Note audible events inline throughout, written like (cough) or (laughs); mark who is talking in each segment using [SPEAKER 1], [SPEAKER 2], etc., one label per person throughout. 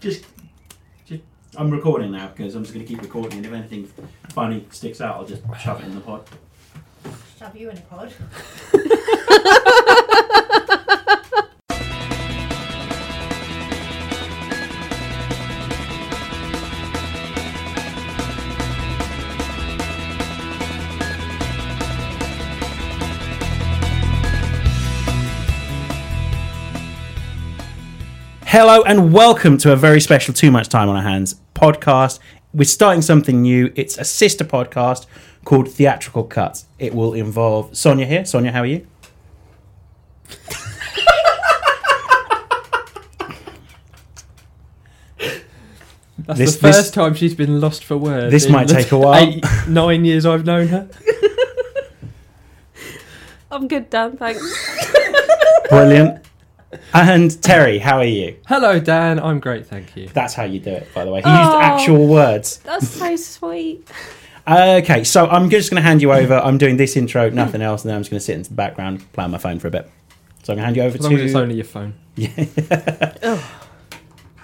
[SPEAKER 1] just, just. I'm recording now because I'm just going to keep recording, and if anything funny sticks out, I'll just shove it in the pod.
[SPEAKER 2] Shove you in a pod.
[SPEAKER 1] Hello and welcome to a very special Too Much Time on Our Hands podcast. We're starting something new. It's a sister podcast called Theatrical Cuts. It will involve Sonia here. Sonia, how are you?
[SPEAKER 3] That's
[SPEAKER 1] This-
[SPEAKER 3] the first
[SPEAKER 1] this-
[SPEAKER 3] time she's been lost for words.
[SPEAKER 1] This
[SPEAKER 3] in
[SPEAKER 1] might
[SPEAKER 3] the
[SPEAKER 1] take a while.
[SPEAKER 3] Eight, nine years I've known her.
[SPEAKER 4] I'm good, Dan. Thanks.
[SPEAKER 1] Brilliant. And Terry, how are you?
[SPEAKER 3] Hello, Dan. I'm great, thank you.
[SPEAKER 1] That's how you do it, by the way. He used
[SPEAKER 4] Oh.
[SPEAKER 1] actual words.
[SPEAKER 4] That's so sweet.
[SPEAKER 1] Okay, so I'm just going to hand you over. I'm doing this intro, nothing else, and then I'm just going to sit into the background, play on my phone for a bit. So I'm going to hand you over
[SPEAKER 3] As long as it's
[SPEAKER 1] to
[SPEAKER 3] only your phone.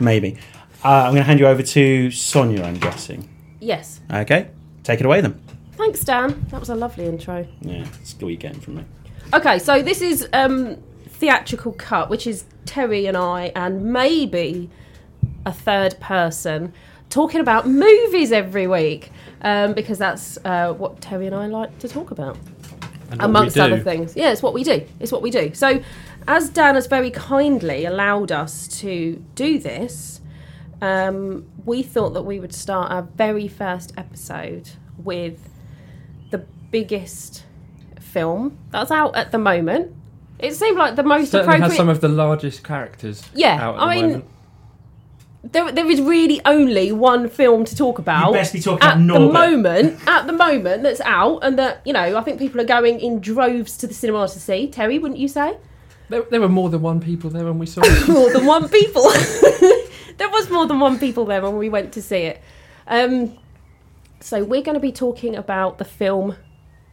[SPEAKER 1] maybe. Uh, I'm going to hand you over to Sonia. I'm guessing.
[SPEAKER 4] Yes.
[SPEAKER 1] Okay, take it away then.
[SPEAKER 4] Thanks, Dan. That was a lovely intro.
[SPEAKER 1] Yeah, it's all you getting from me.
[SPEAKER 4] Okay, so this is um, theatrical cut, which is Terry and I, and maybe a third person talking about movies every week um, because that's uh, what Terry and I like to talk about.
[SPEAKER 3] And what we
[SPEAKER 4] amongst
[SPEAKER 3] do-
[SPEAKER 4] other things. Yeah, it's what we do. It's what we do. So, as Dan has very kindly allowed us to do this, um, we thought that we would start our very first episode with the biggest film that's out at the moment. It seemed like the most
[SPEAKER 3] Certainly
[SPEAKER 4] appropriate.
[SPEAKER 3] has some of the largest characters.
[SPEAKER 4] Yeah,
[SPEAKER 3] out at
[SPEAKER 4] I
[SPEAKER 3] the
[SPEAKER 4] mean,
[SPEAKER 3] moment.
[SPEAKER 4] there, there is really only one film to talk about.
[SPEAKER 1] You best be talking
[SPEAKER 4] at
[SPEAKER 1] about Norbit.
[SPEAKER 4] the moment, at the moment that's out, and that you know, I think people are going in droves to the cinema to see. Terry, wouldn't you say?
[SPEAKER 3] There, there were more than one people there when we saw
[SPEAKER 4] (laughs)
[SPEAKER 3] it.
[SPEAKER 4] more than one people. (laughs) there was more than one people there when we went to see it. Um, so we're going to be talking about the film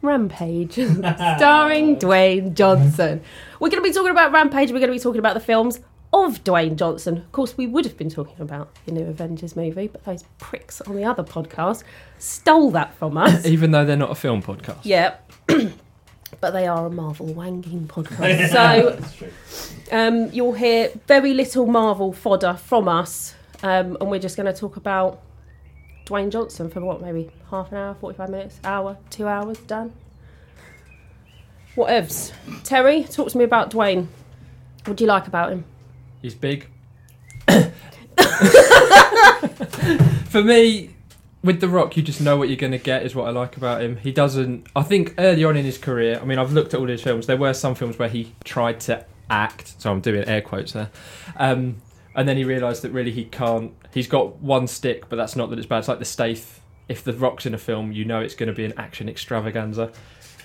[SPEAKER 4] Rampage, starring Dwayne Johnson. We're going to be talking about Rampage. We're going to be talking about the films of Dwayne Johnson. Of course, we would have been talking about the new Avengers movie, but those pricks on the other podcast stole that from us.
[SPEAKER 3] Even though they're not a film podcast.
[SPEAKER 4] yeah. (coughs) but they are a Marvel wanking podcast. (laughs) So
[SPEAKER 1] That's true.
[SPEAKER 4] um, you'll hear very little Marvel fodder from us, um, and we're just going to talk about Dwayne Johnson for what, maybe half an hour, 45 minutes, hour, two hours, done. Whatevs. Terry, talk to me about Dwayne. What do you like about him?
[SPEAKER 3] He's big. (laughs) For me, with The Rock, you just know what you're going to get, is what I like about him. He doesn't. I think early on in his career, I mean, I've looked at all his films. There were some films where he tried to act, so I'm doing air quotes there. Um, and then he realised that really he can't. He's got one stick, but that's not that it's bad. It's like The Staith. If The Rock's in a film, you know it's going to be an action extravaganza.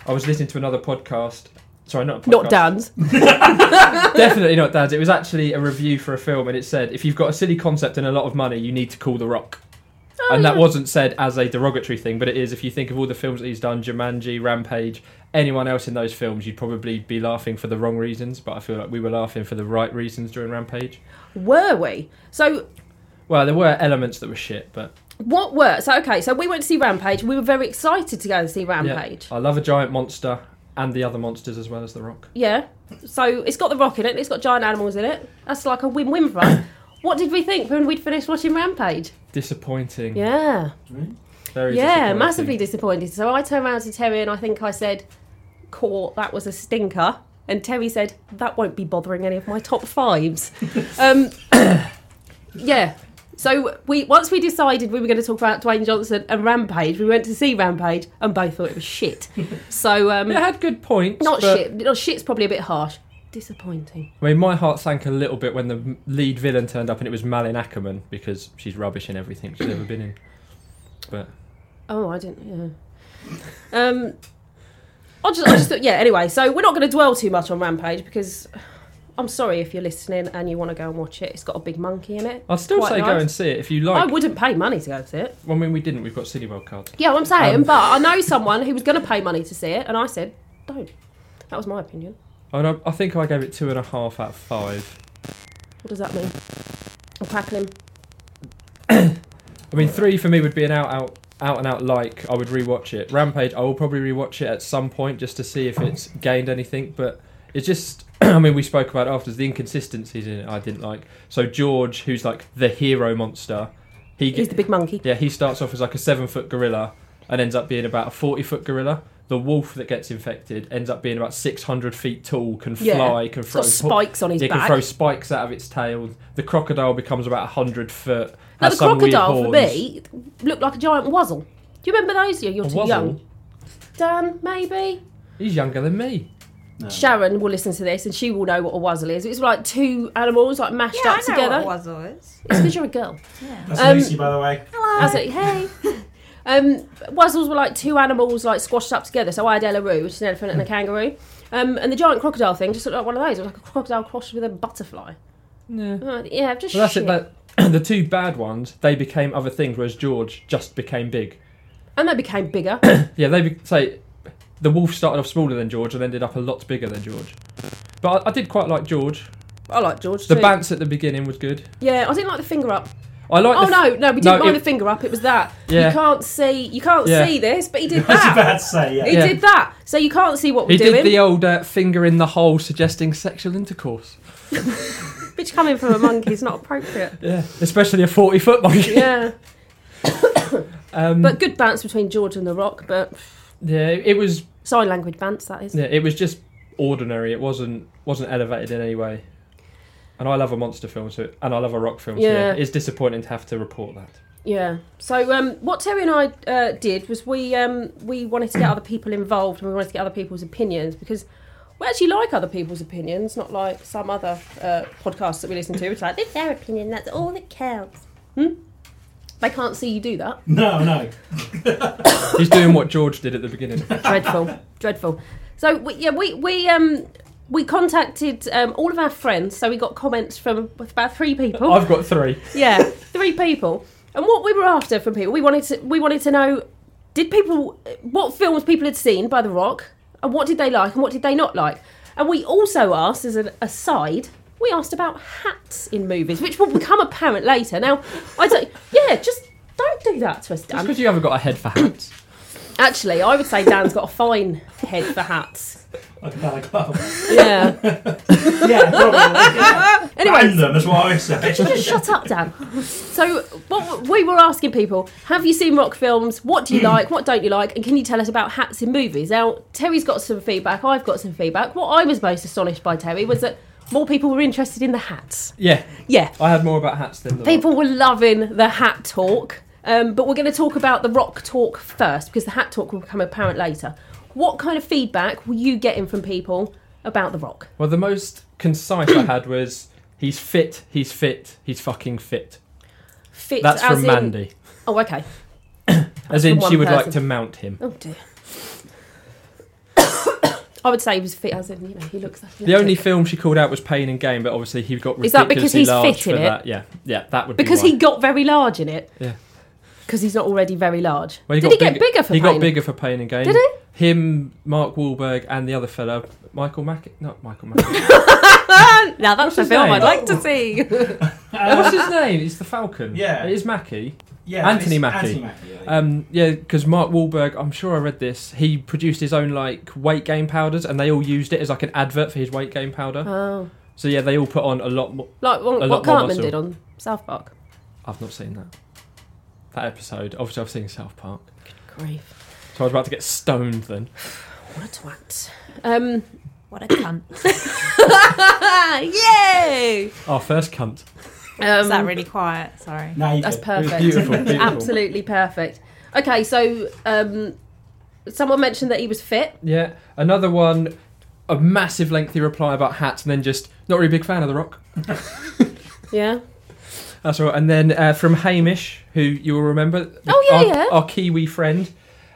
[SPEAKER 3] I was listening to another podcast. Sorry, not a podcast
[SPEAKER 4] Not Dan's.
[SPEAKER 3] definitely not dads. It was actually a review for a film, and it said if you've got a silly concept and a lot of money, you need to call The Rock.
[SPEAKER 4] Oh,
[SPEAKER 3] and that wasn't said as a derogatory thing, but it is. If you think of all the films that he's done, Jumanji, Rampage, anyone else in those films, you'd probably be laughing for the wrong reasons. But I feel like we were laughing for the right reasons during Rampage.
[SPEAKER 4] Were we? So,
[SPEAKER 3] Well, there were elements that were shit, but
[SPEAKER 4] what were. So, okay, so we went to see Rampage. We were very excited to go and see
[SPEAKER 3] yeah.
[SPEAKER 4] Rampage.
[SPEAKER 3] I love a giant monster and the other monsters as well as The Rock.
[SPEAKER 4] Yeah. So it's got the rock in it. It's got giant animals in it. That's like a win-win for us. what did we think when we'd finished watching Rampage?
[SPEAKER 3] Disappointing.
[SPEAKER 4] Yeah.
[SPEAKER 3] Very
[SPEAKER 4] yeah,
[SPEAKER 3] disappointing.
[SPEAKER 4] massively disappointed. So I turned around to Terry and I think I said, "Court, that was a stinker." And Terry said, "That won't be bothering any of my
[SPEAKER 3] (laughs)
[SPEAKER 4] top fives. um, (coughs) yeah. So we once we decided we were going to talk about Dwayne Johnson and Rampage, we went to see Rampage and both thought it
[SPEAKER 3] (laughs)
[SPEAKER 4] was shit. So um,
[SPEAKER 3] It had good points.
[SPEAKER 4] not
[SPEAKER 3] but-
[SPEAKER 4] shit. Not shit's probably a bit harsh. Disappointing.
[SPEAKER 3] I mean, my heart sank a little bit when the m- lead villain turned up, and it was Malin Ackerman because she's rubbish in everything she's ever been in. But
[SPEAKER 4] Oh, I didn't. Yeah. Um, I just, I just thought, yeah. Anyway, so we're not going to dwell too much on Rampage because I'm sorry if you're listening and you want to go and watch it. It's got a big monkey in it.
[SPEAKER 3] I'd still
[SPEAKER 4] Quite
[SPEAKER 3] say go
[SPEAKER 4] nice.
[SPEAKER 3] and see it if you like.
[SPEAKER 4] I wouldn't pay money to go see it.
[SPEAKER 3] Well, I mean, we didn't. We've got City World cards.
[SPEAKER 4] Yeah, I'm saying,
[SPEAKER 3] Um,
[SPEAKER 4] but I know someone who was going to pay money to see it, and I said, don't. That was my opinion.
[SPEAKER 3] I, mean, I I think I gave it two and a half out of five.
[SPEAKER 4] What does that mean? I'm crackling.
[SPEAKER 3] I mean, three for me would be an out, out, out and out like. I would rewatch it. Rampage, I will probably rewatch it at some point just to see if it's gained anything. But it's just, (clears throat) I mean, we spoke about it afterwards the inconsistencies in it. I didn't like. So George, who's like the hero monster, he
[SPEAKER 4] He's
[SPEAKER 3] gets,
[SPEAKER 4] the big monkey.
[SPEAKER 3] yeah, he starts off as like a seven foot gorilla and ends up being about a forty foot gorilla. The wolf that gets infected ends up being about six hundred feet tall, can
[SPEAKER 4] Yeah.
[SPEAKER 3] fly, can
[SPEAKER 4] It's
[SPEAKER 3] throw
[SPEAKER 4] got spikes on his
[SPEAKER 3] it can
[SPEAKER 4] back.
[SPEAKER 3] throw spikes out of its tail. The crocodile becomes about hundred foot.
[SPEAKER 4] Now,
[SPEAKER 3] has
[SPEAKER 4] the
[SPEAKER 3] some weird
[SPEAKER 4] crocodile for
[SPEAKER 3] horns.
[SPEAKER 4] me looked like a giant wazzle. Do you remember those? You're, you're
[SPEAKER 3] A
[SPEAKER 4] too
[SPEAKER 3] wazzle?
[SPEAKER 4] young. Dan, maybe?
[SPEAKER 3] He's younger than me.
[SPEAKER 4] Sharon will listen to this and she will know what a wazzle is. It's like two animals like mashed
[SPEAKER 2] Yeah, I
[SPEAKER 4] up
[SPEAKER 2] know
[SPEAKER 4] together.
[SPEAKER 2] what Wazzle is.
[SPEAKER 4] It's because you're a girl.
[SPEAKER 1] That's
[SPEAKER 4] Um,
[SPEAKER 1] Lucy, by the
[SPEAKER 4] (laughs)
[SPEAKER 1] way.
[SPEAKER 4] I was
[SPEAKER 2] (laughs)
[SPEAKER 4] like, hey. Um, wazzles were like two animals like squashed up together. So I had Ella Roo, which is an elephant and a kangaroo. Um, and the giant crocodile thing just looked like one of those. It was like a crocodile crossed with a butterfly.
[SPEAKER 3] Yeah. Well,
[SPEAKER 4] I'm like, yeah, just
[SPEAKER 3] that's
[SPEAKER 4] shit.
[SPEAKER 3] it. That (clears throat) the two bad ones, they became other things, whereas George just became big.
[SPEAKER 4] and they became
[SPEAKER 3] (coughs)
[SPEAKER 4] bigger.
[SPEAKER 3] Yeah, they be- say the wolf started off smaller than George and ended up a lot bigger than George. But I, I did quite like George.
[SPEAKER 4] I like George
[SPEAKER 3] The
[SPEAKER 4] too.
[SPEAKER 3] bants at the beginning was good.
[SPEAKER 4] Yeah, I didn't like the finger up.
[SPEAKER 3] I like.
[SPEAKER 4] Oh
[SPEAKER 3] the
[SPEAKER 4] no, no, we didn't
[SPEAKER 3] no,
[SPEAKER 4] mind
[SPEAKER 3] it-
[SPEAKER 4] the finger up. It was that
[SPEAKER 3] Yeah.
[SPEAKER 4] you can't see, you can't
[SPEAKER 3] Yeah.
[SPEAKER 4] see this,
[SPEAKER 3] (laughs)
[SPEAKER 4] but he did
[SPEAKER 1] I was
[SPEAKER 4] that.
[SPEAKER 1] about to say, yeah.
[SPEAKER 4] Ah. He
[SPEAKER 3] Yeah.
[SPEAKER 4] did that, so you can't see what
[SPEAKER 3] He
[SPEAKER 4] we're doing.
[SPEAKER 3] did the old uh, finger in the hole, suggesting sexual intercourse.
[SPEAKER 4] Which coming from a monkey is not
[SPEAKER 3] (laughs)
[SPEAKER 4] appropriate.
[SPEAKER 3] Yeah, especially a forty-foot monkey.
[SPEAKER 4] Yeah,
[SPEAKER 3] (laughs) Um,
[SPEAKER 4] but good bounce between George and the Rock, but
[SPEAKER 3] yeah, it was
[SPEAKER 4] sign language bounce that is.
[SPEAKER 3] Yeah, it was just ordinary. It wasn't wasn't elevated in any way. And I love a monster film, so and I love a rock film. So yeah,
[SPEAKER 4] Yeah.
[SPEAKER 3] it's disappointing to have to report that.
[SPEAKER 4] Yeah. So um, what Terry and I uh, did was we um, we wanted to get other people involved and we wanted to get other people's opinions because we actually like other people's opinions, not like some other uh, podcasts that we listen to. It's like it's their opinion, that's all that counts. Hmm? They can't see you do that.
[SPEAKER 1] No, no.
[SPEAKER 3] He's doing what George did at the
[SPEAKER 4] (laughs)
[SPEAKER 3] beginning. (laughs)
[SPEAKER 4] dreadful, dreadful. So we, yeah, we we um we contacted um, all of our friends. So we got comments from about three people.
[SPEAKER 3] I've got three.
[SPEAKER 4] (laughs) yeah, three people. And what we were after from people, we wanted to we wanted to know did people what films people had seen by The Rock and what did they like and what did they not like. And we also asked as an aside. We asked about hats in movies, which will become apparent later. Now, I don't. Yeah, just don't do that to us, Dan.
[SPEAKER 3] Just because you haven't got a head for hats.
[SPEAKER 4] Actually, I would say Dan's got a fine head for hats.
[SPEAKER 1] Like a bad glove.
[SPEAKER 4] Yeah.
[SPEAKER 1] (laughs) Yeah, probably.
[SPEAKER 4] Anyway,
[SPEAKER 1] Random, that's what I
[SPEAKER 4] (laughs)
[SPEAKER 1] say.
[SPEAKER 4] just shut up, Dan. So, what we were asking people: Have you seen rock films? What
[SPEAKER 1] Hmm.
[SPEAKER 4] do you like? What don't you like? And can you tell us about hats in movies? Now, Terry's got some feedback. I've got some feedback. What I was most astonished by Terry was that more people were interested in the hats.
[SPEAKER 3] (laughs) Yeah,
[SPEAKER 4] Yeah,
[SPEAKER 3] I had more about hats than the
[SPEAKER 4] people were loving the hat talk. Um, but we're going to talk about the rock talk first because the hat talk will become apparent later. What kind of feedback were you getting from people about the rock?
[SPEAKER 3] Well, the most concise I had was he's fit, he's fit, he's fucking fit.
[SPEAKER 4] Fit
[SPEAKER 3] That's
[SPEAKER 4] as
[SPEAKER 3] from
[SPEAKER 4] in-
[SPEAKER 3] Mandy.
[SPEAKER 4] Oh, okay.
[SPEAKER 3] As
[SPEAKER 4] from
[SPEAKER 3] in, she
[SPEAKER 4] one
[SPEAKER 3] would like
[SPEAKER 4] person.
[SPEAKER 3] to mount him.
[SPEAKER 4] Oh dear. (coughs) I would say he was fit as in, you know, he looks like an
[SPEAKER 3] The only
[SPEAKER 4] athlete.
[SPEAKER 3] film she called out was Pain and Gain, but obviously he got ridiculously
[SPEAKER 4] Is that because he's
[SPEAKER 3] large
[SPEAKER 4] fit in
[SPEAKER 3] for
[SPEAKER 4] it?
[SPEAKER 3] that. Yeah, yeah, that would
[SPEAKER 4] because
[SPEAKER 3] be why.
[SPEAKER 4] he got very large in it.
[SPEAKER 3] Yeah.
[SPEAKER 4] Because he's not already very large.
[SPEAKER 3] Well,
[SPEAKER 4] Did
[SPEAKER 3] got
[SPEAKER 4] he get bigger for
[SPEAKER 3] He
[SPEAKER 4] Pain?
[SPEAKER 3] got bigger for Pain and Gain.
[SPEAKER 4] Did
[SPEAKER 3] he? Him, Mark Wahlberg, and the other fellow, Michael Mack. Not Michael Mack.
[SPEAKER 4] Now that's a
[SPEAKER 3] his
[SPEAKER 4] film
[SPEAKER 3] name? Oh.
[SPEAKER 4] I'd like to
[SPEAKER 3] (laughs)
[SPEAKER 4] see. (laughs)
[SPEAKER 3] What's his name? It's the Falcon.
[SPEAKER 1] Yeah.
[SPEAKER 3] it is Mackey.
[SPEAKER 1] Yeah,
[SPEAKER 3] Anthony
[SPEAKER 1] it's
[SPEAKER 3] Mackie.
[SPEAKER 1] Anthony Mackie, yeah.
[SPEAKER 3] Um, yeah, because Mark Wahlberg, I'm sure I read this. He produced his own like weight gain powders, and they all used it as like an advert for his weight gain powder.
[SPEAKER 4] oh.
[SPEAKER 3] so yeah, they all put on a lot more.
[SPEAKER 4] Like what,
[SPEAKER 3] lot more
[SPEAKER 4] what Cartman
[SPEAKER 3] muscle.
[SPEAKER 4] did on South Park.
[SPEAKER 3] I've not seen that. That episode. Obviously, I've seen South Park.
[SPEAKER 4] Grief.
[SPEAKER 3] So I was about to get stoned then.
[SPEAKER 4] What a twat. (clears throat) Um,
[SPEAKER 2] What a cunt.
[SPEAKER 4] (laughs) yay!
[SPEAKER 3] Our first cunt.
[SPEAKER 4] Um,
[SPEAKER 2] Is that really quiet? Sorry.
[SPEAKER 1] Now you
[SPEAKER 4] That's
[SPEAKER 1] did.
[SPEAKER 4] perfect. (laughs)
[SPEAKER 3] beautiful, beautiful.
[SPEAKER 4] Absolutely perfect. Okay, so um, someone mentioned that he was fit.
[SPEAKER 3] Yeah, another one. A massive lengthy reply about hats, and then just not really a big fan of The Rock.
[SPEAKER 4] Yeah.
[SPEAKER 3] That's all right. And then uh, from Hamish, who you will remember.
[SPEAKER 4] Oh, yeah,
[SPEAKER 3] our,
[SPEAKER 4] yeah.
[SPEAKER 3] Our Kiwi friend.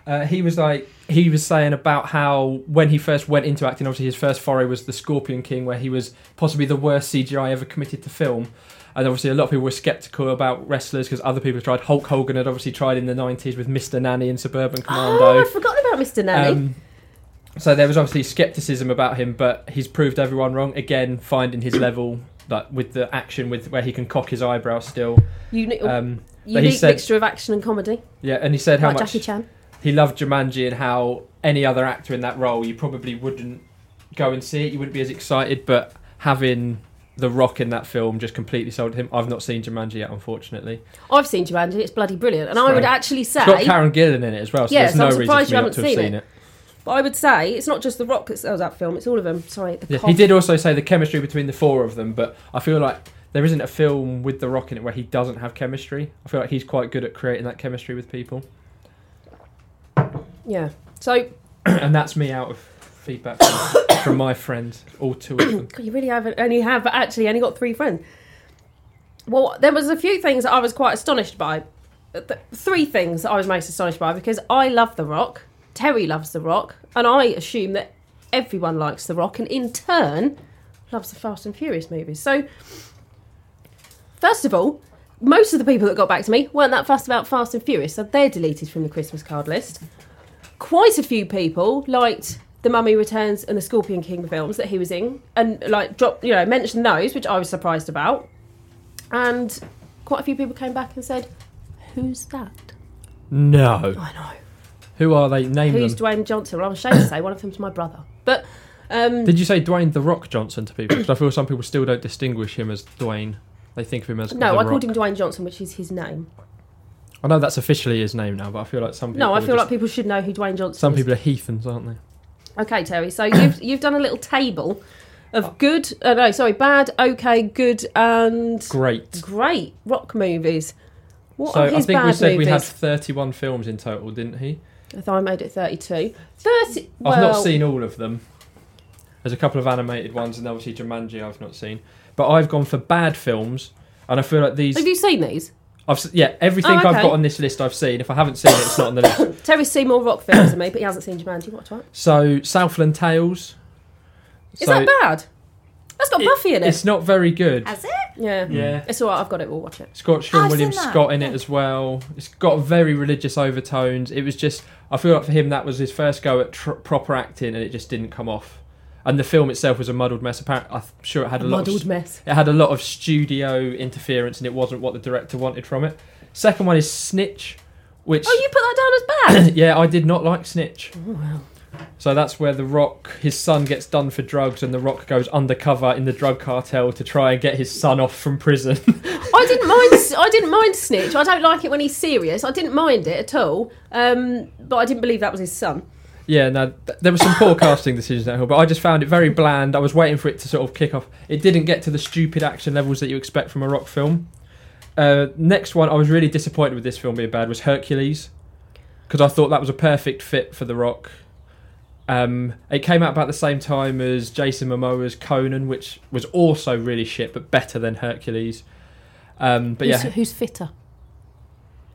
[SPEAKER 3] Uh, he was like, he was saying about how when he first went into acting, obviously his first foray was The Scorpion King, where he was possibly the worst CGI ever committed to film. And obviously, a lot of people were skeptical about wrestlers because other people tried. Hulk Hogan had obviously tried in the 90s with Mr. Nanny and Suburban Commando.
[SPEAKER 4] Oh, I'd forgotten about Mr. Nelly.
[SPEAKER 3] Um, so there was obviously skepticism about him, but he's proved everyone wrong again, finding his level, like with the action, with where he can cock his eyebrow still.
[SPEAKER 4] you knew,
[SPEAKER 3] Um, But he
[SPEAKER 4] unique
[SPEAKER 3] said-
[SPEAKER 4] mixture of action and comedy,
[SPEAKER 3] Yeah, and he said how
[SPEAKER 4] like
[SPEAKER 3] much
[SPEAKER 4] Jackie Chan.
[SPEAKER 3] he loved Jumanji and how any other actor in that role you probably wouldn't go and see it. You wouldn't be as excited, but having The Rock in that film just completely sold him. I've not seen Jumanji yet, unfortunately.
[SPEAKER 4] I've seen Jumanji; it's bloody brilliant, and I
[SPEAKER 3] Right.
[SPEAKER 4] would actually say,
[SPEAKER 3] It's got Karen Gillan in it as well, so
[SPEAKER 4] Yeah,
[SPEAKER 3] there's
[SPEAKER 4] so
[SPEAKER 3] no
[SPEAKER 4] I'm
[SPEAKER 3] reason
[SPEAKER 4] surprised
[SPEAKER 3] for me
[SPEAKER 4] you
[SPEAKER 3] not to have
[SPEAKER 4] haven't
[SPEAKER 3] seen,
[SPEAKER 4] seen
[SPEAKER 3] it.
[SPEAKER 4] but I would say it's not just The Rock oh, that sells that film; it's all of them. Sorry, the
[SPEAKER 3] Yeah,
[SPEAKER 4] cop.
[SPEAKER 3] he did also say the chemistry between the four of them, but I feel like there isn't a film with The Rock in it where he doesn't have chemistry. I feel like he's quite good at creating that chemistry with people, (coughs)
[SPEAKER 4] Yeah. So
[SPEAKER 3] and that's me out of feedback (coughs) from, from my friends, all two of them.
[SPEAKER 4] God, you really have only have actually only got three friends. Well, there was a few things that I was quite astonished by. Uh, th- Three things that I was most astonished by because I love The Rock, Terry loves The Rock, and I assume that everyone likes The Rock, and in turn loves the Fast and Furious movies. So, first of all, most of the people that got back to me weren't that fussed about Fast and Furious, so they're deleted from the Christmas card list. Quite a few people liked the Mummy Returns and the Scorpion King films that he was in, and like drop you know mentioned those, which I was surprised about. And quite a few people came back and said, "Who's that?"
[SPEAKER 3] No,
[SPEAKER 4] I know.
[SPEAKER 3] who are they? Name
[SPEAKER 4] Who's
[SPEAKER 3] them.
[SPEAKER 4] Dwayne Johnson? Well, I'm ashamed to say one of them's my brother, but um,
[SPEAKER 3] Did you say Dwayne the Rock Johnson to people? 'Cause I feel some people still don't distinguish him as Dwayne. They think of him as
[SPEAKER 4] no,
[SPEAKER 3] The
[SPEAKER 4] I
[SPEAKER 3] Rock.
[SPEAKER 4] called him Dwayne Johnson, which is his name.
[SPEAKER 3] I know that's officially his name now, but I feel like some people.
[SPEAKER 4] No, I
[SPEAKER 3] are
[SPEAKER 4] feel like
[SPEAKER 3] just-
[SPEAKER 4] people should know who Dwayne Johnson.
[SPEAKER 3] some
[SPEAKER 4] is.
[SPEAKER 3] people are heathens, aren't they?
[SPEAKER 4] Okay, Terry. So you've you've done a little table of good. Uh, no, sorry, bad, okay, good, and
[SPEAKER 3] Great.
[SPEAKER 4] great rock movies. What
[SPEAKER 3] so
[SPEAKER 4] are his
[SPEAKER 3] I think
[SPEAKER 4] bad
[SPEAKER 3] we said
[SPEAKER 4] movies?
[SPEAKER 3] we had 31 films in total, didn't he?
[SPEAKER 4] I thought I made it 32. 30. Well,
[SPEAKER 3] I've not seen all of them. There's a couple of animated ones, and obviously Jumanji I've not seen. But I've gone for bad films, and I feel like these.
[SPEAKER 4] Have you seen these?
[SPEAKER 3] I've s- yeah, everything
[SPEAKER 4] Oh,
[SPEAKER 3] I've
[SPEAKER 4] okay.
[SPEAKER 3] got on this list I've seen. If I haven't seen it, it's not on the list.
[SPEAKER 4] Terry's seen more rock films than me, but he hasn't seen Jumanji. What a twat.
[SPEAKER 3] So Southland Tales.
[SPEAKER 4] Is that bad? That's got
[SPEAKER 3] It-
[SPEAKER 4] Buffy in it.
[SPEAKER 3] It's not very good.
[SPEAKER 2] Has it?
[SPEAKER 4] Yeah.
[SPEAKER 3] Yeah.
[SPEAKER 4] It's alright, I've got it, we'll watch it.
[SPEAKER 3] It's got Sean
[SPEAKER 2] Oh, I've
[SPEAKER 3] William
[SPEAKER 2] seen that.
[SPEAKER 3] Scott in it as well. It's got very religious overtones. It was just, I feel like for him that was his first go at tr- proper acting, and it just didn't come off. And the film itself was a muddled mess. Apparently, I'm sure it had a lot. Of,
[SPEAKER 4] Muddled mess.
[SPEAKER 3] it had a lot of studio interference, and it wasn't what the director wanted from it. Second one is Snitch, which
[SPEAKER 4] Oh, you put that down as
[SPEAKER 3] (coughs)
[SPEAKER 4] bad?
[SPEAKER 3] yeah, I did not like Snitch.
[SPEAKER 4] oh, wow.
[SPEAKER 3] So that's where The Rock, his son gets done for drugs, and The Rock goes undercover in the drug cartel to try and get his son off from prison.
[SPEAKER 4] I didn't mind. I didn't mind Snitch. I don't like it when he's serious. I didn't mind it at all. Um, but I didn't believe that was his son.
[SPEAKER 3] Yeah, no, th- there were some poor casting decisions at Hill, but I just found it very bland. I was waiting for it to sort of kick off. It didn't get to the stupid action levels that you expect from a rock film. Uh, next one, I was really disappointed with this film being bad was Hercules, because I thought that was a perfect fit for The Rock. Um, it came out about the same time as Jason Momoa's Conan, which was also really shit, but better than Hercules. Um, but
[SPEAKER 4] who's,
[SPEAKER 3] yeah,
[SPEAKER 4] who's fitter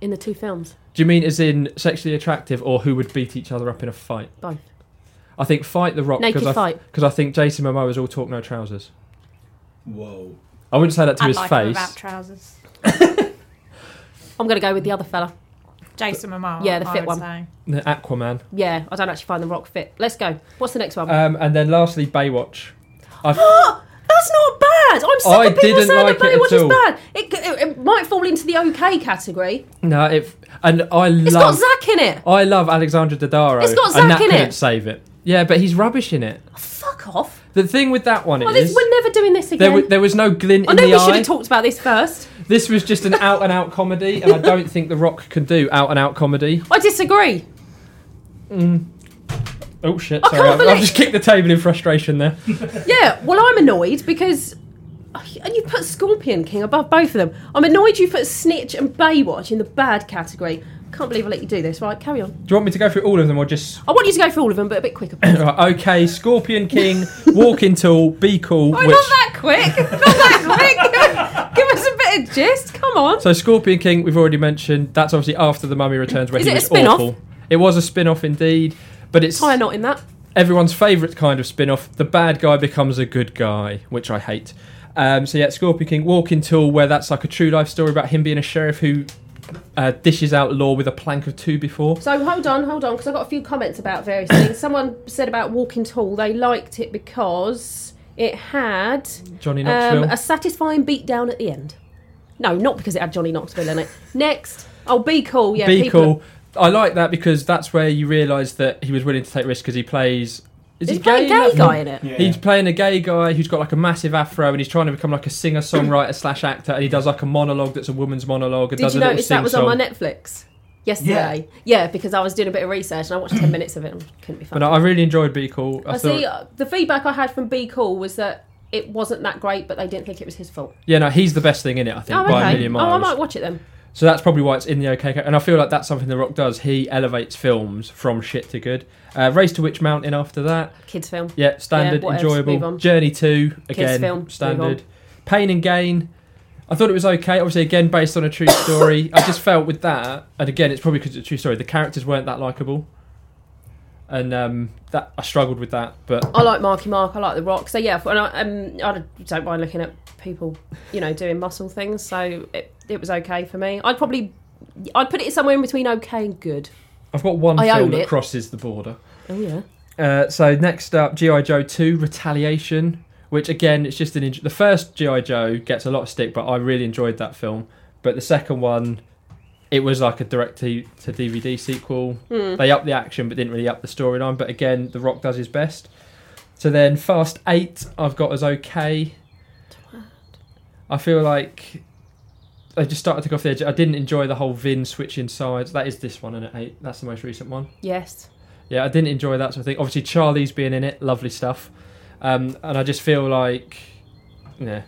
[SPEAKER 4] in the two films?
[SPEAKER 3] do you mean as in sexually attractive or who would beat each other up in a fight?
[SPEAKER 4] Both.
[SPEAKER 3] I think fight the Rock
[SPEAKER 4] Naked
[SPEAKER 3] because I,
[SPEAKER 4] fight.
[SPEAKER 3] because I think Jason Momoa is all talk no trousers.
[SPEAKER 1] Whoa.
[SPEAKER 3] I wouldn't say that to
[SPEAKER 2] I
[SPEAKER 3] his
[SPEAKER 2] like him without
[SPEAKER 3] face.
[SPEAKER 2] trousers.
[SPEAKER 4] I'm going to go with the other fella.
[SPEAKER 2] Jason Momoa.
[SPEAKER 4] Yeah, the
[SPEAKER 2] I
[SPEAKER 4] fit
[SPEAKER 2] would
[SPEAKER 4] one.
[SPEAKER 2] say.
[SPEAKER 3] No, Aquaman.
[SPEAKER 4] Yeah, I don't actually find the rock fit. Let's go. What's the next one?
[SPEAKER 3] Um, and then lastly, Baywatch. I,
[SPEAKER 4] (gasps) That's not bad. I'm sick
[SPEAKER 3] I
[SPEAKER 4] of people
[SPEAKER 3] didn't
[SPEAKER 4] saying
[SPEAKER 3] like
[SPEAKER 4] that
[SPEAKER 3] it at
[SPEAKER 4] Baywatch is
[SPEAKER 3] all.
[SPEAKER 4] bad. It, it, it might fall into the okay category.
[SPEAKER 3] no, it and I
[SPEAKER 4] It's
[SPEAKER 3] love
[SPEAKER 4] got Zack in it.
[SPEAKER 3] I love Alexandra Daddario.
[SPEAKER 4] It's got
[SPEAKER 3] and
[SPEAKER 4] Zac
[SPEAKER 3] that
[SPEAKER 4] in
[SPEAKER 3] couldn't
[SPEAKER 4] it.
[SPEAKER 3] save it. Yeah, but he's rubbish in it.
[SPEAKER 4] Oh, Fuck off.
[SPEAKER 3] The thing with that one
[SPEAKER 4] Well,
[SPEAKER 3] is
[SPEAKER 4] Oh, this, we're never doing this
[SPEAKER 3] there,
[SPEAKER 4] again.
[SPEAKER 3] w- there was no glint
[SPEAKER 4] I
[SPEAKER 3] in
[SPEAKER 4] know
[SPEAKER 3] the
[SPEAKER 4] we should
[SPEAKER 3] eye.
[SPEAKER 4] have talked about this first.
[SPEAKER 3] this was just an out and out comedy, and I don't think The Rock can do out and out comedy.
[SPEAKER 4] I disagree.
[SPEAKER 3] Oh shit!
[SPEAKER 4] I
[SPEAKER 3] Sorry,
[SPEAKER 4] can't
[SPEAKER 3] I've, I've
[SPEAKER 4] believe-
[SPEAKER 3] just kicked the table in frustration there.
[SPEAKER 4] Yeah, well, I'm annoyed because. oh, And you put Scorpion King above both of them. I'm annoyed you put Snitch and Baywatch in the bad category. Can't believe I let you do this. Right, carry on.
[SPEAKER 3] Do you want me to go through all of them or just (coughs)
[SPEAKER 4] I want you to go for all of them, but a bit quicker. please.
[SPEAKER 3] Right, okay, Scorpion King, Walking Tall, Be Cool,
[SPEAKER 4] Oh,
[SPEAKER 3] which.
[SPEAKER 4] not that quick. Not that quick. Give us a bit of gist. Come on.
[SPEAKER 3] So, Scorpion King, we've already mentioned. That's obviously after The Mummy Returns, where
[SPEAKER 4] Is
[SPEAKER 3] he
[SPEAKER 4] it a
[SPEAKER 3] was
[SPEAKER 4] spin-off?
[SPEAKER 3] awful. It was a spin off indeed, but it's
[SPEAKER 4] Tie a knot in that.
[SPEAKER 3] everyone's favourite kind of spin off. The bad guy becomes a good guy, which I hate. Um, so, yeah, Scorpion King, Walking Tall, where that's like a true life story about him being a sheriff who uh, dishes out law with a plank of two before.
[SPEAKER 4] So hold on, hold on, because I got a few comments about various things. Someone said about Walking Tall, they liked it because it had
[SPEAKER 3] Johnny
[SPEAKER 4] um,
[SPEAKER 3] Knoxville.
[SPEAKER 4] a satisfying beatdown at the end. No, not because it had Johnny Knoxville in it. Next. Oh, Be Cool. Yeah,
[SPEAKER 3] be
[SPEAKER 4] people are-
[SPEAKER 3] cool. I like that because that's where you realise that he was willing to take risks because he plays. Is
[SPEAKER 4] He's
[SPEAKER 3] he
[SPEAKER 4] playing a
[SPEAKER 3] in
[SPEAKER 4] gay
[SPEAKER 3] that
[SPEAKER 4] guy in it.
[SPEAKER 1] Yeah.
[SPEAKER 3] He's playing a gay guy who's got like a massive afro and he's trying to become like a singer songwriter slash actor and he does like a monologue that's a woman's monologue and
[SPEAKER 4] Did
[SPEAKER 3] does a
[SPEAKER 4] you
[SPEAKER 3] little
[SPEAKER 4] notice
[SPEAKER 3] sing
[SPEAKER 4] that was on my Netflix yesterday? Yeah. because I was doing a bit of research and I watched 10 minutes of it and couldn't be
[SPEAKER 3] But
[SPEAKER 4] found.
[SPEAKER 3] I I really enjoyed Be Cool. I
[SPEAKER 4] I
[SPEAKER 3] thought,
[SPEAKER 4] see, uh, the feedback I had from Be Cool was that it wasn't that great, but they didn't think it was his fault.
[SPEAKER 3] yeah, no, he's the best thing in it. I think
[SPEAKER 4] Oh,
[SPEAKER 3] by a
[SPEAKER 4] okay.
[SPEAKER 3] million
[SPEAKER 4] Oh, I
[SPEAKER 3] miles.
[SPEAKER 4] might watch it then.
[SPEAKER 3] So that's probably why it's in the OK. And I feel like that's something The Rock does. He elevates films from shit to good. Uh, Race to Witch Mountain after that.
[SPEAKER 4] Kids film.
[SPEAKER 3] Yeah, standard,
[SPEAKER 4] Yeah, whatevs, move
[SPEAKER 3] enjoyable.
[SPEAKER 4] on.
[SPEAKER 3] Journey 2, again,
[SPEAKER 4] film, move
[SPEAKER 3] standard. Pain and Gain. I thought it was okay. Obviously, again, based on a true story. I just felt with that, and again, it's probably because it's a true story, the characters weren't that likable. And um, that I struggled with that, but
[SPEAKER 4] I like Marky Mark. I like The Rock. So yeah, and I, um, I don't mind looking at people, you know, doing muscle things. So it, it was okay for me. I'd probably, I'd put it somewhere in between okay and good.
[SPEAKER 3] I've got one
[SPEAKER 4] I
[SPEAKER 3] film
[SPEAKER 4] own
[SPEAKER 3] that
[SPEAKER 4] it.
[SPEAKER 3] crosses the border.
[SPEAKER 4] Oh yeah.
[SPEAKER 3] Uh, so next up, GI Joe Two Retaliation, which again it's just an in- the first GI Joe gets a lot of stick, but I really enjoyed that film. But the second one, it was like a direct to, to DVD sequel. They upped the action, but didn't really up the storyline. But again, The Rock does his best. So then Fast Eight, I've got as okay. I feel like they just started to go off the edge. I didn't enjoy the whole Vin switching sides. That is this one, and it eight. That's the most recent one.
[SPEAKER 4] Yes.
[SPEAKER 3] Yeah, I didn't enjoy that sort of thing. Obviously, Charlie's being in it, lovely stuff. Um, and I just feel like, yeah.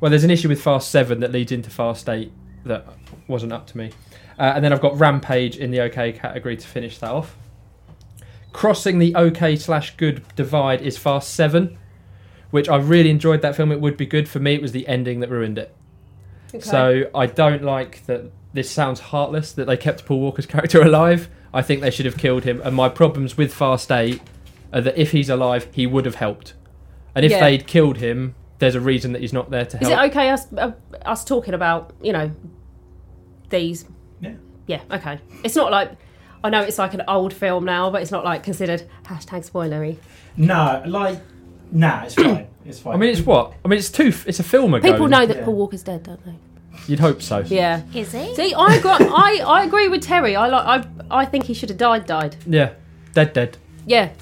[SPEAKER 3] Well, there's an issue with Fast Seven that leads into Fast Eight that wasn't up to me. Uh, and then I've got Rampage in the OK category to finish that off. Crossing the OK slash good divide is Fast Seven, which I really enjoyed that film. It would be good for me. It was the ending that ruined it.
[SPEAKER 4] Okay.
[SPEAKER 3] So I don't like that. This sounds heartless that they kept Paul Walker's character alive. I think they should have killed him. And my problems with Fast Eight are that if he's alive, he would have helped. And if
[SPEAKER 4] Yeah.
[SPEAKER 3] they'd killed him, there's a reason that he's not there to
[SPEAKER 4] Is
[SPEAKER 3] help.
[SPEAKER 4] it okay us uh, us talking about you know these?
[SPEAKER 1] Yeah.
[SPEAKER 4] Yeah. Okay. It's not like I know it's like an old film now, but it's not like considered hashtag spoilery.
[SPEAKER 1] No, like, nah, it's fine. It's fine.
[SPEAKER 3] I mean, it's what? I mean, it's two. It's a film ago.
[SPEAKER 4] People know that
[SPEAKER 1] yeah.
[SPEAKER 4] Paul Walker's dead, don't they?
[SPEAKER 3] You'd hope so.
[SPEAKER 4] Yeah.
[SPEAKER 2] Is he?
[SPEAKER 4] See, I agree, I, I agree with Terry. I like I I think he should have died. Died.
[SPEAKER 3] Yeah. Dead, dead.
[SPEAKER 4] Yeah.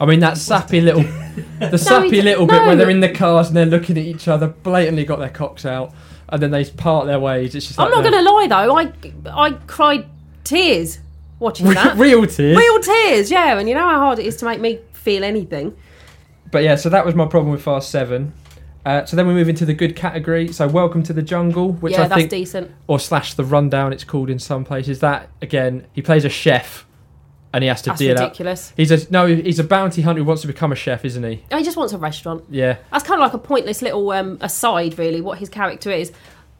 [SPEAKER 3] I mean, that sappy
[SPEAKER 4] (laughs)
[SPEAKER 3] little, the sappy
[SPEAKER 4] d-
[SPEAKER 3] little bit where
[SPEAKER 4] no.
[SPEAKER 3] they're in the cars and they're looking at each other, blatantly got their cocks out, and then they part their ways. It's just.
[SPEAKER 4] I'm
[SPEAKER 3] like
[SPEAKER 4] not
[SPEAKER 3] the- (laughs)
[SPEAKER 4] gonna lie though. I I cried tears watching that.
[SPEAKER 3] Real tears.
[SPEAKER 4] Real tears. Yeah. And you know how hard it is to make me feel anything.
[SPEAKER 3] But yeah, so that was my problem with Fast Seven. Uh, so then we move into the good category. So Welcome to the Jungle, which
[SPEAKER 4] yeah,
[SPEAKER 3] I
[SPEAKER 4] that's
[SPEAKER 3] think,
[SPEAKER 4] decent.
[SPEAKER 3] or slash the Rundown, it's called in some places. That again, he plays a chef, and he has to
[SPEAKER 4] That's
[SPEAKER 3] deal out.
[SPEAKER 4] ridiculous.
[SPEAKER 3] He's a no, he's a bounty hunter who wants to become a chef, isn't he?
[SPEAKER 4] He just wants a restaurant.
[SPEAKER 3] Yeah,
[SPEAKER 4] That's kind of like a pointless little um, aside, really, what his character is.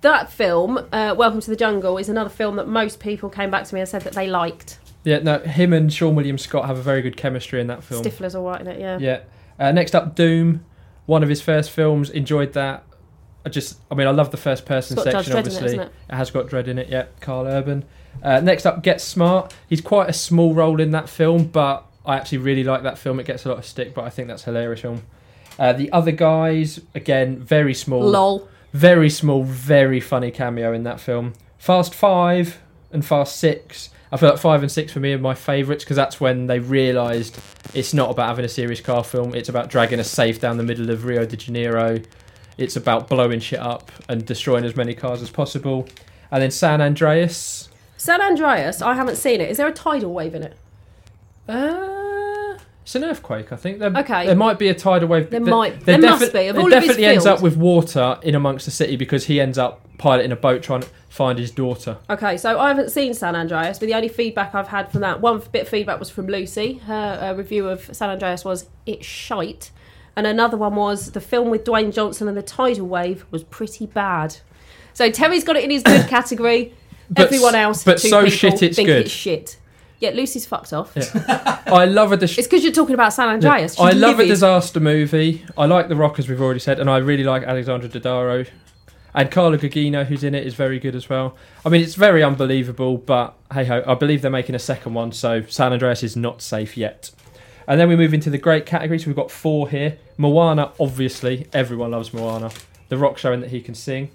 [SPEAKER 4] That film, uh, Welcome to the Jungle, is another film that most people came back to me and said that they liked.
[SPEAKER 3] yeah. No, him and Sean William Scott have a very good chemistry in that film.
[SPEAKER 4] Stifler's all right in it, yeah.
[SPEAKER 3] Yeah. Uh, next up, Doom, one of his first films. Enjoyed that. I just, I mean, I love the first person
[SPEAKER 4] It's got Judge
[SPEAKER 3] section.
[SPEAKER 4] Dredd in it,
[SPEAKER 3] obviously,
[SPEAKER 4] hasn't it?
[SPEAKER 3] has got Dread in it. Yeah, Carl Urban. Uh, next up, Get Smart. He's quite a small role in that film, but I actually really like that film. It gets a lot of stick, but I think that's a hilarious film. Uh, the other guys, again, very small,
[SPEAKER 4] Lol.
[SPEAKER 3] very small, very funny cameo in that film. Fast Five and Fast Six. I feel like five and six for me are my favourites because that's when they realised it's not about having a serious car film. It's about dragging a safe down the middle of Rio de Janeiro. It's about blowing shit up and destroying as many cars as possible. And then San Andreas.
[SPEAKER 4] San Andreas, I haven't seen it. Is there a tidal wave in it?
[SPEAKER 3] Uh, it's an earthquake, I think. There,
[SPEAKER 4] Okay.
[SPEAKER 3] There might be a tidal wave.
[SPEAKER 4] There might- there must be. Of
[SPEAKER 3] there
[SPEAKER 4] all of his
[SPEAKER 3] definitely ends
[SPEAKER 4] films-
[SPEAKER 3] up with water in amongst the city because he ends up piloting a boat trying to find his daughter.
[SPEAKER 4] Okay, so I haven't seen San Andreas, but the only feedback I've had from that one bit of feedback was from Lucy. Her uh, review of San Andreas was it's shite, and another one was the film with Dwayne Johnson and the tidal wave was pretty bad. So Terry's got it in
[SPEAKER 3] (coughs)
[SPEAKER 4] his good category.
[SPEAKER 3] But
[SPEAKER 4] Everyone
[SPEAKER 3] s-
[SPEAKER 4] else,
[SPEAKER 3] but
[SPEAKER 4] two
[SPEAKER 3] so
[SPEAKER 4] people,
[SPEAKER 3] shit it's
[SPEAKER 4] think
[SPEAKER 3] good.
[SPEAKER 4] It's shit. Yeah, Lucy's fucked off.
[SPEAKER 3] Yeah. I love a dis-
[SPEAKER 4] It's because you're talking about San Andreas.
[SPEAKER 3] I
[SPEAKER 4] She's
[SPEAKER 3] love a
[SPEAKER 4] livid.
[SPEAKER 3] disaster movie. I like The Rock, as we've already said, and I really like Alexandra Daddario. And Carla Gugino, who's in it, is very good as well. I mean, it's very unbelievable, but hey ho, I believe they're making a second one, so San Andreas is not safe yet. And then we move into the great category, so we've got four here. Moana, obviously, everyone loves Moana. The Rock showing that he can sing.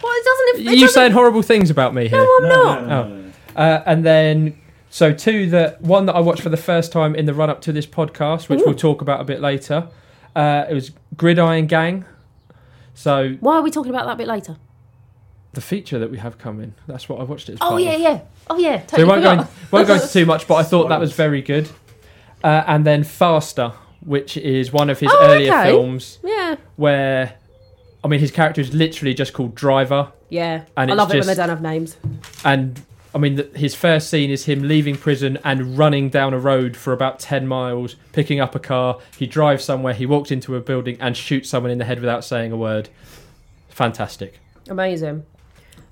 [SPEAKER 4] Well, it doesn't. It
[SPEAKER 3] Are you
[SPEAKER 4] doesn't-
[SPEAKER 3] saying horrible things about me here?
[SPEAKER 4] No, I'm not.
[SPEAKER 3] Oh. Uh, and then, so two that one that I watched for the first time in the run up to this podcast, which we'll talk about a bit later. Uh, it was Gridiron Gang. So
[SPEAKER 4] Why are we talking about that a bit later?
[SPEAKER 3] the feature that we have coming, that's what I watched it. As
[SPEAKER 4] Oh
[SPEAKER 3] part
[SPEAKER 4] yeah,
[SPEAKER 3] of.
[SPEAKER 4] yeah. Oh yeah.
[SPEAKER 3] So we
[SPEAKER 4] Totally
[SPEAKER 3] won't go, in,
[SPEAKER 4] forgot.
[SPEAKER 3] won't go into too much, but I thought that was very good. Uh, and then Faster, which is one of his
[SPEAKER 4] Oh,
[SPEAKER 3] earlier
[SPEAKER 4] okay.
[SPEAKER 3] films
[SPEAKER 4] Yeah.
[SPEAKER 3] where, I mean, his character is literally just called Driver.
[SPEAKER 4] Yeah.
[SPEAKER 3] And
[SPEAKER 4] I
[SPEAKER 3] it's
[SPEAKER 4] love it when they
[SPEAKER 3] just-
[SPEAKER 4] don't have names.
[SPEAKER 3] and I mean, the, his first scene is him leaving prison and running down a road for about 10 miles, picking up a car. He drives somewhere, he walks into a building and shoots someone in the head without saying a word. Fantastic.
[SPEAKER 4] Amazing.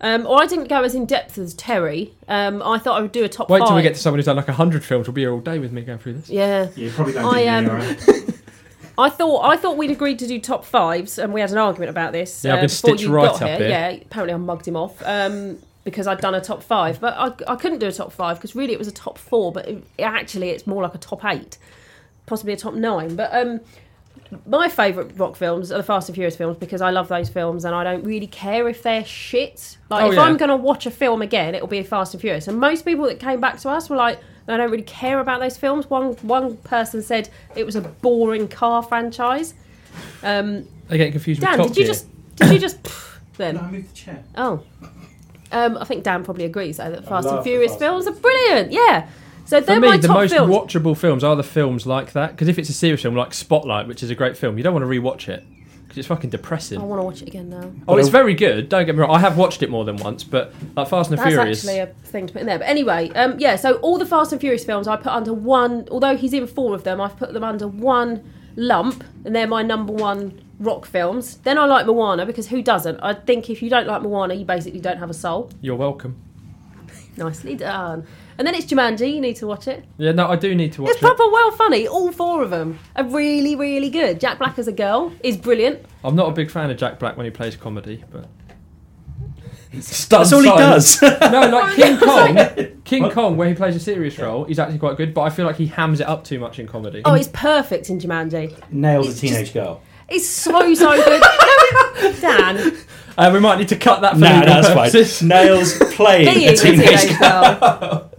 [SPEAKER 4] Um, or I didn't go as in depth as Terry. Um, I thought I would do a top
[SPEAKER 3] Wait
[SPEAKER 4] five.
[SPEAKER 3] till we get to someone who's done like 100 films, will be here all day with me going through this.
[SPEAKER 4] Yeah.
[SPEAKER 1] Yeah, you probably don't
[SPEAKER 4] I,
[SPEAKER 1] do
[SPEAKER 4] um,
[SPEAKER 1] any, alright?
[SPEAKER 4] I thought I thought we'd agreed to do top fives, and we had an argument about this. um,
[SPEAKER 3] Yeah, I've been
[SPEAKER 4] before
[SPEAKER 3] stitched
[SPEAKER 4] you
[SPEAKER 3] right
[SPEAKER 4] got
[SPEAKER 3] up here.
[SPEAKER 4] Yeah, apparently I mugged him off um, because I'd done a top five, but I, I couldn't do a top five because really it was a top four, but it, actually it's more like a top eight, possibly a top nine. But um, my favourite rock films are the Fast and Furious films because I love those films, and I don't really care if they're shit. Like
[SPEAKER 3] Oh,
[SPEAKER 4] if
[SPEAKER 3] yeah.
[SPEAKER 4] I'm going to watch a film again, it'll be Fast and Furious. And most people that came back to us were like, I don't really care about those films. One one person said it was a boring car franchise. Um,
[SPEAKER 3] They're getting confused
[SPEAKER 4] Dan,
[SPEAKER 3] with Top
[SPEAKER 4] did you
[SPEAKER 3] Gear.
[SPEAKER 4] just did you just pff, then?
[SPEAKER 1] No, I moved the chair.
[SPEAKER 4] Oh, um, I think Dan probably agrees though that
[SPEAKER 1] love
[SPEAKER 4] Fast and
[SPEAKER 1] the
[SPEAKER 4] Furious
[SPEAKER 1] Fast
[SPEAKER 4] films are brilliant. Yeah, so they're
[SPEAKER 3] For me,
[SPEAKER 4] my
[SPEAKER 3] the
[SPEAKER 4] top
[SPEAKER 3] most
[SPEAKER 4] films.
[SPEAKER 3] watchable films are the films like that. Because if it's a serious film like Spotlight, which is a great film, you don't want to rewatch it because it's fucking depressing.
[SPEAKER 4] I want to watch it again now.
[SPEAKER 3] Oh, it's very good. Don't get me wrong. I have watched it more than once, but like Fast and
[SPEAKER 4] That's
[SPEAKER 3] Furious.
[SPEAKER 4] actually a thing to put in there. But anyway, um, yeah, so all the Fast and Furious films I put under one, although he's in four of them, I've put them under one lump, and they're my number one rock films. Then I like Moana because who doesn't? I think if you don't like Moana, you basically don't have a soul.
[SPEAKER 3] You're welcome.
[SPEAKER 4] Nicely done. And then it's Jumanji, you need to watch it.
[SPEAKER 3] Yeah, no, I do need to watch
[SPEAKER 4] It's
[SPEAKER 3] it.
[SPEAKER 4] proper well funny, all four of them are really, really good. Jack Black as a girl is brilliant.
[SPEAKER 3] I'm not a big fan of Jack Black when he plays comedy, but
[SPEAKER 1] That's all he does.
[SPEAKER 4] (laughs)
[SPEAKER 3] no, like King Kong. King Kong, where he plays a serious role, he's actually quite good. But I feel like he hams it up too much in comedy.
[SPEAKER 4] Oh, it's perfect in Jumanji.
[SPEAKER 1] Nails
[SPEAKER 4] It's
[SPEAKER 1] a teenage girl.
[SPEAKER 4] It's so, so good. (laughs) No, it- Dan,
[SPEAKER 3] Uh, we might need to cut that. For
[SPEAKER 1] Nah,
[SPEAKER 3] legal (laughs)
[SPEAKER 1] that's
[SPEAKER 4] (laughs)
[SPEAKER 3] purposes.
[SPEAKER 1] fine. Nails playing
[SPEAKER 4] being
[SPEAKER 1] a
[SPEAKER 4] a
[SPEAKER 1] teenage
[SPEAKER 4] teenage girl.
[SPEAKER 3] (laughs)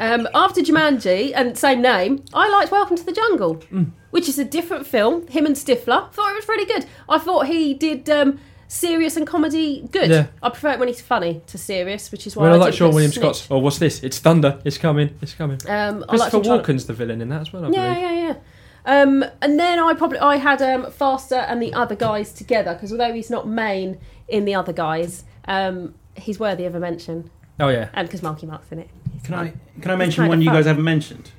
[SPEAKER 4] Um, after Jumanji and same name, I liked Welcome to the Jungle,
[SPEAKER 3] Mm.
[SPEAKER 4] which is a different film. Him and Stifler thought it was really good. I thought he did um, serious and comedy good.
[SPEAKER 3] Yeah.
[SPEAKER 4] I prefer it when he's funny to serious, which is why
[SPEAKER 3] When I like
[SPEAKER 4] did
[SPEAKER 3] Sean
[SPEAKER 4] put
[SPEAKER 3] William
[SPEAKER 4] Snitch.
[SPEAKER 3] Scott's. Oh, what's this? It's thunder. It's coming. It's coming.
[SPEAKER 4] Um, I like
[SPEAKER 3] Christopher
[SPEAKER 4] him trying to-
[SPEAKER 3] Walken's the villain in that as well. I
[SPEAKER 4] Yeah,
[SPEAKER 3] believe.
[SPEAKER 4] yeah, yeah. Um, and then I probably I had um, Faster and the other guys together because although he's not main in the other guys, um, he's worthy of a mention,
[SPEAKER 3] Oh yeah.
[SPEAKER 4] and because Marky Mark's in it.
[SPEAKER 1] Can I can I mention
[SPEAKER 4] kinda
[SPEAKER 1] one you
[SPEAKER 4] fun.
[SPEAKER 1] guys haven't
[SPEAKER 3] (laughs)
[SPEAKER 1] mentioned?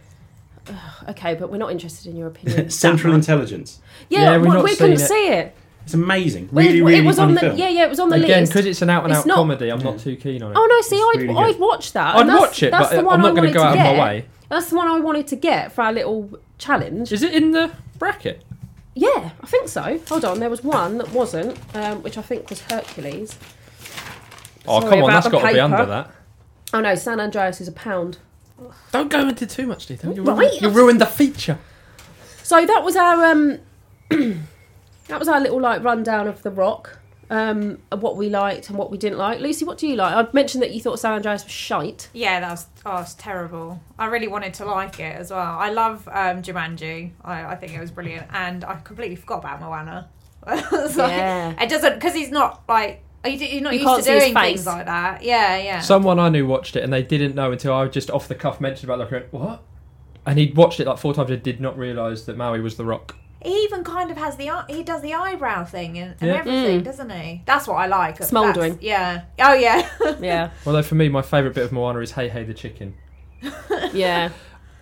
[SPEAKER 4] Okay, but we're not interested in your opinion.
[SPEAKER 1] Central
[SPEAKER 4] That much.
[SPEAKER 1] Intelligence.
[SPEAKER 4] Yeah,
[SPEAKER 3] Yeah, we've
[SPEAKER 4] we,
[SPEAKER 3] not
[SPEAKER 4] we
[SPEAKER 3] seen
[SPEAKER 4] couldn't
[SPEAKER 3] it.
[SPEAKER 4] see it.
[SPEAKER 1] It's amazing.
[SPEAKER 4] We-
[SPEAKER 1] Really, really
[SPEAKER 4] it was
[SPEAKER 1] funny
[SPEAKER 4] on the
[SPEAKER 1] film.
[SPEAKER 4] yeah, yeah, it was on the
[SPEAKER 3] Again,
[SPEAKER 4] list.
[SPEAKER 3] because it's an out-and-out
[SPEAKER 4] It's not-
[SPEAKER 3] comedy, I'm not too keen on it.
[SPEAKER 4] oh no, see,
[SPEAKER 1] It's
[SPEAKER 4] I'd,
[SPEAKER 1] really good.
[SPEAKER 4] I'd watch that.
[SPEAKER 3] I'd
[SPEAKER 4] and that's-
[SPEAKER 3] watch it,
[SPEAKER 4] that's
[SPEAKER 3] but
[SPEAKER 4] the one
[SPEAKER 3] I'm
[SPEAKER 4] I
[SPEAKER 3] not going
[SPEAKER 4] wanted
[SPEAKER 3] to go out
[SPEAKER 4] get.
[SPEAKER 3] of my way.
[SPEAKER 4] That's the one I wanted to get for our little challenge.
[SPEAKER 3] Is it in the bracket?
[SPEAKER 4] Yeah, I think so. Hold on, there was one that wasn't, um, which I think was Hercules.
[SPEAKER 3] Oh
[SPEAKER 4] Sorry
[SPEAKER 3] come on,
[SPEAKER 4] about
[SPEAKER 3] that's
[SPEAKER 4] the
[SPEAKER 3] got to be
[SPEAKER 4] paper.
[SPEAKER 3] under that.
[SPEAKER 4] Oh no, San Andreas is a pound.
[SPEAKER 3] Don't go into too much detail. You
[SPEAKER 4] Right,
[SPEAKER 3] ruined, you
[SPEAKER 4] I'm-
[SPEAKER 3] ruined the feature.
[SPEAKER 4] So that was our um, (clears throat) that was our little like rundown of the rock, um, and what we liked and what we didn't like. Lucy, what do you like? I mentioned that you thought San Andreas was shite.
[SPEAKER 2] Yeah, that was, oh, it's terrible. I really wanted to like it as well. I love um, Jumanji. I, I think it was brilliant, and I completely forgot about Moana. (laughs) It's like-
[SPEAKER 4] Yeah.
[SPEAKER 2] it doesn't because he's not like you d- you're not
[SPEAKER 4] You can't
[SPEAKER 2] used
[SPEAKER 4] see
[SPEAKER 2] to
[SPEAKER 4] his
[SPEAKER 2] doing
[SPEAKER 4] face.
[SPEAKER 2] things like that. Yeah, yeah.
[SPEAKER 3] Someone I knew watched it and they didn't know until I just off the cuff mentioned about like what? And he'd watched it like four times and did not realise that Maui was the rock.
[SPEAKER 2] he even kind of has the eye- he does the eyebrow thing and, and
[SPEAKER 3] Yeah.
[SPEAKER 2] everything,
[SPEAKER 4] Mm.
[SPEAKER 2] doesn't he? That's what I like. That's-
[SPEAKER 4] Smouldering.
[SPEAKER 2] Yeah. Oh yeah. (laughs)
[SPEAKER 4] Yeah,
[SPEAKER 3] Although for me my favourite bit of Moana is Hey Hey the Chicken.
[SPEAKER 4] yeah,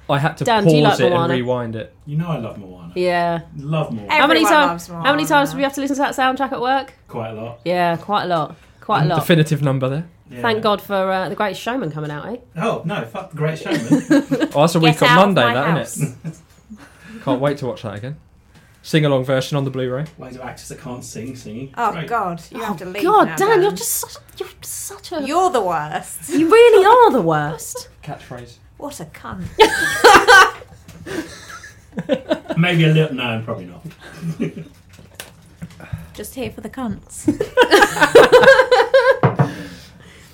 [SPEAKER 3] I had to
[SPEAKER 4] Dan, do you
[SPEAKER 3] pause
[SPEAKER 4] like
[SPEAKER 3] it and
[SPEAKER 4] Moana?
[SPEAKER 3] rewind it.
[SPEAKER 1] You know I love Moana.
[SPEAKER 4] yeah.
[SPEAKER 1] Love Moana
[SPEAKER 2] Everyone
[SPEAKER 4] How many times?
[SPEAKER 2] loves Moana.
[SPEAKER 4] How many times did we have to listen to that soundtrack at work?
[SPEAKER 1] quite a lot.
[SPEAKER 4] Yeah, quite a lot. Quite a lot.
[SPEAKER 3] Definitive number there.
[SPEAKER 1] Yeah.
[SPEAKER 4] (laughs) Thank God for uh, the Greatest Showman coming out, eh?
[SPEAKER 1] Oh no, fuck the Great
[SPEAKER 4] (laughs)
[SPEAKER 1] Showman.
[SPEAKER 3] Oh, that's a
[SPEAKER 2] Get
[SPEAKER 3] week on
[SPEAKER 2] out of
[SPEAKER 3] Monday,
[SPEAKER 2] my
[SPEAKER 3] that
[SPEAKER 2] house.
[SPEAKER 3] isn't it? (laughs) Can't wait to watch that again. Sing along version on the Blu-ray.
[SPEAKER 1] Loads of actors that can't sing singing.
[SPEAKER 2] Oh
[SPEAKER 1] Great.
[SPEAKER 2] God, you have to leave.
[SPEAKER 4] God,
[SPEAKER 2] now,
[SPEAKER 4] Dan, you're just such, you're such a.
[SPEAKER 2] (laughs) You're the worst.
[SPEAKER 4] You really are
[SPEAKER 2] (laughs)
[SPEAKER 4] the worst. (laughs)
[SPEAKER 3] Catchphrase.
[SPEAKER 2] What a cunt.
[SPEAKER 1] Maybe a little. No, probably not.
[SPEAKER 2] (laughs) Just here for the cunts.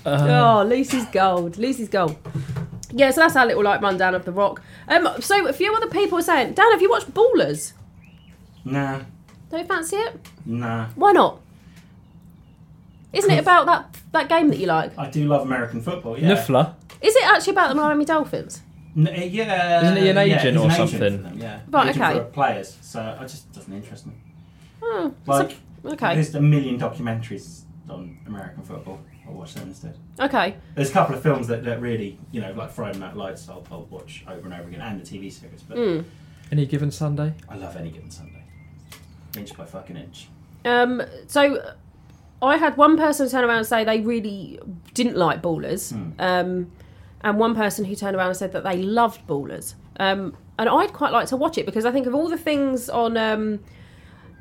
[SPEAKER 3] Um,
[SPEAKER 4] oh, Lucy's gold. Lucy's gold. Yeah, so that's our little like rundown of The Rock. Um, so a few other people are saying, Dan, have you watched Ballers?
[SPEAKER 1] Nah,
[SPEAKER 4] Don't fancy it?
[SPEAKER 1] nah.
[SPEAKER 4] Why not? Isn't it about that that game that you like?
[SPEAKER 1] I do love American football. Yeah.
[SPEAKER 3] Niffler.
[SPEAKER 4] Is it actually about the Miami Dolphins?
[SPEAKER 1] N- uh, yeah.
[SPEAKER 3] Isn't he an
[SPEAKER 1] yeah, he's
[SPEAKER 3] agent or
[SPEAKER 1] an
[SPEAKER 3] something?
[SPEAKER 1] for them, yeah.
[SPEAKER 4] Right,
[SPEAKER 1] Agent
[SPEAKER 4] okay.
[SPEAKER 1] For players. So it just doesn't interest me.
[SPEAKER 4] Oh, it's
[SPEAKER 1] Like
[SPEAKER 4] a- okay,
[SPEAKER 1] there's a million documentaries on American football. I'll watch them instead.
[SPEAKER 4] okay.
[SPEAKER 1] There's a couple of films that, that really, you know, like Friday Night Lights, I'll, I'll watch over and over again, and the TV series. But
[SPEAKER 4] Mm.
[SPEAKER 3] Any given Sunday.
[SPEAKER 1] I love any given Sunday, inch by fucking inch.
[SPEAKER 4] Um, so I had one person turn around and say they really didn't like ballers,
[SPEAKER 1] Hmm.
[SPEAKER 4] um, and one person who turned around and said that they loved ballers. Um, and I'd quite like to watch it because I think of all the things on um,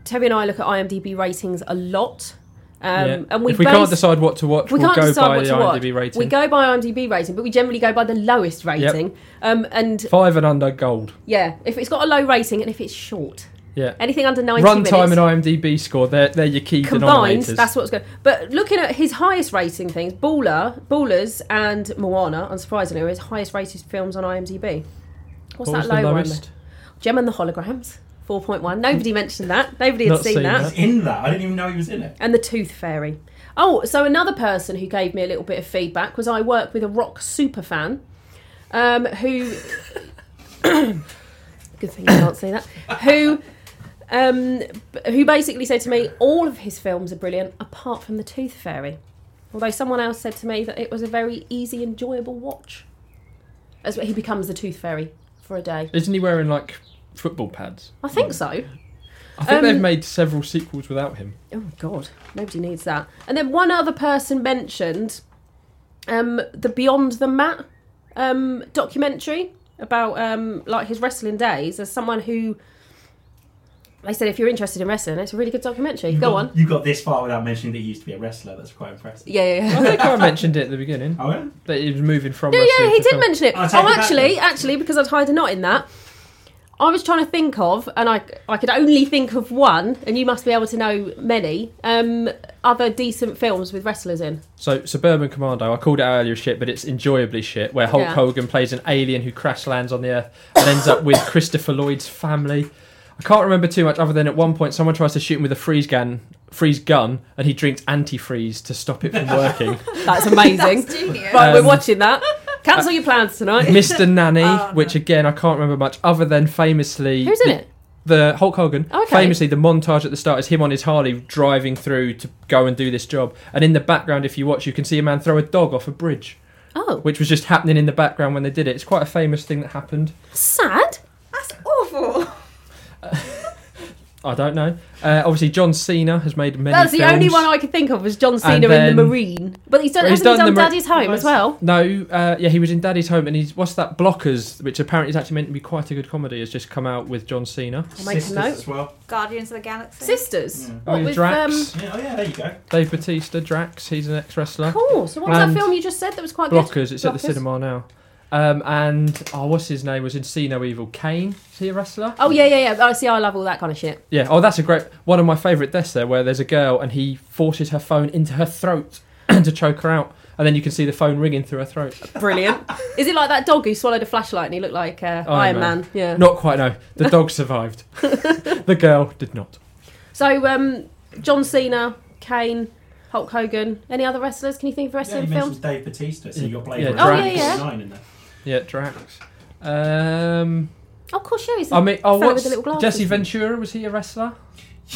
[SPEAKER 4] Terry and I look at IMDb ratings a lot, um,
[SPEAKER 3] Yeah.
[SPEAKER 4] and we
[SPEAKER 3] if we
[SPEAKER 4] base-
[SPEAKER 3] can't decide what to watch,
[SPEAKER 4] we
[SPEAKER 3] we will
[SPEAKER 4] can't
[SPEAKER 3] go
[SPEAKER 4] decide
[SPEAKER 3] by
[SPEAKER 4] what
[SPEAKER 3] the
[SPEAKER 4] to watch.
[SPEAKER 3] IMDb rating.
[SPEAKER 4] We go by IMDb rating, but we generally go by the lowest rating. Um, and
[SPEAKER 3] Five and under gold.
[SPEAKER 4] yeah, if it's got a low rating and if it's short,
[SPEAKER 3] Yeah.
[SPEAKER 4] anything under ninety minutes
[SPEAKER 3] Runtime and IMDb score. They're they're your key
[SPEAKER 4] combined,
[SPEAKER 3] denominators.
[SPEAKER 4] that's what's good. But looking at his highest rating things, Baller, Ballers, and Moana, unsurprisingly, are his highest rated films on IMDb. What's
[SPEAKER 3] What was
[SPEAKER 4] that
[SPEAKER 3] the
[SPEAKER 4] low one?
[SPEAKER 3] lowest?
[SPEAKER 4] Gem and the Holograms, four point one. Nobody mentioned that. Nobody had
[SPEAKER 3] Not
[SPEAKER 4] seen,
[SPEAKER 3] seen
[SPEAKER 4] that.
[SPEAKER 3] that.
[SPEAKER 1] He's in that. I didn't even know he was in it.
[SPEAKER 4] And the Tooth Fairy. Oh, so another person who gave me a little bit of feedback was I work with a rock super fan um, who. (coughs) good thing you can't see that. Who. Um, b- who basically said to me, all of his films are brilliant apart from The Tooth Fairy. Although someone else said to me that it was a very easy, enjoyable watch. As he becomes the Tooth Fairy for a day.
[SPEAKER 3] Isn't he wearing like football pads?
[SPEAKER 4] I think so.
[SPEAKER 3] I think
[SPEAKER 4] Um,
[SPEAKER 3] they've made several sequels without him.
[SPEAKER 4] Oh God, nobody needs that. And then one other person mentioned um, the Beyond the Mat um, documentary about um, like his wrestling days. As someone who, they said, if you're interested in wrestling, it's a really good documentary.
[SPEAKER 1] You
[SPEAKER 4] Go
[SPEAKER 1] got-
[SPEAKER 4] on.
[SPEAKER 1] You got this far without mentioning that he used to be a wrestler. That's quite impressive.
[SPEAKER 4] Yeah, yeah,
[SPEAKER 3] I
[SPEAKER 4] yeah.
[SPEAKER 3] think I (laughs) mentioned it at the beginning
[SPEAKER 1] Oh, yeah?
[SPEAKER 3] that he was moving from.
[SPEAKER 4] No,
[SPEAKER 3] wrestling
[SPEAKER 4] (laughs) yeah, he
[SPEAKER 3] to
[SPEAKER 4] did
[SPEAKER 3] film.
[SPEAKER 4] mention it.
[SPEAKER 1] I'll take
[SPEAKER 4] Oh,
[SPEAKER 1] it back
[SPEAKER 4] actually,
[SPEAKER 1] then.
[SPEAKER 4] actually, because I'd hired a knot in that. I was trying to think of, and I, I could only think of one, and you must be able to know many um, other decent films with wrestlers in.
[SPEAKER 3] So Suburban Commando, I called it out earlier shit, but it's enjoyably shit, where Hulk
[SPEAKER 4] Yeah.
[SPEAKER 3] Hogan plays an alien who crash lands on the earth and ends up
[SPEAKER 4] (laughs)
[SPEAKER 3] with Christopher Lloyd's family. I can't remember too much other than at one point someone tries to shoot him with a freeze gun freeze gun and he drinks antifreeze to stop it from working.
[SPEAKER 4] That's amazing.
[SPEAKER 2] That's genius.
[SPEAKER 4] Right,
[SPEAKER 3] Um,
[SPEAKER 4] we're watching that.
[SPEAKER 3] (laughs)
[SPEAKER 4] Cancel your plans tonight.
[SPEAKER 3] Mr. Nanny,
[SPEAKER 2] Oh, no.
[SPEAKER 3] which again I can't remember much other than famously
[SPEAKER 4] Who's in it?
[SPEAKER 3] the Hulk Hogan.
[SPEAKER 4] Okay.
[SPEAKER 3] Famously, the montage at the start is him on his Harley driving through to go and do this job. And in the background, if you watch, you can see a man throw a dog off a bridge,
[SPEAKER 4] Oh,
[SPEAKER 3] which was just happening in the background when they did it. It's quite a famous thing that happened.
[SPEAKER 4] sad.
[SPEAKER 2] That's awful.
[SPEAKER 3] I don't know. Uh, obviously, John Cena has made many.
[SPEAKER 4] That's the
[SPEAKER 3] films.
[SPEAKER 4] only one I could think of was John Cena
[SPEAKER 3] And
[SPEAKER 4] in
[SPEAKER 3] then-
[SPEAKER 4] the Marine. But he's done,
[SPEAKER 3] Well, he's
[SPEAKER 4] hasn't
[SPEAKER 3] done
[SPEAKER 4] he
[SPEAKER 3] the
[SPEAKER 4] done
[SPEAKER 3] Mar-
[SPEAKER 4] Daddy's Home as well?
[SPEAKER 3] No, uh, yeah, he was in Daddy's Home, and he's what's that? Blockers, which apparently is actually meant to be quite a good comedy, has just come out with John Cena.
[SPEAKER 4] I'll make a
[SPEAKER 1] Sisters
[SPEAKER 4] note.
[SPEAKER 1] as well.
[SPEAKER 2] Guardians of the Galaxy.
[SPEAKER 4] Sisters.
[SPEAKER 1] Yeah.
[SPEAKER 3] Oh, yeah,
[SPEAKER 4] um,
[SPEAKER 3] Drax,
[SPEAKER 1] Yeah, oh, yeah, there you go.
[SPEAKER 3] Dave Batista, Drax. He's an ex-wrestler.
[SPEAKER 4] Cool. So what was that
[SPEAKER 3] And
[SPEAKER 4] film you just said that was quite good?
[SPEAKER 3] Blockers. It's at the
[SPEAKER 4] Blockers.
[SPEAKER 3] cinema now. Um, and oh, what's his name? Was in See No Evil. Kane. Is he a wrestler?
[SPEAKER 4] Oh yeah, yeah, yeah. I see. I love all that kind of shit.
[SPEAKER 3] Yeah. Oh, that's a great one of my favourite deaths there, where there's a girl and he forces her phone into her throat (clears throat) to choke her out, and then you can see the phone ringing through her throat.
[SPEAKER 4] Brilliant. Is it like that dog who swallowed a flashlight and he looked like uh,
[SPEAKER 3] Iron
[SPEAKER 4] Iron Man?
[SPEAKER 3] Man.
[SPEAKER 4] Yeah.
[SPEAKER 3] Not quite. No, the
[SPEAKER 4] (laughs)
[SPEAKER 3] dog survived. the girl did not.
[SPEAKER 4] So um, John Cena, Kane, Hulk Hogan. Any other wrestlers? Can you think of
[SPEAKER 1] Yeah,
[SPEAKER 4] wrestling
[SPEAKER 1] you
[SPEAKER 4] films?
[SPEAKER 1] mentioned Dave Batista, so
[SPEAKER 3] Yeah.
[SPEAKER 1] you got Blade
[SPEAKER 3] Yeah,
[SPEAKER 4] Oh,
[SPEAKER 1] Runner
[SPEAKER 4] yeah, yeah.
[SPEAKER 1] 49 in there.
[SPEAKER 3] Yeah, Drax. Um,
[SPEAKER 4] Oh, of course, yeah. He's the
[SPEAKER 3] I mean, oh,
[SPEAKER 4] fellow with
[SPEAKER 3] what's
[SPEAKER 4] the little glasses.
[SPEAKER 3] Jesse Ventura? Was he a wrestler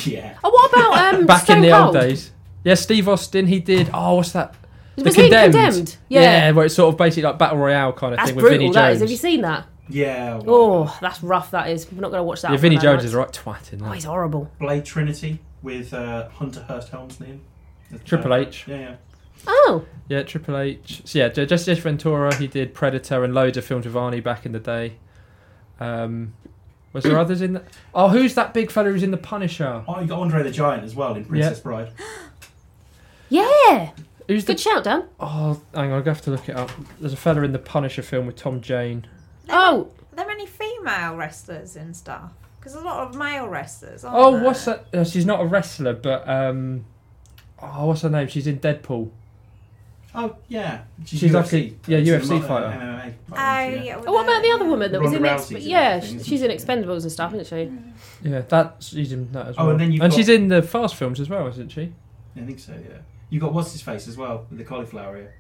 [SPEAKER 1] Yeah.
[SPEAKER 4] Oh, what about um,
[SPEAKER 3] back
[SPEAKER 4] Stone
[SPEAKER 3] in the
[SPEAKER 4] Cold?
[SPEAKER 3] old days? Yeah, Steve Austin. He did. Oh, what's that? The
[SPEAKER 4] Was he condemned? Yeah.
[SPEAKER 3] where it's sort of basically like battle royale kind of
[SPEAKER 4] That's
[SPEAKER 3] thing with Vinny Jones.
[SPEAKER 4] brutal. That is. Have you seen that?
[SPEAKER 1] Yeah. well,
[SPEAKER 4] Oh, that's rough. That is. We're not going to watch that.
[SPEAKER 3] yeah,
[SPEAKER 4] for
[SPEAKER 3] Vinny
[SPEAKER 4] that
[SPEAKER 3] Jones
[SPEAKER 4] night.
[SPEAKER 3] is right twatting.
[SPEAKER 4] Oh,
[SPEAKER 3] that.
[SPEAKER 4] he's horrible.
[SPEAKER 1] Blade Trinity with uh, Hunter Hurst Helmsley. in. The-
[SPEAKER 3] Triple H.
[SPEAKER 1] Yeah, yeah.
[SPEAKER 4] Oh,
[SPEAKER 3] Yeah, Triple H. So yeah, J- Jesse Ventura. He did Predator and loads of films with Arnie back in the day. Um, was there others in that? Oh, who's that big fella who's in the Punisher?
[SPEAKER 1] Oh, you got Andre the Giant as well in Princess Bride.
[SPEAKER 4] yeah.
[SPEAKER 3] Who's the?
[SPEAKER 4] Good shout, Dan.
[SPEAKER 3] Oh, hang on, I'm gonna have to look it up. There's a fella in the Punisher film with Tom Jane.
[SPEAKER 4] Oh,
[SPEAKER 2] Are there any female wrestlers and stuff? Because a lot of male wrestlers. Aren't
[SPEAKER 3] Oh,
[SPEAKER 2] there?
[SPEAKER 3] what's that? Uh, she's not a wrestler, but um, oh, what's her name? She's in Deadpool.
[SPEAKER 1] Oh yeah,
[SPEAKER 3] She's actually- yeah,
[SPEAKER 1] she's a
[SPEAKER 3] UFC
[SPEAKER 1] modern
[SPEAKER 3] fighter.
[SPEAKER 1] MMA
[SPEAKER 2] Oh,
[SPEAKER 1] fighter, yeah.
[SPEAKER 2] yeah, with
[SPEAKER 4] Oh, what about the other woman that was in
[SPEAKER 5] Ronda
[SPEAKER 4] Ex-
[SPEAKER 5] Rousey's in
[SPEAKER 4] Yeah,
[SPEAKER 5] that thing,
[SPEAKER 4] she's
[SPEAKER 5] isn't
[SPEAKER 4] in
[SPEAKER 5] she?
[SPEAKER 4] Expendables and stuff, isn't she?
[SPEAKER 3] Yeah, that she's in that as
[SPEAKER 1] Oh,
[SPEAKER 3] well.
[SPEAKER 1] and then you've got-
[SPEAKER 3] she's in the Fast films as well, isn't she?
[SPEAKER 1] I think so. Yeah, you got what's his face as well with the cauliflower ear.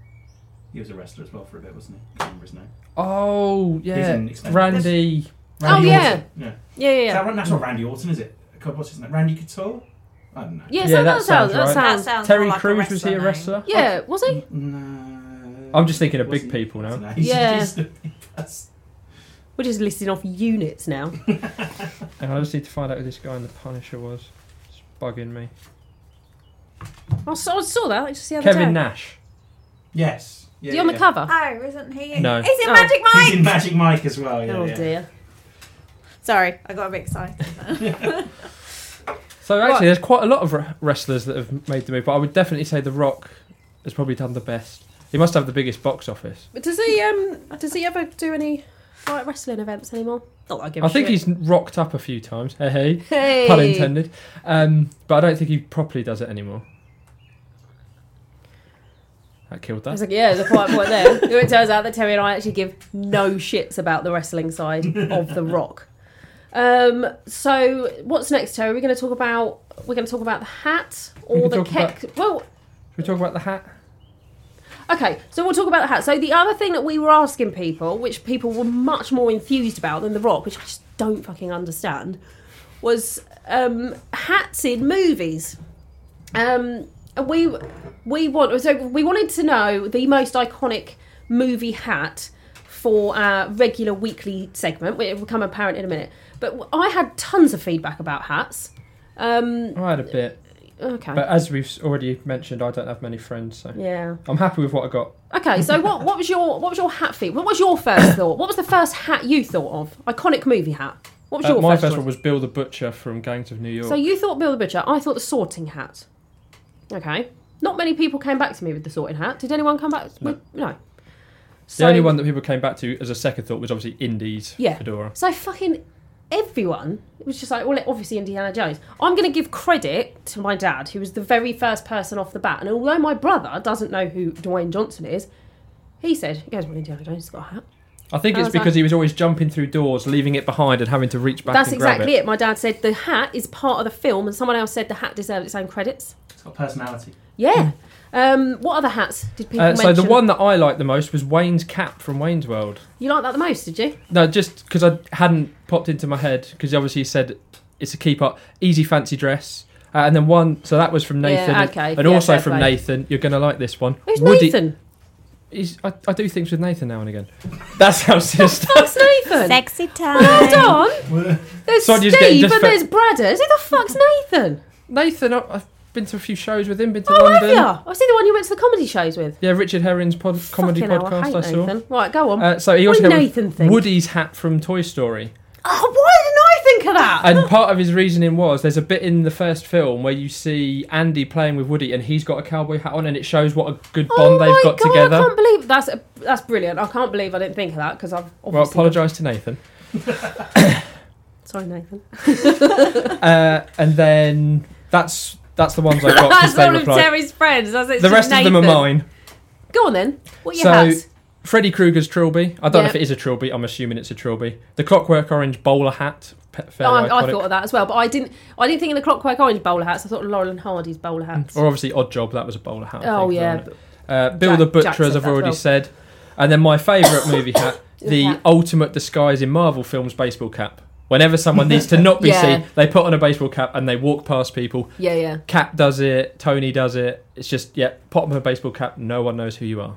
[SPEAKER 1] He was a wrestler as well for a bit, wasn't he? Can't remember his name.
[SPEAKER 3] Oh
[SPEAKER 1] He's
[SPEAKER 3] yeah,
[SPEAKER 1] in Expendables.
[SPEAKER 3] Randy.
[SPEAKER 4] oh yeah.
[SPEAKER 1] Orton. Yeah.
[SPEAKER 4] yeah, yeah,
[SPEAKER 1] Is
[SPEAKER 4] yeah.
[SPEAKER 1] that, that's not Randy Orton, is it? God, What's his name? Randy Couture? I don't know.
[SPEAKER 4] Yeah,
[SPEAKER 3] Yeah,
[SPEAKER 4] so
[SPEAKER 3] that
[SPEAKER 4] that
[SPEAKER 3] sounds
[SPEAKER 4] sounds. That
[SPEAKER 2] That
[SPEAKER 4] sounds.
[SPEAKER 2] sounds
[SPEAKER 3] Terry
[SPEAKER 2] more like
[SPEAKER 3] Crews was he a
[SPEAKER 2] name.
[SPEAKER 3] wrestler?
[SPEAKER 4] Yeah, was he?
[SPEAKER 1] No.
[SPEAKER 3] I'm just thinking of
[SPEAKER 1] Wasn't-
[SPEAKER 3] big people now.
[SPEAKER 1] I don't know.
[SPEAKER 4] Yeah.
[SPEAKER 1] He's just- that's-
[SPEAKER 4] We're just listing off units now.
[SPEAKER 3] And I just need to find out who this guy in the Punisher was. It's bugging me.
[SPEAKER 4] I saw, I saw that. like, Just the other
[SPEAKER 3] Kevin
[SPEAKER 4] day.
[SPEAKER 3] Nash.
[SPEAKER 1] yes. Yeah,
[SPEAKER 4] Is he on the
[SPEAKER 1] yeah.
[SPEAKER 4] cover?
[SPEAKER 2] Oh, isn't he?
[SPEAKER 3] No.
[SPEAKER 2] Is it
[SPEAKER 4] Oh.
[SPEAKER 2] Magic
[SPEAKER 1] He's
[SPEAKER 2] Mike?
[SPEAKER 1] in Magic Mike as well. Yeah,
[SPEAKER 4] oh
[SPEAKER 1] yeah.
[SPEAKER 4] dear.
[SPEAKER 2] Sorry, I got a bit excited.
[SPEAKER 3] So actually,
[SPEAKER 4] Right.
[SPEAKER 3] there's quite a lot of re- wrestlers that have made the move, but I would definitely say The Rock has probably done the best. He must have the biggest box office.
[SPEAKER 4] But does he um? Does he ever do any like wrestling events anymore? Not that I give a
[SPEAKER 3] I think
[SPEAKER 4] shit.
[SPEAKER 3] he's rocked up a few times. (laughs) Hey, hey.
[SPEAKER 4] Hey.
[SPEAKER 3] Pun intended. Um, but I don't think he properly does it anymore. That killed
[SPEAKER 4] I was
[SPEAKER 3] that.
[SPEAKER 4] like, yeah, there's a quiet point there.
[SPEAKER 3] (laughs)
[SPEAKER 4] it turns out that Terry and I actually give no shits about the wrestling side
[SPEAKER 3] (laughs)
[SPEAKER 4] of The Rock. Um, so what's next, Terry? We're going to talk about we're going to talk about the hat
[SPEAKER 3] We
[SPEAKER 4] or
[SPEAKER 3] can
[SPEAKER 4] the
[SPEAKER 3] talk about-
[SPEAKER 4] keck. Well,
[SPEAKER 3] Should we talk about the hat?
[SPEAKER 4] Okay, so we'll talk about the hat. So the other thing that we were asking people, which people were much more enthused about than The Rock, which I just don't fucking understand, was um, hats in movies. Um, and we we want so we wanted to know the most iconic movie hat for our regular weekly segment. It will become apparent in a minute. But I had tons of feedback about hats. Um,
[SPEAKER 3] I had a bit.
[SPEAKER 4] okay.
[SPEAKER 3] But as we've already mentioned, I don't have many friends, so
[SPEAKER 4] yeah.
[SPEAKER 3] I'm happy with what I got.
[SPEAKER 4] Okay, so what, what was your what was your hat feat? What was your first thought? What was the first hat you thought of? Iconic movie hat. What was
[SPEAKER 3] Uh,
[SPEAKER 4] your
[SPEAKER 3] my
[SPEAKER 4] first,
[SPEAKER 3] first
[SPEAKER 4] choice?
[SPEAKER 3] one was Bill the Butcher from Gangs of New York.
[SPEAKER 4] So you thought Bill the Butcher. I thought the sorting hat. Okay. Not many people came back to me with the sorting hat. Did anyone come back with no? So,
[SPEAKER 3] the only one that people came back to as a second thought was obviously Indies
[SPEAKER 4] Yeah.
[SPEAKER 3] Fedora.
[SPEAKER 4] So fucking everyone was just like, well, obviously Indiana Jones. I'm going to give credit to my dad, who was the very first person off the bat. And although my brother doesn't know who Dwayne Johnson is, he said, he goes, well, Indiana Jones has got a hat.
[SPEAKER 3] I think
[SPEAKER 4] I
[SPEAKER 3] it's
[SPEAKER 4] was like-
[SPEAKER 3] because he was always jumping through doors, leaving it behind, and having to reach back
[SPEAKER 4] That's
[SPEAKER 3] and grab
[SPEAKER 4] exactly
[SPEAKER 3] it.
[SPEAKER 4] it. My dad said the hat is part of the film, and someone else said the hat deserved its own credits.
[SPEAKER 1] It's got personality.
[SPEAKER 4] Yeah. Um, what other hats did people
[SPEAKER 3] Hmm. Uh, so
[SPEAKER 4] mention?
[SPEAKER 3] the one that I liked the most was Wayne's cap from Wayne's World.
[SPEAKER 4] you liked that the most, did you?
[SPEAKER 3] No, just because I hadn't popped into my head because obviously you said it's a keep up, easy fancy dress, uh, and then one. So that was from
[SPEAKER 4] Yeah,
[SPEAKER 3] Nathan, and-
[SPEAKER 4] okay,
[SPEAKER 3] and,
[SPEAKER 4] yeah,
[SPEAKER 3] also
[SPEAKER 4] fair
[SPEAKER 3] from
[SPEAKER 4] play.
[SPEAKER 3] Nathan. You're going to like this one.
[SPEAKER 4] Who's
[SPEAKER 3] Woody-
[SPEAKER 4] Oh, Nathan?
[SPEAKER 3] He's, I, I do things with Nathan now and again. That's how (laughs) sister.
[SPEAKER 4] Fuck's Nathan.
[SPEAKER 2] Sexy
[SPEAKER 4] Hold
[SPEAKER 2] time.
[SPEAKER 3] (laughs)
[SPEAKER 4] on. There's
[SPEAKER 3] Sonia's getting
[SPEAKER 4] Steve and
[SPEAKER 3] disfa-
[SPEAKER 4] there's Bradders. Who the
[SPEAKER 3] (laughs)
[SPEAKER 4] fuck's Nathan?
[SPEAKER 3] Nathan, I, I've been to a few shows with him. Been to
[SPEAKER 4] Oh, have
[SPEAKER 3] London.
[SPEAKER 4] you? I see the one you went to the comedy shows with.
[SPEAKER 3] Yeah, Richard Herring's pod, comedy
[SPEAKER 4] Fucking hell,
[SPEAKER 3] podcast I,
[SPEAKER 4] hate
[SPEAKER 3] saw.
[SPEAKER 4] Nathan. Right, go on.
[SPEAKER 3] Uh, so he
[SPEAKER 4] What
[SPEAKER 3] also
[SPEAKER 4] did
[SPEAKER 3] had
[SPEAKER 4] Nathan think?
[SPEAKER 3] Woody's hat from Toy Story.
[SPEAKER 4] oh, why didn't I think of that? (laughs)
[SPEAKER 3] And part of his reasoning was there's a bit in the first film where you see Andy playing with Woody and he's got a cowboy hat on and it shows what a good bond
[SPEAKER 4] oh my
[SPEAKER 3] they've got
[SPEAKER 4] God, I
[SPEAKER 3] together.
[SPEAKER 4] can't believe that's that's brilliant. I can't believe I didn't think of that because I've obviously
[SPEAKER 3] Well, apologise to Nathan.
[SPEAKER 4] Sorry, Nathan.
[SPEAKER 3] Uh, and then that's that's the ones I
[SPEAKER 4] (laughs)
[SPEAKER 3] got
[SPEAKER 4] that's
[SPEAKER 3] because they
[SPEAKER 4] one of
[SPEAKER 3] replied.
[SPEAKER 4] Terry's friends. That's
[SPEAKER 3] The rest of them are mine.
[SPEAKER 4] Go on then. What are your
[SPEAKER 3] So-
[SPEAKER 4] hats?
[SPEAKER 3] Freddy Krueger's trilby. I don't know
[SPEAKER 4] Yeah.
[SPEAKER 3] if it is a trilby. I'm assuming it's a trilby. The Clockwork Orange bowler hat. pe-
[SPEAKER 4] Oh,
[SPEAKER 3] Fairly
[SPEAKER 4] I, I
[SPEAKER 3] iconic.
[SPEAKER 4] thought of that as well, but I didn't. I didn't think of the Clockwork Orange bowler hats. I thought of Laurel and Hardy's bowler hats.
[SPEAKER 3] Mm. Or obviously Odd Job. That was a bowler hat. I
[SPEAKER 4] oh
[SPEAKER 3] think,
[SPEAKER 4] yeah,
[SPEAKER 3] wasn't it? Uh, Bill
[SPEAKER 4] Jack-
[SPEAKER 3] the Butcher,
[SPEAKER 4] Jack said
[SPEAKER 3] as I've
[SPEAKER 4] that as
[SPEAKER 3] already
[SPEAKER 4] well.
[SPEAKER 3] said. And then my favourite
[SPEAKER 4] (laughs)
[SPEAKER 3] movie hat, the
[SPEAKER 4] Yeah.
[SPEAKER 3] ultimate disguise in Marvel films, baseball cap. Whenever someone needs to not be
[SPEAKER 4] (laughs) Yeah.
[SPEAKER 3] seen, they put on a baseball cap and they walk past people.
[SPEAKER 4] yeah, yeah.
[SPEAKER 3] Cap does it, Tony does it. It's just, yeah, pop on a baseball cap, no one knows who you are.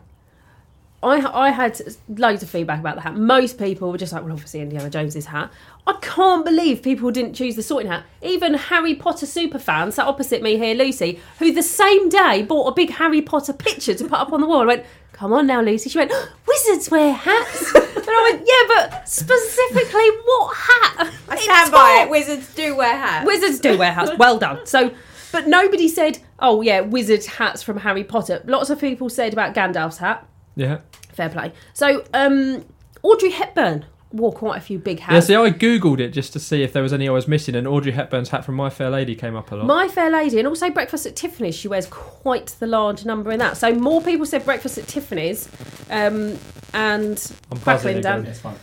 [SPEAKER 4] I I had loads of feedback about the hat. Most people were just like, well, obviously Indiana Jones's hat. I can't believe people didn't choose the sorting hat. Even Harry Potter superfan sat opposite me here, Lucy, who the same day bought a big Harry Potter picture to put up on the wall. I went, come on now, Lucy. She went, "Oh, wizards wear hats. and I went, yeah, but specifically what hat?
[SPEAKER 2] I
[SPEAKER 4] It's
[SPEAKER 2] stand by
[SPEAKER 4] hot.
[SPEAKER 2] it. Wizards do wear hats.
[SPEAKER 4] Wizards do wear hats. Well done. So, but nobody said, oh yeah, wizard hats from Harry Potter. Lots of people said about Gandalf's hat.
[SPEAKER 3] Yeah.
[SPEAKER 4] Fair play. So, um, Audrey Hepburn wore quite a few big hats.
[SPEAKER 3] Yeah, see, I googled it just to see if there was any I was missing, and Audrey Hepburn's hat from My Fair Lady came up a lot.
[SPEAKER 4] My Fair Lady, and also Breakfast at Tiffany's. She wears quite the large number in that. So more people said Breakfast at Tiffany's, um, and
[SPEAKER 3] I'm buzzing
[SPEAKER 4] crackling
[SPEAKER 3] again.
[SPEAKER 4] Dan.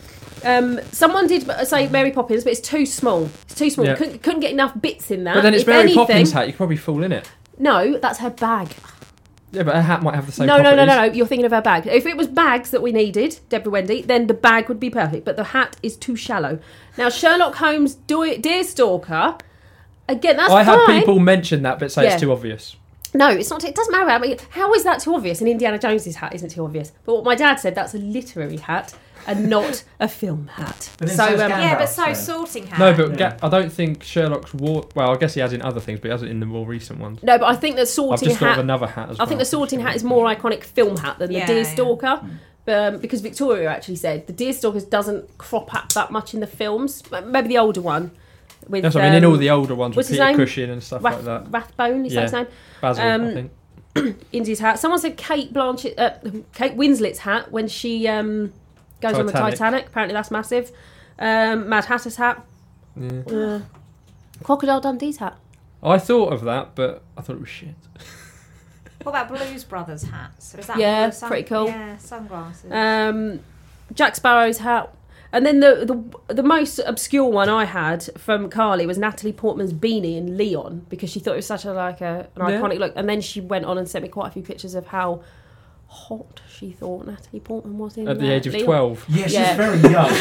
[SPEAKER 4] Um, someone did say Mary Poppins, but it's too small. It's too small.
[SPEAKER 3] Yeah.
[SPEAKER 4] Couldn't, couldn't get enough bits in that.
[SPEAKER 3] But then it's
[SPEAKER 4] If
[SPEAKER 3] Mary
[SPEAKER 4] anything-
[SPEAKER 3] Poppins' hat. You could probably fall in it.
[SPEAKER 4] No, that's her bag.
[SPEAKER 3] Yeah, but her hat might have the same.
[SPEAKER 4] no, no, no, no,
[SPEAKER 3] properties.
[SPEAKER 4] no. You're thinking of her bag. If it was bags that we needed, Deborah Wendy, then the bag would be perfect. But the hat is too shallow. Now Sherlock Holmes, Do- Deerstalker. Again, that's
[SPEAKER 3] I
[SPEAKER 4] fine.
[SPEAKER 3] had people mention that, but say
[SPEAKER 4] Yeah.
[SPEAKER 3] it's too obvious.
[SPEAKER 4] No, it's not. It doesn't matter. I mean, how is that too obvious? And Indiana Jones's hat isn't too obvious. But what my dad said, that's a literary hat
[SPEAKER 3] (laughs)
[SPEAKER 4] and not a film hat.
[SPEAKER 5] But then
[SPEAKER 4] so,
[SPEAKER 5] so's
[SPEAKER 4] um,
[SPEAKER 5] Gandalf.
[SPEAKER 2] Yeah, but so
[SPEAKER 5] Handouts, so.
[SPEAKER 2] sorting
[SPEAKER 4] Ah,
[SPEAKER 2] hat.
[SPEAKER 3] No, but
[SPEAKER 5] Yeah.
[SPEAKER 3] Ga- I don't think Sherlock's war. Well, I guess he has in other things, but he hasn't in the more recent ones.
[SPEAKER 4] no, but I think the
[SPEAKER 3] I've
[SPEAKER 4] sorting
[SPEAKER 3] just thought of
[SPEAKER 4] hat.
[SPEAKER 3] another hat as well.
[SPEAKER 4] I think the sorting hat is more iconic film hat than
[SPEAKER 2] Yeah,
[SPEAKER 4] the
[SPEAKER 2] yeah.
[SPEAKER 4] deerstalker.
[SPEAKER 3] Hmm.
[SPEAKER 4] Um, because Victoria actually said the deerstalker doesn't crop up that much in the films. M- Maybe the older one. With,
[SPEAKER 3] That's what I mean. In all
[SPEAKER 4] um,
[SPEAKER 3] the older ones with
[SPEAKER 4] what's his
[SPEAKER 3] Peter
[SPEAKER 4] name?
[SPEAKER 3] Cushing and stuff
[SPEAKER 4] Rath-
[SPEAKER 3] like that.
[SPEAKER 4] Rathbone, is
[SPEAKER 3] Yeah.
[SPEAKER 4] that his name?
[SPEAKER 3] Basil,
[SPEAKER 4] um,
[SPEAKER 3] I think.
[SPEAKER 4] Indy's hat. Someone said Kate Blanchett, uh, Kate Winslet's hat when she um, goes on the
[SPEAKER 3] Titanic.
[SPEAKER 4] Titanic. Apparently, that's massive. Um, Mad Hatter's hat.
[SPEAKER 3] Yeah.
[SPEAKER 4] Uh, Crocodile Dundee's hat.
[SPEAKER 3] I thought of that, but I thought it was shit.
[SPEAKER 2] What about Blues Brothers hats? Is that
[SPEAKER 4] Yeah,
[SPEAKER 2] the sun-
[SPEAKER 4] pretty cool.
[SPEAKER 2] Yeah, sunglasses.
[SPEAKER 4] Um, Jack Sparrow's hat. And then the, the the most obscure one I had from Carly was Natalie Portman's beanie in Leon because she thought it was such a like a, an
[SPEAKER 3] Yeah.
[SPEAKER 4] iconic look. And then she went on and sent me quite a few pictures of how hot she thought Natalie Portman was in
[SPEAKER 3] At the
[SPEAKER 4] uh,
[SPEAKER 3] age of
[SPEAKER 4] Leon.
[SPEAKER 3] twelve.
[SPEAKER 5] Yeah, she's
[SPEAKER 4] Yeah.
[SPEAKER 5] very young.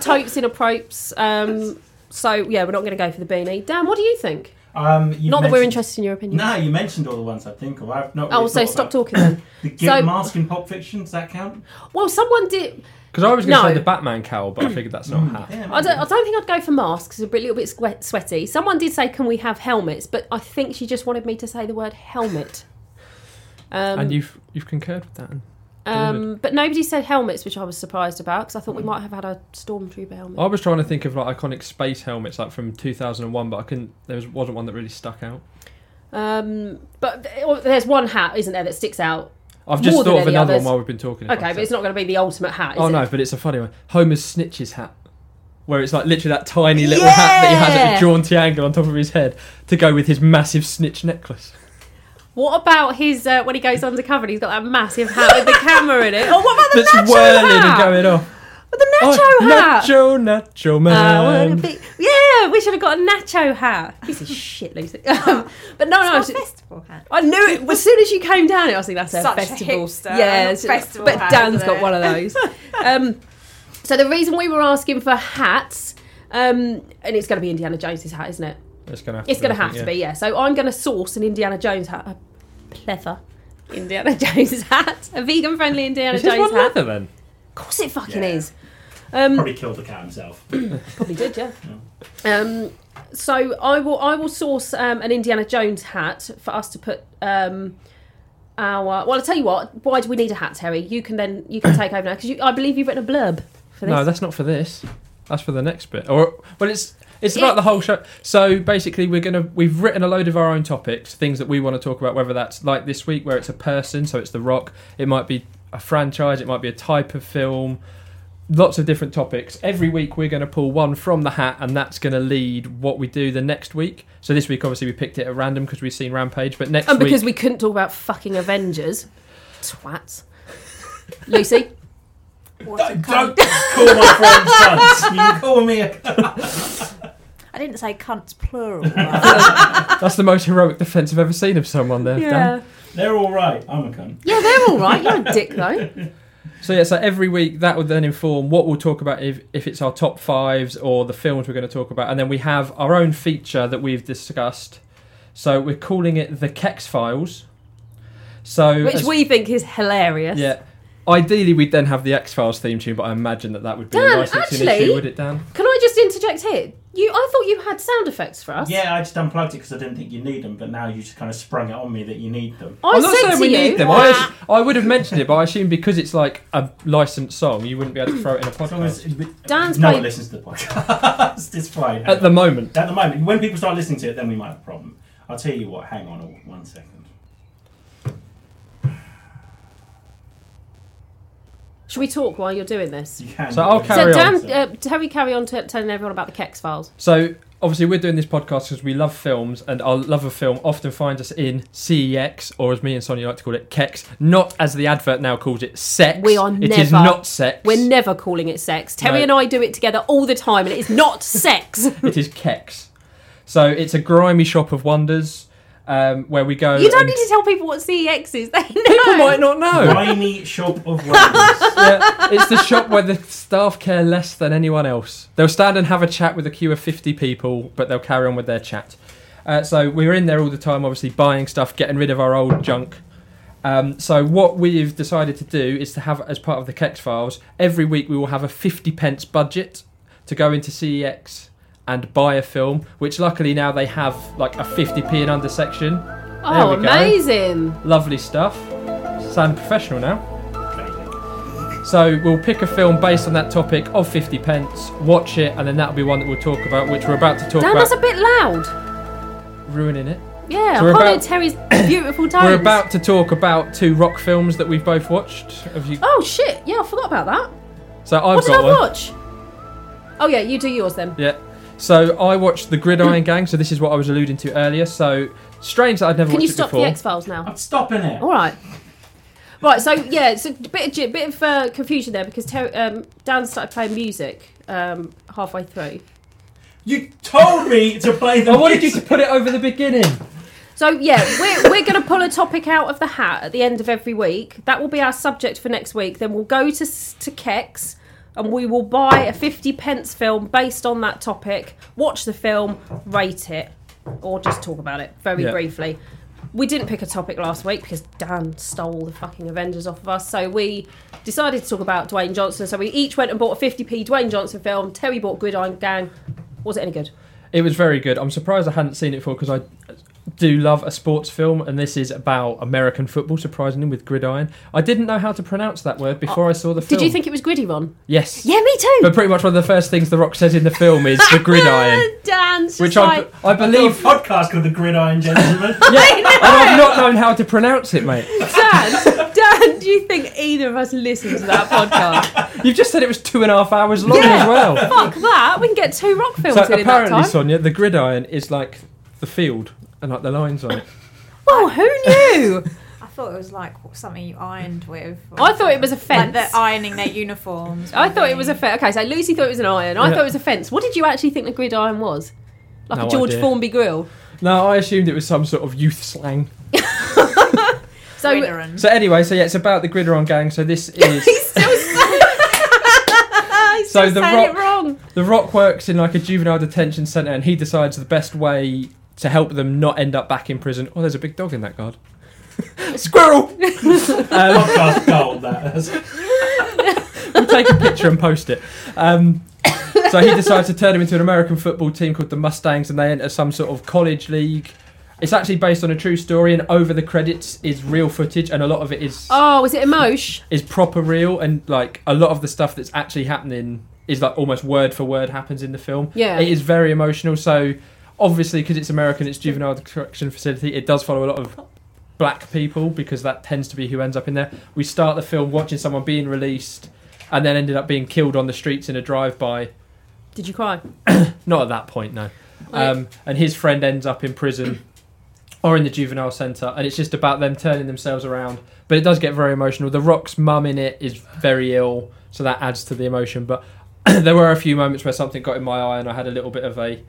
[SPEAKER 4] totes in a propes. Um, so yeah, we're not going to go for the beanie. Dan, what do you think?
[SPEAKER 5] Um, you've
[SPEAKER 4] not that we're
[SPEAKER 5] mentioned-
[SPEAKER 4] interested in your opinion.
[SPEAKER 5] No, you mentioned all the ones I think of. I've not.
[SPEAKER 4] Oh,
[SPEAKER 5] really
[SPEAKER 4] so
[SPEAKER 5] thought
[SPEAKER 4] stop
[SPEAKER 5] about-
[SPEAKER 4] talking then.
[SPEAKER 5] The Gilt
[SPEAKER 4] So-
[SPEAKER 5] mask in Pop Fiction does that count?
[SPEAKER 4] Well, someone did.
[SPEAKER 3] Because I was going to
[SPEAKER 4] No.
[SPEAKER 3] say the Batman cowl, but I figured that's
[SPEAKER 4] (clears throat)
[SPEAKER 3] not a hat.
[SPEAKER 5] Hmm. Yeah,
[SPEAKER 4] I don't, I don't think I'd go for masks. It's a bit- little bit sweat, sweaty. Someone did say, "Can we have helmets?" But I think she just wanted me to say the word helmet. Um,
[SPEAKER 3] and you've you've concurred with that.
[SPEAKER 4] um, but nobody said helmets, which I was surprised about because I thought we might have had a stormtrooper helmet.
[SPEAKER 3] I was trying to think of like iconic space helmets, like from 2001, but I couldn't. There was, wasn't one that really stuck out.
[SPEAKER 4] Um, but th- oh, there's one hat, isn't there, that sticks out?
[SPEAKER 3] I've just
[SPEAKER 4] More than
[SPEAKER 3] thought of
[SPEAKER 4] any
[SPEAKER 3] another
[SPEAKER 4] others.
[SPEAKER 3] one while we've been talking. if I
[SPEAKER 4] Okay, but
[SPEAKER 3] could.
[SPEAKER 4] it's not going to be the ultimate hat. Is
[SPEAKER 3] oh
[SPEAKER 4] it?
[SPEAKER 3] no, but it's a funny one. Homer's snitch's hat, where it's like literally that tiny little hat that he has at
[SPEAKER 4] Yeah.
[SPEAKER 3] a jaunty angle on top of his head to go with his massive snitch necklace.
[SPEAKER 4] What about his uh, when he goes undercover? and He's got that massive hat with the camera in it. Oh, what about the
[SPEAKER 3] That's
[SPEAKER 4] nacho
[SPEAKER 3] whirling and
[SPEAKER 4] hat?
[SPEAKER 3] going off.
[SPEAKER 4] the nacho
[SPEAKER 3] oh,
[SPEAKER 4] hat.
[SPEAKER 3] Nacho, nacho
[SPEAKER 4] Uh,
[SPEAKER 2] Um,
[SPEAKER 4] what a
[SPEAKER 3] man.
[SPEAKER 4] big- yeah, we should have got a nacho hat. This is shit, Lucy. (laughs) Um, but no, no, I,
[SPEAKER 2] It's not
[SPEAKER 4] was-
[SPEAKER 2] a festival hat.
[SPEAKER 4] I knew it as soon as you came down. I was like, that's a
[SPEAKER 2] Such a
[SPEAKER 4] festival.
[SPEAKER 2] hipster,
[SPEAKER 4] yeah,
[SPEAKER 2] a
[SPEAKER 4] it's-
[SPEAKER 2] festival
[SPEAKER 4] but
[SPEAKER 2] hat,
[SPEAKER 4] Dan's
[SPEAKER 2] isn't
[SPEAKER 4] got
[SPEAKER 2] it?
[SPEAKER 4] one
[SPEAKER 2] (laughs)
[SPEAKER 4] of those. um, so the reason we were asking for hats, um, and it's going to be Indiana Jones's hat, isn't it?
[SPEAKER 3] It's gonna have
[SPEAKER 4] It's going
[SPEAKER 3] I
[SPEAKER 4] to have
[SPEAKER 3] think,
[SPEAKER 4] to be, yeah. So I'm going to source an Indiana Jones hat, a plethora Indiana (laughs) Jones hat, a vegan friendly Indiana
[SPEAKER 3] Is his
[SPEAKER 4] Jones
[SPEAKER 3] one
[SPEAKER 4] hat.
[SPEAKER 3] leather then?
[SPEAKER 4] Of course it fucking
[SPEAKER 5] Yeah.
[SPEAKER 4] is. Um,
[SPEAKER 5] Probably killed the cat himself.
[SPEAKER 4] probably did, yeah. Um, so I will I will source um, an Indiana Jones hat for us to put um, our. Well, I'll tell you what. Why do we need a hat, Terry? You can then you can take over now because I believe you've written a blurb for this.
[SPEAKER 3] No, that's not for this. That's for the next bit. Or well, it's it's about the whole show. So basically, we're gonna we've written a load of our own topics, things that we want to talk about. Whether that's like this week, where it's a person, so it's The Rock. It might be a franchise. It might be a type of film. Lots of different topics. Every week, we're going to pull one from the hat, and that's going to lead what we do the next week. So this week, obviously, we picked it at random because we've seen Rampage. But next
[SPEAKER 4] and
[SPEAKER 3] week,
[SPEAKER 4] because we couldn't talk about fucking Avengers, twats. Lucy,
[SPEAKER 2] What a
[SPEAKER 5] Don't, don't
[SPEAKER 2] cunt.
[SPEAKER 5] (laughs) call my friends cunts. You
[SPEAKER 4] (laughs)
[SPEAKER 5] can call me a cunt.
[SPEAKER 2] I didn't say cunts plural.
[SPEAKER 4] (laughs)
[SPEAKER 2] right?
[SPEAKER 3] that's the most heroic defense I've ever seen of someone.
[SPEAKER 4] (laughs)
[SPEAKER 3] There, Dan.
[SPEAKER 5] They're all right. I'm a cunt.
[SPEAKER 4] yeah, they're all right. You're a
[SPEAKER 3] (laughs)
[SPEAKER 4] dick though.
[SPEAKER 3] So yeah, so every week that would then inform what we'll talk about if, if it's our top fives or the films we're going to talk about, and then we have our own feature that we've discussed. So we're calling it the Kex Files. So
[SPEAKER 4] Which
[SPEAKER 3] as-
[SPEAKER 4] we think is hilarious.
[SPEAKER 3] yeah, ideally we'd then have the X Files theme tune, but I imagine that that would be a
[SPEAKER 4] Dan,
[SPEAKER 3] licensing
[SPEAKER 4] actually-
[SPEAKER 3] issue, would it, Dan?
[SPEAKER 4] Can I just interject here? You, I thought you had sound effects for us.
[SPEAKER 5] Yeah, I just unplugged it because I didn't think you need them, but now you just kind of sprung it on me that you need them.
[SPEAKER 4] I
[SPEAKER 3] am not
[SPEAKER 4] said
[SPEAKER 3] saying
[SPEAKER 4] to
[SPEAKER 3] we
[SPEAKER 4] you,
[SPEAKER 3] need them. I, I would have mentioned it, but I assume because it's like a licensed song, you wouldn't be able to throw it in a
[SPEAKER 5] As long as
[SPEAKER 3] podcast
[SPEAKER 4] Dan's
[SPEAKER 5] no
[SPEAKER 4] played-
[SPEAKER 5] one listens to the podcast, (laughs) it's fine.
[SPEAKER 3] at the moment.
[SPEAKER 5] At the moment, when people start listening to it, then we might have a problem. I'll tell you what. Hang on a, one second.
[SPEAKER 4] Should we talk while you're doing this?
[SPEAKER 5] You can.
[SPEAKER 3] So I'll
[SPEAKER 4] So,
[SPEAKER 3] carry on.
[SPEAKER 4] Dan, uh, Terry, carry on t- telling everyone about the Kex files.
[SPEAKER 3] So obviously we're doing this podcast because we love films, and our love of film often finds us in CEX, or as me and Sonia like to call it, Kex. Not as the advert now calls it, sex.
[SPEAKER 4] We are
[SPEAKER 3] It is
[SPEAKER 4] never-
[SPEAKER 3] not sex.
[SPEAKER 4] We're never calling it sex. Terry
[SPEAKER 3] No.
[SPEAKER 4] and I do it together all the time, and it
[SPEAKER 3] (laughs)
[SPEAKER 4] is not sex.
[SPEAKER 3] it is Kex. So it's a grimy shop of wonders um, where we go.
[SPEAKER 4] You don't
[SPEAKER 3] and-
[SPEAKER 4] need to tell people what CEX is. (laughs) They know.
[SPEAKER 3] People might not know.
[SPEAKER 5] Grimy shop of
[SPEAKER 3] (laughs)
[SPEAKER 5] wonders.
[SPEAKER 3] Yeah, it's the shop where the staff care less than anyone else. They'll stand and have a chat with a queue of 50 people, but they'll carry on with their chat. Uh, so we were in there all the time, obviously buying stuff, getting rid of our old junk. Um, so what we've decided to do is to have, as part of the Kex files, every week we will have a 50 pence budget to go into CEX and buy a film, which luckily now they have like a 50p and under section.
[SPEAKER 4] Oh,
[SPEAKER 3] There we go.
[SPEAKER 4] amazing.
[SPEAKER 3] Lovely stuff. Sound professional now. So we'll pick a film based on that topic of 50 pence, watch it, and then that'll be one that we'll talk about, which we're about to talk
[SPEAKER 4] Dan,
[SPEAKER 3] about
[SPEAKER 4] that's a bit loud.
[SPEAKER 3] ruining it.
[SPEAKER 4] Yeah,
[SPEAKER 3] So we're
[SPEAKER 4] I can't
[SPEAKER 3] about-
[SPEAKER 4] hear Terry's (coughs) beautiful tones.
[SPEAKER 3] We're about to talk about two rock films that we've both watched. Have you?
[SPEAKER 4] Oh, shit. Yeah, I forgot about that.
[SPEAKER 3] So I've
[SPEAKER 4] what did
[SPEAKER 3] got
[SPEAKER 4] I
[SPEAKER 3] one.
[SPEAKER 4] watch? Oh, yeah, you do yours then.
[SPEAKER 3] Yeah. So I watched The Gridiron Gang. So this is what I was alluding to earlier. So strange that I'd never
[SPEAKER 4] Can
[SPEAKER 3] watched
[SPEAKER 4] you stop
[SPEAKER 3] it
[SPEAKER 4] the
[SPEAKER 3] before.
[SPEAKER 4] X Files now?
[SPEAKER 5] I'm stopping it.
[SPEAKER 4] All right. Right, so yeah, it's a bit of, gi- bit of uh, confusion there because Ter- um, Dan started playing music um, halfway through.
[SPEAKER 5] You told me to play the
[SPEAKER 3] I wanted you to
[SPEAKER 5] music.
[SPEAKER 3] put it over the beginning.
[SPEAKER 4] So yeah, we're, we're going to pull a topic out of the hat at the end of every week. That will be our subject for next week. Then we'll go to s- to Kex and we will buy a fifty pence film based on that topic. Watch the film, rate it, or just talk about it very
[SPEAKER 3] Yeah.
[SPEAKER 4] briefly. We didn't pick a topic last week because Dan stole the fucking Avengers off of us. So we decided to talk about Dwayne Johnson. So we each went and bought a 50p Dwayne Johnson film. Terry bought Gridiron Gang. Was it any good?
[SPEAKER 3] It was very good. I'm surprised I hadn't seen it before because I do love a sports film, and this is about American football. Surprisingly, with gridiron, I didn't know how to pronounce that word before I saw the film.
[SPEAKER 4] Did you think it was gritty, Ron?
[SPEAKER 3] Yes.
[SPEAKER 4] Yeah, me too.
[SPEAKER 3] But pretty much one of the first things The Rock says in the film is
[SPEAKER 4] (laughs)
[SPEAKER 3] the gridiron,
[SPEAKER 4] Dan's Uh,
[SPEAKER 3] which
[SPEAKER 4] just
[SPEAKER 3] I,
[SPEAKER 4] like,
[SPEAKER 3] b- I
[SPEAKER 4] (laughs)
[SPEAKER 3] believe.
[SPEAKER 5] I do a podcast called The Gridiron Gentleman.
[SPEAKER 3] (laughs) Yeah, and I've not known how to pronounce it, mate.
[SPEAKER 4] Dan, Dan, do you think either of us listened to that
[SPEAKER 3] (laughs)
[SPEAKER 4] podcast?
[SPEAKER 3] You've just said it was two and a half hours long
[SPEAKER 4] Yeah.
[SPEAKER 3] as
[SPEAKER 4] (laughs)
[SPEAKER 3] well.
[SPEAKER 4] Fuck that. We can get two rock films
[SPEAKER 3] So
[SPEAKER 4] in in that
[SPEAKER 3] apparently,
[SPEAKER 4] time.
[SPEAKER 3] Sonia, the gridiron is like the field and like the lines on it.
[SPEAKER 4] Well, Oh, who knew?
[SPEAKER 2] I thought it was like something you ironed with. or
[SPEAKER 4] I thought it was a
[SPEAKER 2] like
[SPEAKER 4] fence.
[SPEAKER 2] they're ironing their uniforms.
[SPEAKER 4] I thought it was a fence. Okay, so Lucy thought it was an iron. I
[SPEAKER 3] Yeah.
[SPEAKER 4] thought it was a fence. What did you actually think the gridiron was? Like
[SPEAKER 3] No
[SPEAKER 4] a George
[SPEAKER 3] idea.
[SPEAKER 4] Formby grill.
[SPEAKER 3] No, I assumed it was some sort of youth slang.
[SPEAKER 4] So
[SPEAKER 2] Gridiron.
[SPEAKER 3] So anyway, so yeah, it's about the Gridiron Gang. So this is
[SPEAKER 4] (laughs) he's still saying, he's
[SPEAKER 3] So
[SPEAKER 4] still
[SPEAKER 3] the
[SPEAKER 4] saying
[SPEAKER 3] rock-
[SPEAKER 4] it wrong.
[SPEAKER 3] The Rock works in like a juvenile detention centre, and he decides the best way to help them not end up back in prison. Oh, there's a big dog in that guard. Squirrel. um,
[SPEAKER 5] podcast gold, that is.
[SPEAKER 3] we'll take a picture and post it. Um, so he decides to turn him into an American football team called the Mustangs, and they enter some sort of college league. It's actually based on a true story, and over the credits is real footage, and a lot of it is
[SPEAKER 4] Oh, was it a mosh?
[SPEAKER 3] is proper real, and like a lot of the stuff that's actually happening is like almost word for word happens in the film.
[SPEAKER 4] Yeah.
[SPEAKER 3] It is very emotional. So obviously, because it's American, it's juvenile correction facility. It does follow a lot of black people because that tends to be who ends up in there. We start the film watching someone being released, and then ended up being killed on the streets in a drive-by.
[SPEAKER 4] Did you cry?
[SPEAKER 3] Not at that point, no.
[SPEAKER 4] Right.
[SPEAKER 3] Um, and his friend ends up in prison (clears throat) or in the juvenile centre, and it's just about them turning themselves around. But it does get very emotional. The Rock's mum in it is very ill, so that adds to the emotion. But (clears throat) there were a few moments where something got in my eye, and I had a little bit of a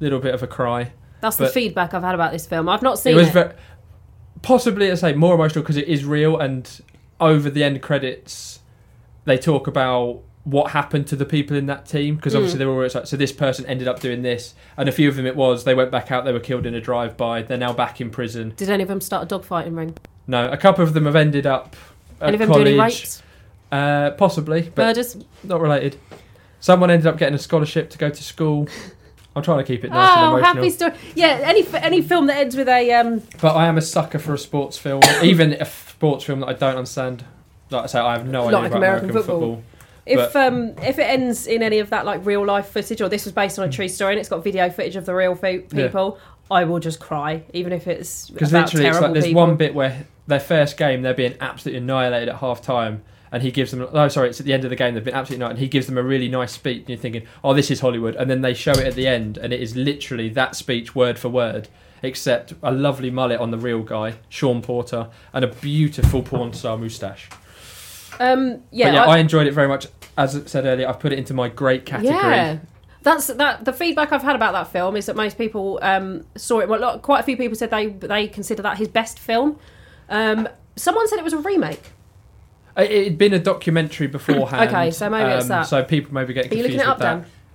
[SPEAKER 3] little bit of a cry.
[SPEAKER 4] That's the
[SPEAKER 3] But-
[SPEAKER 4] feedback I've had about this film. I've not seen
[SPEAKER 3] it
[SPEAKER 4] it.
[SPEAKER 3] was very possibly, I say, more emotional because it is real. And over the end credits, they talk about what happened to the people in that team because obviously
[SPEAKER 4] Mm.
[SPEAKER 3] they were always like, so this person ended up doing this, and a few of them it was they went back out, they were killed in a drive-by, they're now back in prison.
[SPEAKER 4] Did any of them start a dogfighting ring?
[SPEAKER 3] No, a couple of them have ended up at
[SPEAKER 4] Any of them
[SPEAKER 3] college,
[SPEAKER 4] do any rapes?
[SPEAKER 3] Uh, possibly, but
[SPEAKER 4] Murders?
[SPEAKER 3] not related. Someone ended up getting a scholarship to go to school. I'm trying to keep it nice
[SPEAKER 4] oh,
[SPEAKER 3] and emotional.
[SPEAKER 4] happy story. Yeah, any f- any film that ends with a um,
[SPEAKER 3] But I am a sucker for a sports film, (coughs) even a f- sports film that I don't understand. Like I say, I have no idea
[SPEAKER 4] Like
[SPEAKER 3] about
[SPEAKER 4] American
[SPEAKER 3] American,
[SPEAKER 4] football.
[SPEAKER 3] football.
[SPEAKER 4] if um if it ends in any of that like real life footage or this was based on a true story and it's got video footage of the real fe-
[SPEAKER 3] Hmm. Yeah.
[SPEAKER 4] people, I will just cry even if it's
[SPEAKER 3] because
[SPEAKER 4] about
[SPEAKER 3] literally it's
[SPEAKER 4] terrible
[SPEAKER 3] like there's
[SPEAKER 4] people.
[SPEAKER 3] one bit where their first game they're being absolutely annihilated at half time, and he gives them. Oh, sorry, it's at the end of the game. They've been absolutely nice, and he gives them a really nice speech. And you're thinking, oh, this is Hollywood, and then they show it at the end, and it is literally that speech word for word, except a lovely mullet on the real guy, Sean Porter, and a beautiful porn star moustache.
[SPEAKER 4] Um, yeah,
[SPEAKER 3] But yeah,
[SPEAKER 4] I-
[SPEAKER 3] I, enjoyed it very much. As I said earlier, I've put it into my great category.
[SPEAKER 4] Yeah. That's that. The feedback I've had about that film is that most people um, saw it. Well, lot- quite a few people said they they consider that his best film. Um, someone said it was a remake.
[SPEAKER 3] It had Uh, been a documentary beforehand. um,
[SPEAKER 4] (clears throat) Okay, so maybe it's that.
[SPEAKER 3] So people maybe get
[SPEAKER 4] Are you
[SPEAKER 3] confused
[SPEAKER 4] looking it up,
[SPEAKER 3] with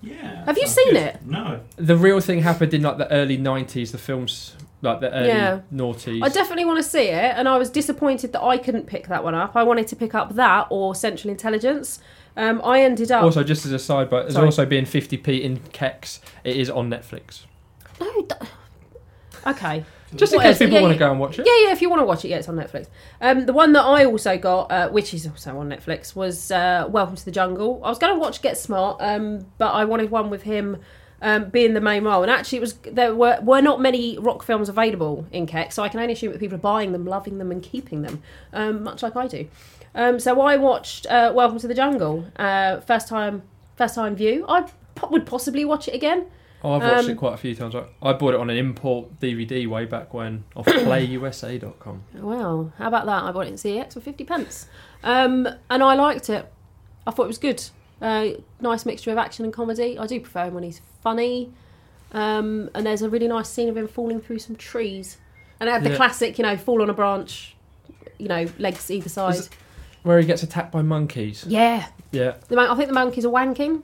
[SPEAKER 3] that.
[SPEAKER 4] Dan?
[SPEAKER 5] Yeah.
[SPEAKER 4] Have you
[SPEAKER 5] sounds
[SPEAKER 4] seen
[SPEAKER 5] good.
[SPEAKER 4] it?
[SPEAKER 5] No.
[SPEAKER 3] The real thing happened in like the early '90s. The films, like the early
[SPEAKER 4] Yeah.
[SPEAKER 3] noughties.
[SPEAKER 4] I definitely want to see it, and I was disappointed that I couldn't pick that one up. I wanted to pick up that or Central Intelligence. Um, I ended up.
[SPEAKER 3] also, just as a sidebar, there's
[SPEAKER 4] Sorry.
[SPEAKER 3] also being 50p in Kex. It is on Netflix.
[SPEAKER 4] no. d- okay.
[SPEAKER 3] Just in
[SPEAKER 4] What
[SPEAKER 3] case
[SPEAKER 4] else?
[SPEAKER 3] people
[SPEAKER 4] Yeah,
[SPEAKER 3] want to
[SPEAKER 4] yeah.
[SPEAKER 3] go and watch it.
[SPEAKER 4] Yeah, yeah. If you want to watch it, yeah, it's on Netflix. Um, the one that I also got, uh, which is also on Netflix, was uh, Welcome to the Jungle. I was going to watch Get Smart, um, but I wanted one with him um, being the main role. And actually, it was there were were not many rock films available in Keck, so I can only assume that people are buying them, loving them, and keeping them, um, much like I do. Um, so I watched uh, Welcome to the Jungle uh, first time first time view. I po- would possibly watch it again.
[SPEAKER 3] Oh, I've watched
[SPEAKER 4] Um,
[SPEAKER 3] it quite a few times. I, I bought it on an import DVD way back when
[SPEAKER 4] (coughs)
[SPEAKER 3] off playusa.com.
[SPEAKER 4] Wow, how about that? I bought it in CEX for 50 pence. Um, and I liked it. I thought it was good. Uh, nice mixture of action and comedy. I do prefer him when he's funny. Um, and there's a really nice scene of him falling through some trees. And it had the
[SPEAKER 3] Yeah.
[SPEAKER 4] classic, you know, fall on a branch, you know, legs either side.
[SPEAKER 3] Is Where he gets attacked by monkeys.
[SPEAKER 4] Yeah.
[SPEAKER 3] Yeah.
[SPEAKER 4] The mon- I think the monkeys are wanking.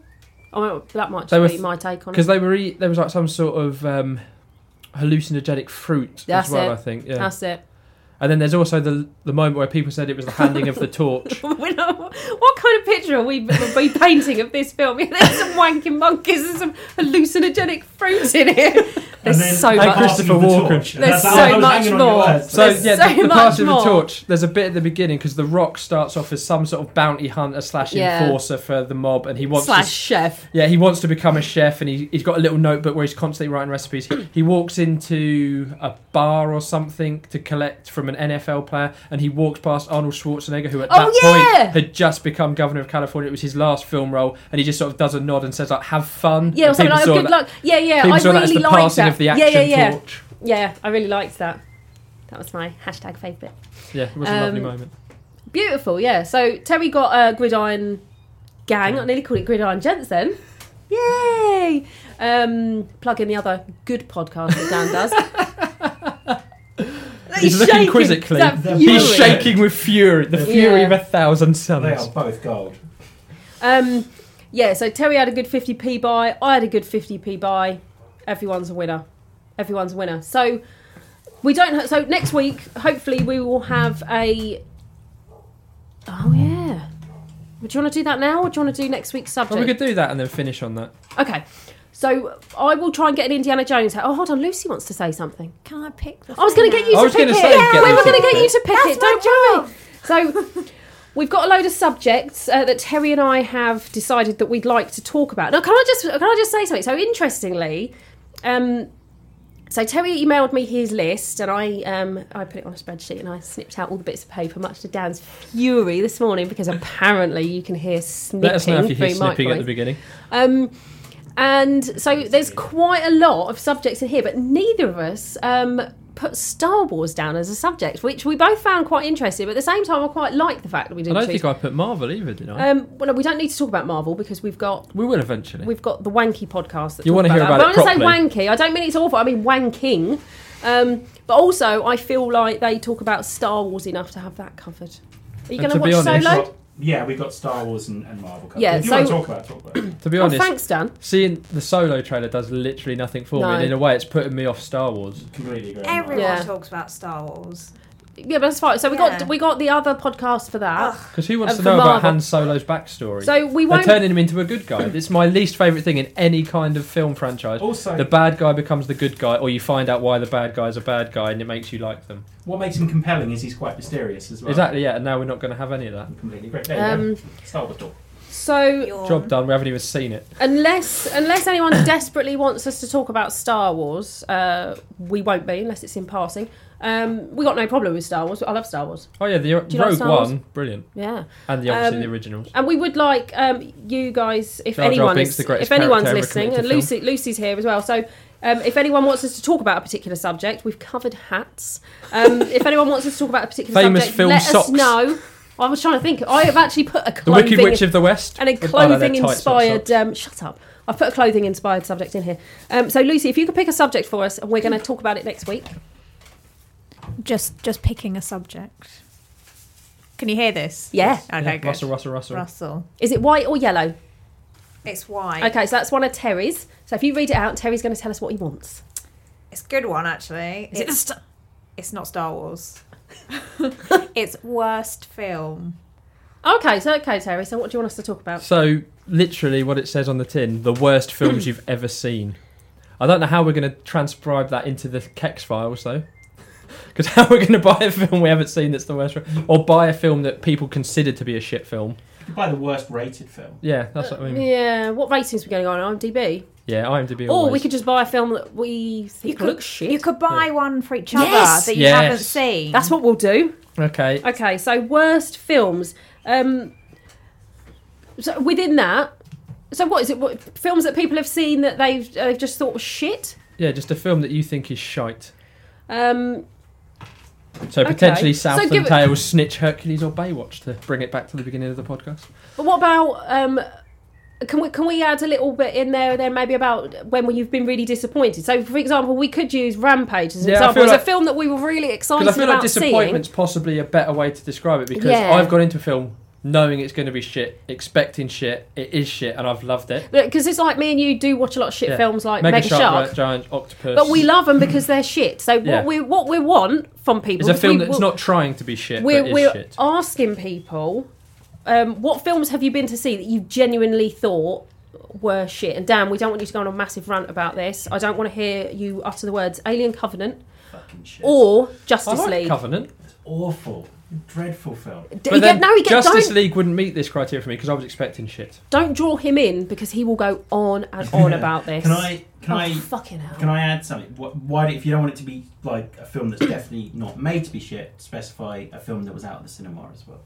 [SPEAKER 4] Oh, that might
[SPEAKER 3] They
[SPEAKER 4] just
[SPEAKER 3] were
[SPEAKER 4] be my take on it.
[SPEAKER 3] Because they were eat, there was like some sort of um, hallucinogenic fruit
[SPEAKER 4] That's
[SPEAKER 3] as well,
[SPEAKER 4] it.
[SPEAKER 3] I think. Yeah.
[SPEAKER 4] That's it.
[SPEAKER 3] and then there's also the the moment where people said it was the handing of the
[SPEAKER 4] (laughs)
[SPEAKER 3] torch.
[SPEAKER 4] We're not- what kind of picture are we be painting of this film? (laughs) There's some wanking monkeys and some hallucinogenic fruit in it. (laughs) There's
[SPEAKER 5] And then
[SPEAKER 4] so
[SPEAKER 5] they
[SPEAKER 4] much.
[SPEAKER 5] pass them
[SPEAKER 3] Christopher
[SPEAKER 5] the
[SPEAKER 3] Walken.
[SPEAKER 5] torch.
[SPEAKER 4] There's
[SPEAKER 5] That's- I
[SPEAKER 4] so
[SPEAKER 5] was
[SPEAKER 4] much
[SPEAKER 5] hanging on your
[SPEAKER 4] more.
[SPEAKER 5] words.
[SPEAKER 3] So
[SPEAKER 4] There's
[SPEAKER 3] yeah,
[SPEAKER 4] so
[SPEAKER 3] the, the
[SPEAKER 4] much
[SPEAKER 3] passing of
[SPEAKER 4] more.
[SPEAKER 3] the torch. There's a bit at the beginning because the Rock starts off as some sort of bounty hunter slash
[SPEAKER 4] Yeah.
[SPEAKER 3] enforcer for the mob, and he wants
[SPEAKER 4] slash
[SPEAKER 3] to,
[SPEAKER 4] chef.
[SPEAKER 3] yeah he wants to become a chef, and he he's got a little notebook where he's constantly writing recipes. he walks into a bar or something to collect from an NFL player, and he walks past Arnold Schwarzenegger, who at
[SPEAKER 4] Oh,
[SPEAKER 3] that
[SPEAKER 4] yeah!
[SPEAKER 3] point had just become governor of California. It was his last film role, and he just sort of does a nod and says like, "Have fun."
[SPEAKER 4] Yeah, or
[SPEAKER 3] And
[SPEAKER 4] something
[SPEAKER 3] people
[SPEAKER 4] like
[SPEAKER 3] saw
[SPEAKER 4] good
[SPEAKER 3] that-
[SPEAKER 4] luck. Yeah, yeah.
[SPEAKER 3] people
[SPEAKER 4] I
[SPEAKER 3] saw that as
[SPEAKER 4] really
[SPEAKER 3] the
[SPEAKER 4] liked
[SPEAKER 3] passing
[SPEAKER 4] that.
[SPEAKER 3] of the
[SPEAKER 4] yeah,
[SPEAKER 3] action
[SPEAKER 4] yeah, yeah.
[SPEAKER 3] torch.
[SPEAKER 4] Yeah, I really liked that. That was my hashtag favourite.
[SPEAKER 3] Yeah, it was a lovely
[SPEAKER 4] Um,
[SPEAKER 3] moment.
[SPEAKER 4] Beautiful, yeah. So Terry got a gridiron gang. I nearly called it gridiron gents then. Yay! Um, plug in the other good podcast that Dan does.
[SPEAKER 3] He's looking
[SPEAKER 4] shaking.
[SPEAKER 3] quizzically.
[SPEAKER 4] That
[SPEAKER 5] They're
[SPEAKER 4] fury.
[SPEAKER 3] He's shaking with fury, the fury
[SPEAKER 4] Yeah.
[SPEAKER 3] of a thousand
[SPEAKER 5] They are
[SPEAKER 3] suns.
[SPEAKER 5] both gold.
[SPEAKER 4] Um, yeah, so Terry had a good 50p buy. I had a good 50p buy. Everyone's a winner. Everyone's a winner. So we don't. Ha- so next week, hopefully, we will have a. Oh yeah. Would you want to do that now, or do you want to do next week's subject?
[SPEAKER 3] Well, we could do that and then finish on that.
[SPEAKER 4] Okay. So I will try and get an Indiana Jones. Oh, hold on, Lucy wants to say something.
[SPEAKER 2] Can I pick the
[SPEAKER 4] I was going to
[SPEAKER 2] thing
[SPEAKER 4] get you
[SPEAKER 3] I
[SPEAKER 4] to
[SPEAKER 3] was
[SPEAKER 4] pick
[SPEAKER 3] gonna
[SPEAKER 4] it.
[SPEAKER 3] say, get
[SPEAKER 4] we
[SPEAKER 3] Lucy
[SPEAKER 4] were going
[SPEAKER 3] to
[SPEAKER 4] to get
[SPEAKER 3] pick
[SPEAKER 4] you to pick
[SPEAKER 2] That's
[SPEAKER 4] it.
[SPEAKER 2] my
[SPEAKER 4] Don't worry. So we've got a load of subjects uh, that Terry and I have decided that we'd like to talk about. Now, can I just can I just say something? So interestingly, um, so Terry emailed me his list, and I um, I put it on a spreadsheet, and I snipped out all the bits of paper, much to Dan's fury this morning, because apparently you can hear snipping
[SPEAKER 3] Let us know if you hear
[SPEAKER 4] through
[SPEAKER 3] snipping at the
[SPEAKER 4] microphones.
[SPEAKER 3] beginning.
[SPEAKER 4] Um, and so there's quite a lot of subjects in here, but neither of us um, put Star Wars down as a subject, which we both found quite interesting. But at the same time, I quite like the fact that we
[SPEAKER 3] I
[SPEAKER 4] didn't
[SPEAKER 3] don't
[SPEAKER 4] choose.
[SPEAKER 3] think I put Marvel either, did I?
[SPEAKER 4] um, well, no, we don't need to talk about Marvel because we've got
[SPEAKER 3] we will eventually.
[SPEAKER 4] we've got the wanky podcast. That
[SPEAKER 3] You
[SPEAKER 4] want
[SPEAKER 3] wanna
[SPEAKER 4] to
[SPEAKER 3] hear about
[SPEAKER 4] that. But
[SPEAKER 3] it
[SPEAKER 4] When I say wanky, I don't mean it's awful. I mean wanking. Um, but also, I feel like they talk about Star Wars enough to have that covered. Are
[SPEAKER 3] And
[SPEAKER 4] you going to
[SPEAKER 3] to be
[SPEAKER 4] watch
[SPEAKER 3] honest-
[SPEAKER 4] Solo?
[SPEAKER 5] Well, yeah, we've got Star Wars and, and Marvel. covered.
[SPEAKER 4] Yeah,
[SPEAKER 5] If you want to
[SPEAKER 4] so-
[SPEAKER 5] talk about it, talk about
[SPEAKER 4] (clears throat)
[SPEAKER 5] it.
[SPEAKER 3] to be
[SPEAKER 4] Oh,
[SPEAKER 3] honest,
[SPEAKER 4] thanks, Dan.
[SPEAKER 3] seeing the solo trailer does literally nothing for
[SPEAKER 4] No.
[SPEAKER 3] me. And in a way, it's putting me off Star Wars.
[SPEAKER 5] Completely agree. on that.
[SPEAKER 2] Everyone
[SPEAKER 4] Yeah.
[SPEAKER 2] talks about Star Wars.
[SPEAKER 4] Yeah, but that's fine. So we
[SPEAKER 2] Yeah.
[SPEAKER 4] got we got the other podcast for that.
[SPEAKER 3] Because who wants
[SPEAKER 4] And
[SPEAKER 3] to
[SPEAKER 4] Uh, for
[SPEAKER 3] know about
[SPEAKER 4] Marvel.
[SPEAKER 3] Han Solo's backstory?
[SPEAKER 4] So we
[SPEAKER 3] They're
[SPEAKER 4] won't.
[SPEAKER 3] turning him into a good guy. It's my least favourite thing in any kind of film franchise.
[SPEAKER 4] Oh.
[SPEAKER 5] Also,
[SPEAKER 3] The bad guy becomes the good guy, or you find out why the bad guy's a bad guy and it makes you like them.
[SPEAKER 5] what makes him compelling is he's quite mysterious as well.
[SPEAKER 3] Exactly, yeah, and now we're not going to have any of that.
[SPEAKER 5] Completely agree. There you
[SPEAKER 4] Um,
[SPEAKER 5] go. Star Wars talk.
[SPEAKER 4] so
[SPEAKER 2] Yawn.
[SPEAKER 3] Job done, we haven't even seen it.
[SPEAKER 4] unless unless (coughs) anyone desperately wants us to talk about Star Wars, uh, we won't be unless it's in passing. Um, we got no problem with Star Wars. I love Star Wars.
[SPEAKER 3] Oh yeah, the
[SPEAKER 4] Do you like
[SPEAKER 3] Rogue
[SPEAKER 4] Star Wars?
[SPEAKER 3] One, brilliant,
[SPEAKER 4] Yeah.
[SPEAKER 3] and the obviously
[SPEAKER 4] Um,
[SPEAKER 3] the originals.
[SPEAKER 4] And we would like um, you guys, if
[SPEAKER 3] Jar Jar Binks,
[SPEAKER 4] anyone's,
[SPEAKER 3] the greatest
[SPEAKER 4] if anyone's
[SPEAKER 3] character ever
[SPEAKER 4] listening,
[SPEAKER 3] committed
[SPEAKER 4] and
[SPEAKER 3] to
[SPEAKER 4] Lucy, Lucy's here as well. So, um, if anyone wants us to talk about a particular subject, we've covered hats.
[SPEAKER 3] (laughs)
[SPEAKER 4] Um, if anyone wants us to talk about a particular
[SPEAKER 3] Famous
[SPEAKER 4] subject,
[SPEAKER 3] film
[SPEAKER 4] let
[SPEAKER 3] socks.
[SPEAKER 4] us know. I was trying to think. I have actually put a
[SPEAKER 3] The Wicked
[SPEAKER 4] clothing
[SPEAKER 3] Witch of the West
[SPEAKER 4] and a
[SPEAKER 3] With- oh, no, they're
[SPEAKER 4] clothing
[SPEAKER 3] tights, not
[SPEAKER 4] inspired.
[SPEAKER 3] socks.
[SPEAKER 4] Um, shut up. I've put a clothing inspired subject in here. Um, so, Lucy, if you could pick a subject for us, and we're going to talk about it next week.
[SPEAKER 2] Just just picking a subject. Can you hear this?
[SPEAKER 4] Yeah.
[SPEAKER 2] Okay,
[SPEAKER 3] Yeah,
[SPEAKER 2] good.
[SPEAKER 3] Russell, Russell, Russell.
[SPEAKER 2] Russell.
[SPEAKER 4] Is it white or yellow?
[SPEAKER 2] It's white.
[SPEAKER 4] Okay, so that's one of Terry's. So, if you read it out, Terry's going to tell us what he wants.
[SPEAKER 2] It's a good one actually.
[SPEAKER 4] Is it
[SPEAKER 2] it's, it's not Star (laughs) Wars. it's worst film.
[SPEAKER 4] Okay, so okay, Terry. So, what do you want us to talk about?
[SPEAKER 3] So literally, what it says on the tin: the worst
[SPEAKER 4] (clears throat)
[SPEAKER 3] films you've ever seen. I don't know how we're going to transcribe that into the Kex files though, (laughs) because how we're going to buy a film we haven't seen that's the worst, film, or buy a film that people consider to be a shit film.
[SPEAKER 5] You could buy the worst rated film.
[SPEAKER 3] Yeah, that's what I mean.
[SPEAKER 4] Yeah, what ratings are we going on IMDb?
[SPEAKER 3] Yeah, IMDb.
[SPEAKER 4] Or
[SPEAKER 3] always.
[SPEAKER 4] Oh, we could just buy a film that we think
[SPEAKER 2] could-
[SPEAKER 4] looks shit.
[SPEAKER 2] You could buy one for each other
[SPEAKER 4] Yes.
[SPEAKER 2] that you
[SPEAKER 3] Yes.
[SPEAKER 2] haven't seen.
[SPEAKER 4] That's what we'll do.
[SPEAKER 3] Okay.
[SPEAKER 4] Okay, so worst films. Um, so within that, so what is it? What, films that people have seen that they've uh, they've just thought was shit.
[SPEAKER 3] Yeah, just a film that you think is shite.
[SPEAKER 4] Um,
[SPEAKER 3] So
[SPEAKER 4] Okay.
[SPEAKER 3] potentially
[SPEAKER 4] So
[SPEAKER 3] Southland
[SPEAKER 4] give it-
[SPEAKER 3] Tales, Snitch, Hercules, or Baywatch to bring it back to the beginning of the podcast.
[SPEAKER 4] but what about um, can we can we add a little bit in there then maybe about when you've been really disappointed? So for example, we could use Rampage as an
[SPEAKER 3] Yeah, I
[SPEAKER 4] example.
[SPEAKER 3] feel
[SPEAKER 4] It's
[SPEAKER 3] like-
[SPEAKER 4] a film that we were really excited
[SPEAKER 3] Because I feel
[SPEAKER 4] Oh, about
[SPEAKER 3] like disappointment's possibly a better way to describe it because
[SPEAKER 4] Yeah.
[SPEAKER 3] I've gone into a film knowing it's going to be shit, expecting shit, it is shit, and I've loved it.
[SPEAKER 4] seeing. Because it's like me and you do watch a lot of shit
[SPEAKER 3] Yeah.
[SPEAKER 4] films like
[SPEAKER 3] Mega,
[SPEAKER 4] Mega,
[SPEAKER 3] Shark,
[SPEAKER 4] Shark.
[SPEAKER 3] Gi- Giant Octopus.
[SPEAKER 4] But we love them because they're shit. So
[SPEAKER 3] Yeah.
[SPEAKER 4] what we what we want from people
[SPEAKER 3] It's a film
[SPEAKER 4] we,
[SPEAKER 3] that's not trying to be shit,
[SPEAKER 4] We're,
[SPEAKER 3] but is
[SPEAKER 4] we're
[SPEAKER 3] shit.
[SPEAKER 4] asking people, um, what films have you been to see that you genuinely thought were shit? And Dan, we don't want you to go on a massive rant about this. I don't want to hear you utter the words Alien Covenant
[SPEAKER 5] Fucking shit.
[SPEAKER 3] I
[SPEAKER 4] or Justice
[SPEAKER 3] like
[SPEAKER 4] League.
[SPEAKER 3] Covenant,
[SPEAKER 5] It's awful. Dreadful film.
[SPEAKER 4] D-
[SPEAKER 3] but
[SPEAKER 4] you
[SPEAKER 3] then
[SPEAKER 4] get- no, you get,
[SPEAKER 3] Justice
[SPEAKER 4] don't,
[SPEAKER 3] League wouldn't meet this criteria for me because I was expecting shit.
[SPEAKER 4] don't draw him in because he will go on and on
[SPEAKER 5] Yeah.
[SPEAKER 4] about this.
[SPEAKER 5] Can I? Can
[SPEAKER 4] oh,
[SPEAKER 5] I?
[SPEAKER 4] fucking hell.
[SPEAKER 5] Can I add something? Wh- Why, do- if you don't want it to be like a film that's definitely not made to be shit, specify a film that was out of the cinema as well.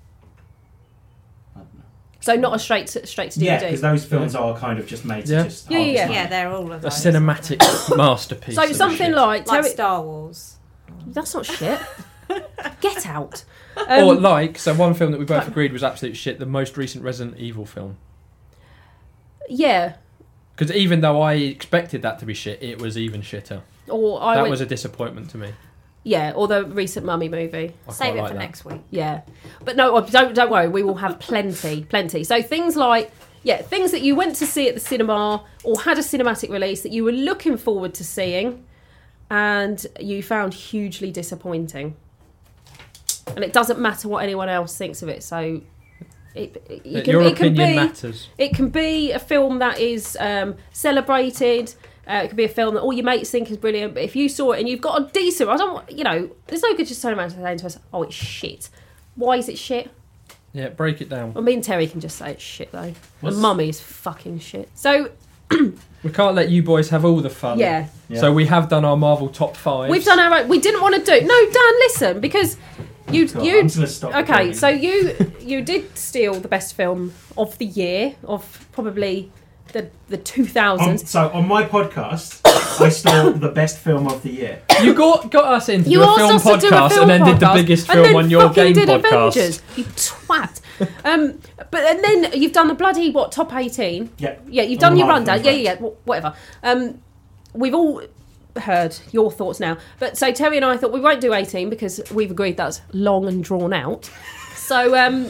[SPEAKER 5] I don't know.
[SPEAKER 4] so not a straight to, straight to DVD.
[SPEAKER 5] Yeah, because those films are kind of just made to
[SPEAKER 3] Yeah.
[SPEAKER 5] just.
[SPEAKER 4] Yeah,
[SPEAKER 5] oh,
[SPEAKER 4] yeah,
[SPEAKER 5] it's
[SPEAKER 4] yeah.
[SPEAKER 5] like-
[SPEAKER 2] yeah, they're all of
[SPEAKER 3] A
[SPEAKER 2] those.
[SPEAKER 3] cinematic
[SPEAKER 4] (coughs)
[SPEAKER 3] masterpiece. of
[SPEAKER 4] so
[SPEAKER 3] a
[SPEAKER 4] something
[SPEAKER 3] shit.
[SPEAKER 4] like,
[SPEAKER 2] like
[SPEAKER 4] Terry-
[SPEAKER 2] Star Wars.
[SPEAKER 4] That's not shit. Get out.
[SPEAKER 3] or
[SPEAKER 4] Um,
[SPEAKER 3] like, so one film that we both agreed was absolute shit, the most recent Resident Evil film.
[SPEAKER 4] yeah.
[SPEAKER 3] Because even though I expected that to be shit, it was even shitter.
[SPEAKER 4] Or I
[SPEAKER 3] that
[SPEAKER 4] would,
[SPEAKER 3] was a disappointment to me.
[SPEAKER 4] yeah. Or the recent Mummy movie.
[SPEAKER 3] I
[SPEAKER 2] Save
[SPEAKER 3] quite
[SPEAKER 2] it
[SPEAKER 3] like
[SPEAKER 2] for
[SPEAKER 3] that.
[SPEAKER 2] next week.
[SPEAKER 4] Yeah. But no, don't don't worry. We will have plenty, plenty. So things like yeah, things that you went to see at the cinema or had a cinematic release that you were looking forward to seeing, and you found hugely disappointing. And it doesn't matter what anyone else thinks of it. So. It, it, you
[SPEAKER 3] That
[SPEAKER 4] can,
[SPEAKER 3] Your
[SPEAKER 4] it can
[SPEAKER 3] opinion
[SPEAKER 4] be,
[SPEAKER 3] matters.
[SPEAKER 4] It can be a film that is um, celebrated. Uh, it could be a film that all your mates think is brilliant, but if you saw it and you've got a decent, I don't, want- you know, there's no good just turning around and saying to us, "Oh, it's shit." Why is it shit?
[SPEAKER 3] Yeah, break it down.
[SPEAKER 4] Well, me and Terry can just say it's shit though.
[SPEAKER 5] What's-
[SPEAKER 4] And Mummy is fucking shit. So
[SPEAKER 3] We can't let you boys have all the fun.
[SPEAKER 4] yeah,
[SPEAKER 5] Yeah.
[SPEAKER 3] So we have done our Marvel top five.
[SPEAKER 4] we've done our. own We didn't want to do. No, Dan, listen, because you
[SPEAKER 5] God,
[SPEAKER 4] you
[SPEAKER 5] I'm just gonna stop
[SPEAKER 4] Okay,
[SPEAKER 5] recording.
[SPEAKER 4] so you you did steal the best film of the year of probably the the two
[SPEAKER 5] On,
[SPEAKER 4] thousands.
[SPEAKER 5] so on my podcast, I stole the best film of the year.
[SPEAKER 3] You got got us into
[SPEAKER 4] You
[SPEAKER 3] a
[SPEAKER 4] asked
[SPEAKER 3] film
[SPEAKER 4] us to do a
[SPEAKER 3] podcast and
[SPEAKER 4] film
[SPEAKER 3] then did the
[SPEAKER 4] podcast
[SPEAKER 3] biggest
[SPEAKER 4] and
[SPEAKER 3] film
[SPEAKER 4] then
[SPEAKER 3] on your
[SPEAKER 4] fucking
[SPEAKER 3] game
[SPEAKER 4] did
[SPEAKER 3] podcast.
[SPEAKER 4] Avengers, you twat. um, but and then you've done the bloody what top eighteen?
[SPEAKER 5] Yeah.
[SPEAKER 4] Yeah, you've
[SPEAKER 5] All
[SPEAKER 4] done your
[SPEAKER 5] right,
[SPEAKER 4] rundown.
[SPEAKER 5] all
[SPEAKER 4] Yeah,
[SPEAKER 5] right.
[SPEAKER 4] yeah, yeah, wh- whatever. Um, we've all heard your thoughts now. But so Terry and I thought we won't do 18 because we've agreed that's long and drawn out. So, um,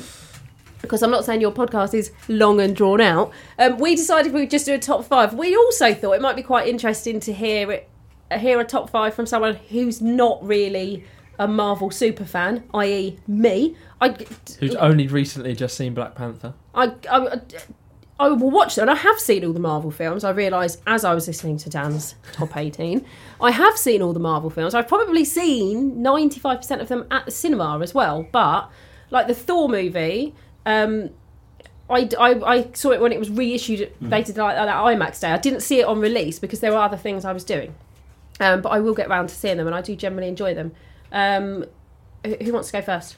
[SPEAKER 4] because I'm not saying your podcast is long and drawn out, um, we decided we would just do a top five. We also thought it might be quite interesting to hear it, uh, hear a top five from someone who's not really a Marvel super fan, i.e., me. I,
[SPEAKER 3] Who's only recently just seen Black Panther?
[SPEAKER 4] I, I, I will watch them. And I have seen all the Marvel films. I realised as I was listening to Dan's top 18, I have seen all the Marvel films. I've probably seen 95% of them at the cinema as well. But like the Thor movie, um, I, I, I saw it when it was reissued. at-
[SPEAKER 3] Mm.
[SPEAKER 4] They did like that IMAX day. I didn't see it on release because there were other things I was doing. Um, but I will get round to seeing them, and I do generally enjoy them. Um, who who wants to go first?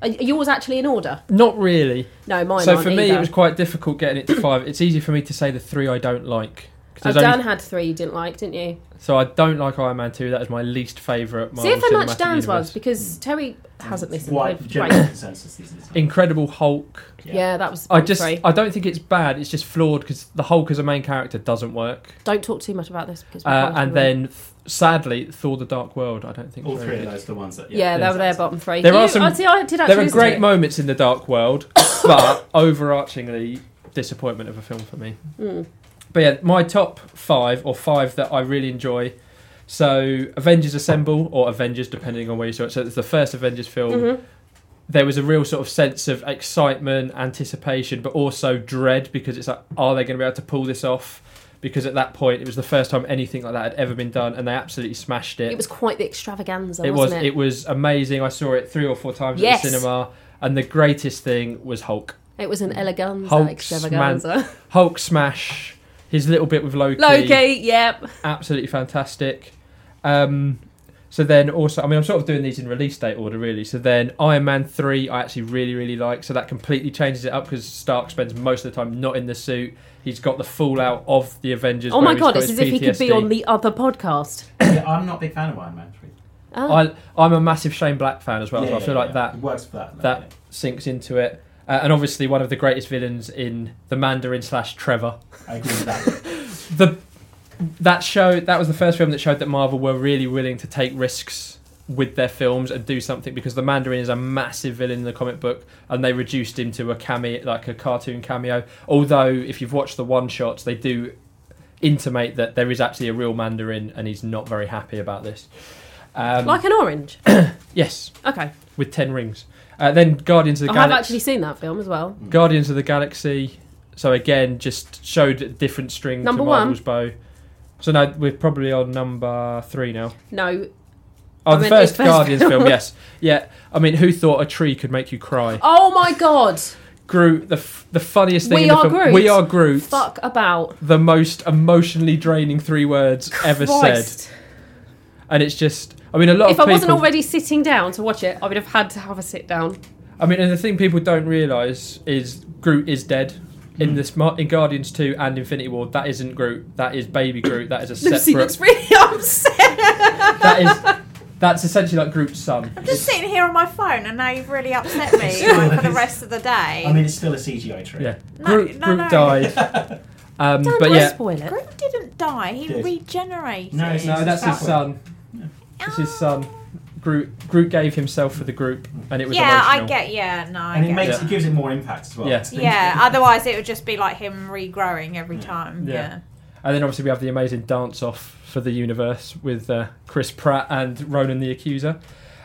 [SPEAKER 4] Are are yours actually in order?
[SPEAKER 3] Not really.
[SPEAKER 4] No, mine.
[SPEAKER 3] so
[SPEAKER 4] aren't
[SPEAKER 3] for me,
[SPEAKER 4] either.
[SPEAKER 3] it was quite difficult getting it to five. It's easy for me to say the three I don't like. 'Cause
[SPEAKER 4] Oh,
[SPEAKER 3] there's only-
[SPEAKER 4] Dan had three you didn't like, didn't you?
[SPEAKER 3] so I don't like Iron Man two. That is my least favourite.
[SPEAKER 4] See if I
[SPEAKER 3] Marvel
[SPEAKER 4] match
[SPEAKER 3] Cinematic
[SPEAKER 4] Dan's
[SPEAKER 3] Universe.
[SPEAKER 4] ones because Terry hasn't listened.
[SPEAKER 5] Wide
[SPEAKER 4] They've-
[SPEAKER 5] general
[SPEAKER 4] right.
[SPEAKER 5] consensus is this.
[SPEAKER 3] Incredible Hulk.
[SPEAKER 4] yeah. that was.
[SPEAKER 3] I just
[SPEAKER 4] three.
[SPEAKER 3] I don't think it's bad. It's just flawed because the Hulk as a main character doesn't work.
[SPEAKER 4] don't talk too much about this because. we
[SPEAKER 3] Uh,
[SPEAKER 4] can't
[SPEAKER 3] and
[SPEAKER 4] remember.
[SPEAKER 3] then th- sadly Thor: The Dark World. I don't think
[SPEAKER 5] all
[SPEAKER 3] it's
[SPEAKER 5] three
[SPEAKER 3] very
[SPEAKER 5] of
[SPEAKER 3] good.
[SPEAKER 5] those are the ones that.
[SPEAKER 4] Yeah,
[SPEAKER 5] Yeah,
[SPEAKER 4] they were their
[SPEAKER 5] exactly.
[SPEAKER 4] bottom three.
[SPEAKER 3] There
[SPEAKER 4] You-
[SPEAKER 3] are some-
[SPEAKER 4] I see, I did actually
[SPEAKER 3] There are
[SPEAKER 4] listen to
[SPEAKER 3] great
[SPEAKER 4] it.
[SPEAKER 3] moments in The Dark World, but overarchingly disappointment of a film for me.
[SPEAKER 4] Mm.
[SPEAKER 3] But yeah, my top five or five that I really enjoy. So Avengers Assemble or Avengers, depending on where you saw it. So it's the first Avengers film.
[SPEAKER 4] Mhm.
[SPEAKER 3] There was a real sort of sense of excitement, anticipation, but also dread because it's like, are they going to be able to pull this off? Because at that point, it was the first time anything like that had ever been done, and they absolutely smashed it.
[SPEAKER 4] It was quite the extravaganza,
[SPEAKER 3] it was
[SPEAKER 4] wasn't
[SPEAKER 3] it?
[SPEAKER 4] it?
[SPEAKER 3] was amazing. I saw it three or four times
[SPEAKER 4] Yes.
[SPEAKER 3] at the cinema, and the greatest thing was Hulk.
[SPEAKER 4] It was an eleganza
[SPEAKER 3] Hulk
[SPEAKER 4] extravaganza.
[SPEAKER 3] Hulk smash his little bit with Loki.
[SPEAKER 4] (laughs) Loki, yep.
[SPEAKER 3] absolutely fantastic. Um, so then also, I mean, I'm sort of doing these in release date order, really. So then Iron Man 3, I actually really, really like. So that completely changes it up because Stark spends most of the time not in the suit. He's got the fallout of the Avengers.
[SPEAKER 4] Oh
[SPEAKER 3] where
[SPEAKER 4] my
[SPEAKER 3] he's
[SPEAKER 4] god,
[SPEAKER 3] got
[SPEAKER 4] it's
[SPEAKER 3] his
[SPEAKER 4] as if he could be
[SPEAKER 3] PTSD.
[SPEAKER 4] on the other podcast.
[SPEAKER 5] Yeah, I'm not a big fan of Iron Man 3.
[SPEAKER 4] Oh.
[SPEAKER 3] I, I'm a massive Shane Black fan as well, so
[SPEAKER 5] Yeah,
[SPEAKER 3] I feel
[SPEAKER 5] yeah,
[SPEAKER 3] like
[SPEAKER 5] yeah.
[SPEAKER 3] that
[SPEAKER 5] It works for that.
[SPEAKER 3] that sinks into it. Uh, and obviously, one of the greatest villains in the Mandarin slash Trevor.
[SPEAKER 5] I agree with
[SPEAKER 4] (laughs)
[SPEAKER 5] that.
[SPEAKER 3] The that show that was the first film that showed that Marvel were really willing to take risks with their films and do something because the Mandarin is a massive villain in the comic book, and they reduced him to a cameo, like a cartoon cameo. Although, if you've watched the one shots, they do intimate that there is actually a real Mandarin, and he's not very happy about this. Um,
[SPEAKER 4] like an orange.
[SPEAKER 3] yes,
[SPEAKER 4] Okay.
[SPEAKER 3] with ten rings. Uh, then Guardians of the
[SPEAKER 4] I have
[SPEAKER 3] Galaxy.
[SPEAKER 4] actually seen that film as well.
[SPEAKER 3] Guardians of the Galaxy. So again, just showed a different string
[SPEAKER 4] Number
[SPEAKER 3] to
[SPEAKER 4] one.
[SPEAKER 3] Marvel's bow. So now we're probably on number three now.
[SPEAKER 4] No.
[SPEAKER 3] Oh,
[SPEAKER 4] I
[SPEAKER 3] the
[SPEAKER 4] meant
[SPEAKER 3] first,
[SPEAKER 4] his first
[SPEAKER 3] Guardians
[SPEAKER 4] film. (laughs)
[SPEAKER 3] film, yes, yeah. I mean, who thought a tree could make you cry?
[SPEAKER 4] Oh my god.
[SPEAKER 3] Groot, the f- the funniest thing
[SPEAKER 4] We
[SPEAKER 3] in the
[SPEAKER 4] Are
[SPEAKER 3] film.
[SPEAKER 4] Groot.
[SPEAKER 3] We are Groot.
[SPEAKER 4] Fuck about.
[SPEAKER 3] The most emotionally draining three words ever said,
[SPEAKER 4] Christ.
[SPEAKER 3] and it's just. I mean, a lot
[SPEAKER 4] If I
[SPEAKER 3] of people.
[SPEAKER 4] wasn't already sitting down to watch it, I would have had to have a
[SPEAKER 3] (laughs)
[SPEAKER 4] sit down.
[SPEAKER 3] I mean, and the thing people don't realise is Groot is dead.
[SPEAKER 4] Hmm.
[SPEAKER 3] In this, mar- in Guardians Two and Infinity War, that isn't Groot. That is Baby Groot. That is a separate.
[SPEAKER 4] Lucy looks really (laughs) upset.
[SPEAKER 2] (laughs)
[SPEAKER 3] that is that's essentially like Groot's son.
[SPEAKER 2] I'm just sitting here on my phone, and now you've really upset me like, for the rest of the day.
[SPEAKER 5] I mean, it's still a CGI tree. (laughs)
[SPEAKER 3] Yeah,
[SPEAKER 2] No,
[SPEAKER 3] Groot,
[SPEAKER 2] no,
[SPEAKER 3] Groot
[SPEAKER 2] no.
[SPEAKER 3] died. Um,
[SPEAKER 4] Don't
[SPEAKER 3] but
[SPEAKER 4] I
[SPEAKER 3] yeah,
[SPEAKER 4] spoil it.
[SPEAKER 2] Groot didn't die. He
[SPEAKER 5] Did.
[SPEAKER 2] regenerated.
[SPEAKER 5] No, it's
[SPEAKER 3] no, that's his
[SPEAKER 5] Howard.
[SPEAKER 3] son. It's his son. Groot, Groot gave himself for the group, and it was
[SPEAKER 2] yeah, I
[SPEAKER 3] emotional.
[SPEAKER 2] get. Yeah, no, I
[SPEAKER 5] And it
[SPEAKER 2] get.
[SPEAKER 5] makes
[SPEAKER 3] Yeah.
[SPEAKER 5] it gives it more impact as well.
[SPEAKER 3] Yeah.
[SPEAKER 5] It's been-
[SPEAKER 2] yeah, otherwise it would just be like him regrowing every time.
[SPEAKER 3] Yeah.
[SPEAKER 2] Yeah.
[SPEAKER 3] And then obviously we have the amazing dance off for the universe with uh, Chris Pratt and Ronan the Accuser,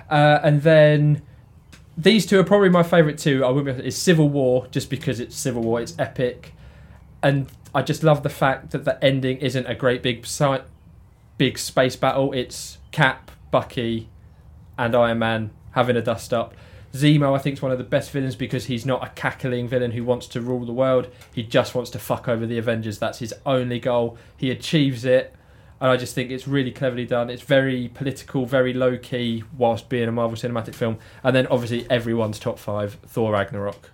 [SPEAKER 3] uh, and then. These two are probably my favourite two. I wouldn't be, is Civil War just because it's Civil War, it's epic, and I just love the fact that the ending isn't a great big si- big space battle. It's Cap, Bucky, and Iron Man having a dust up. Zemo, I think, is one of the best villains because he's not a cackling villain who wants to rule the world. He just wants to fuck over the Avengers. That's his only goal. He achieves it, and I just think it's really cleverly done. It's very political, very low key, whilst being a Marvel cinematic film. And then, obviously, everyone's top five: Thor Ragnarok.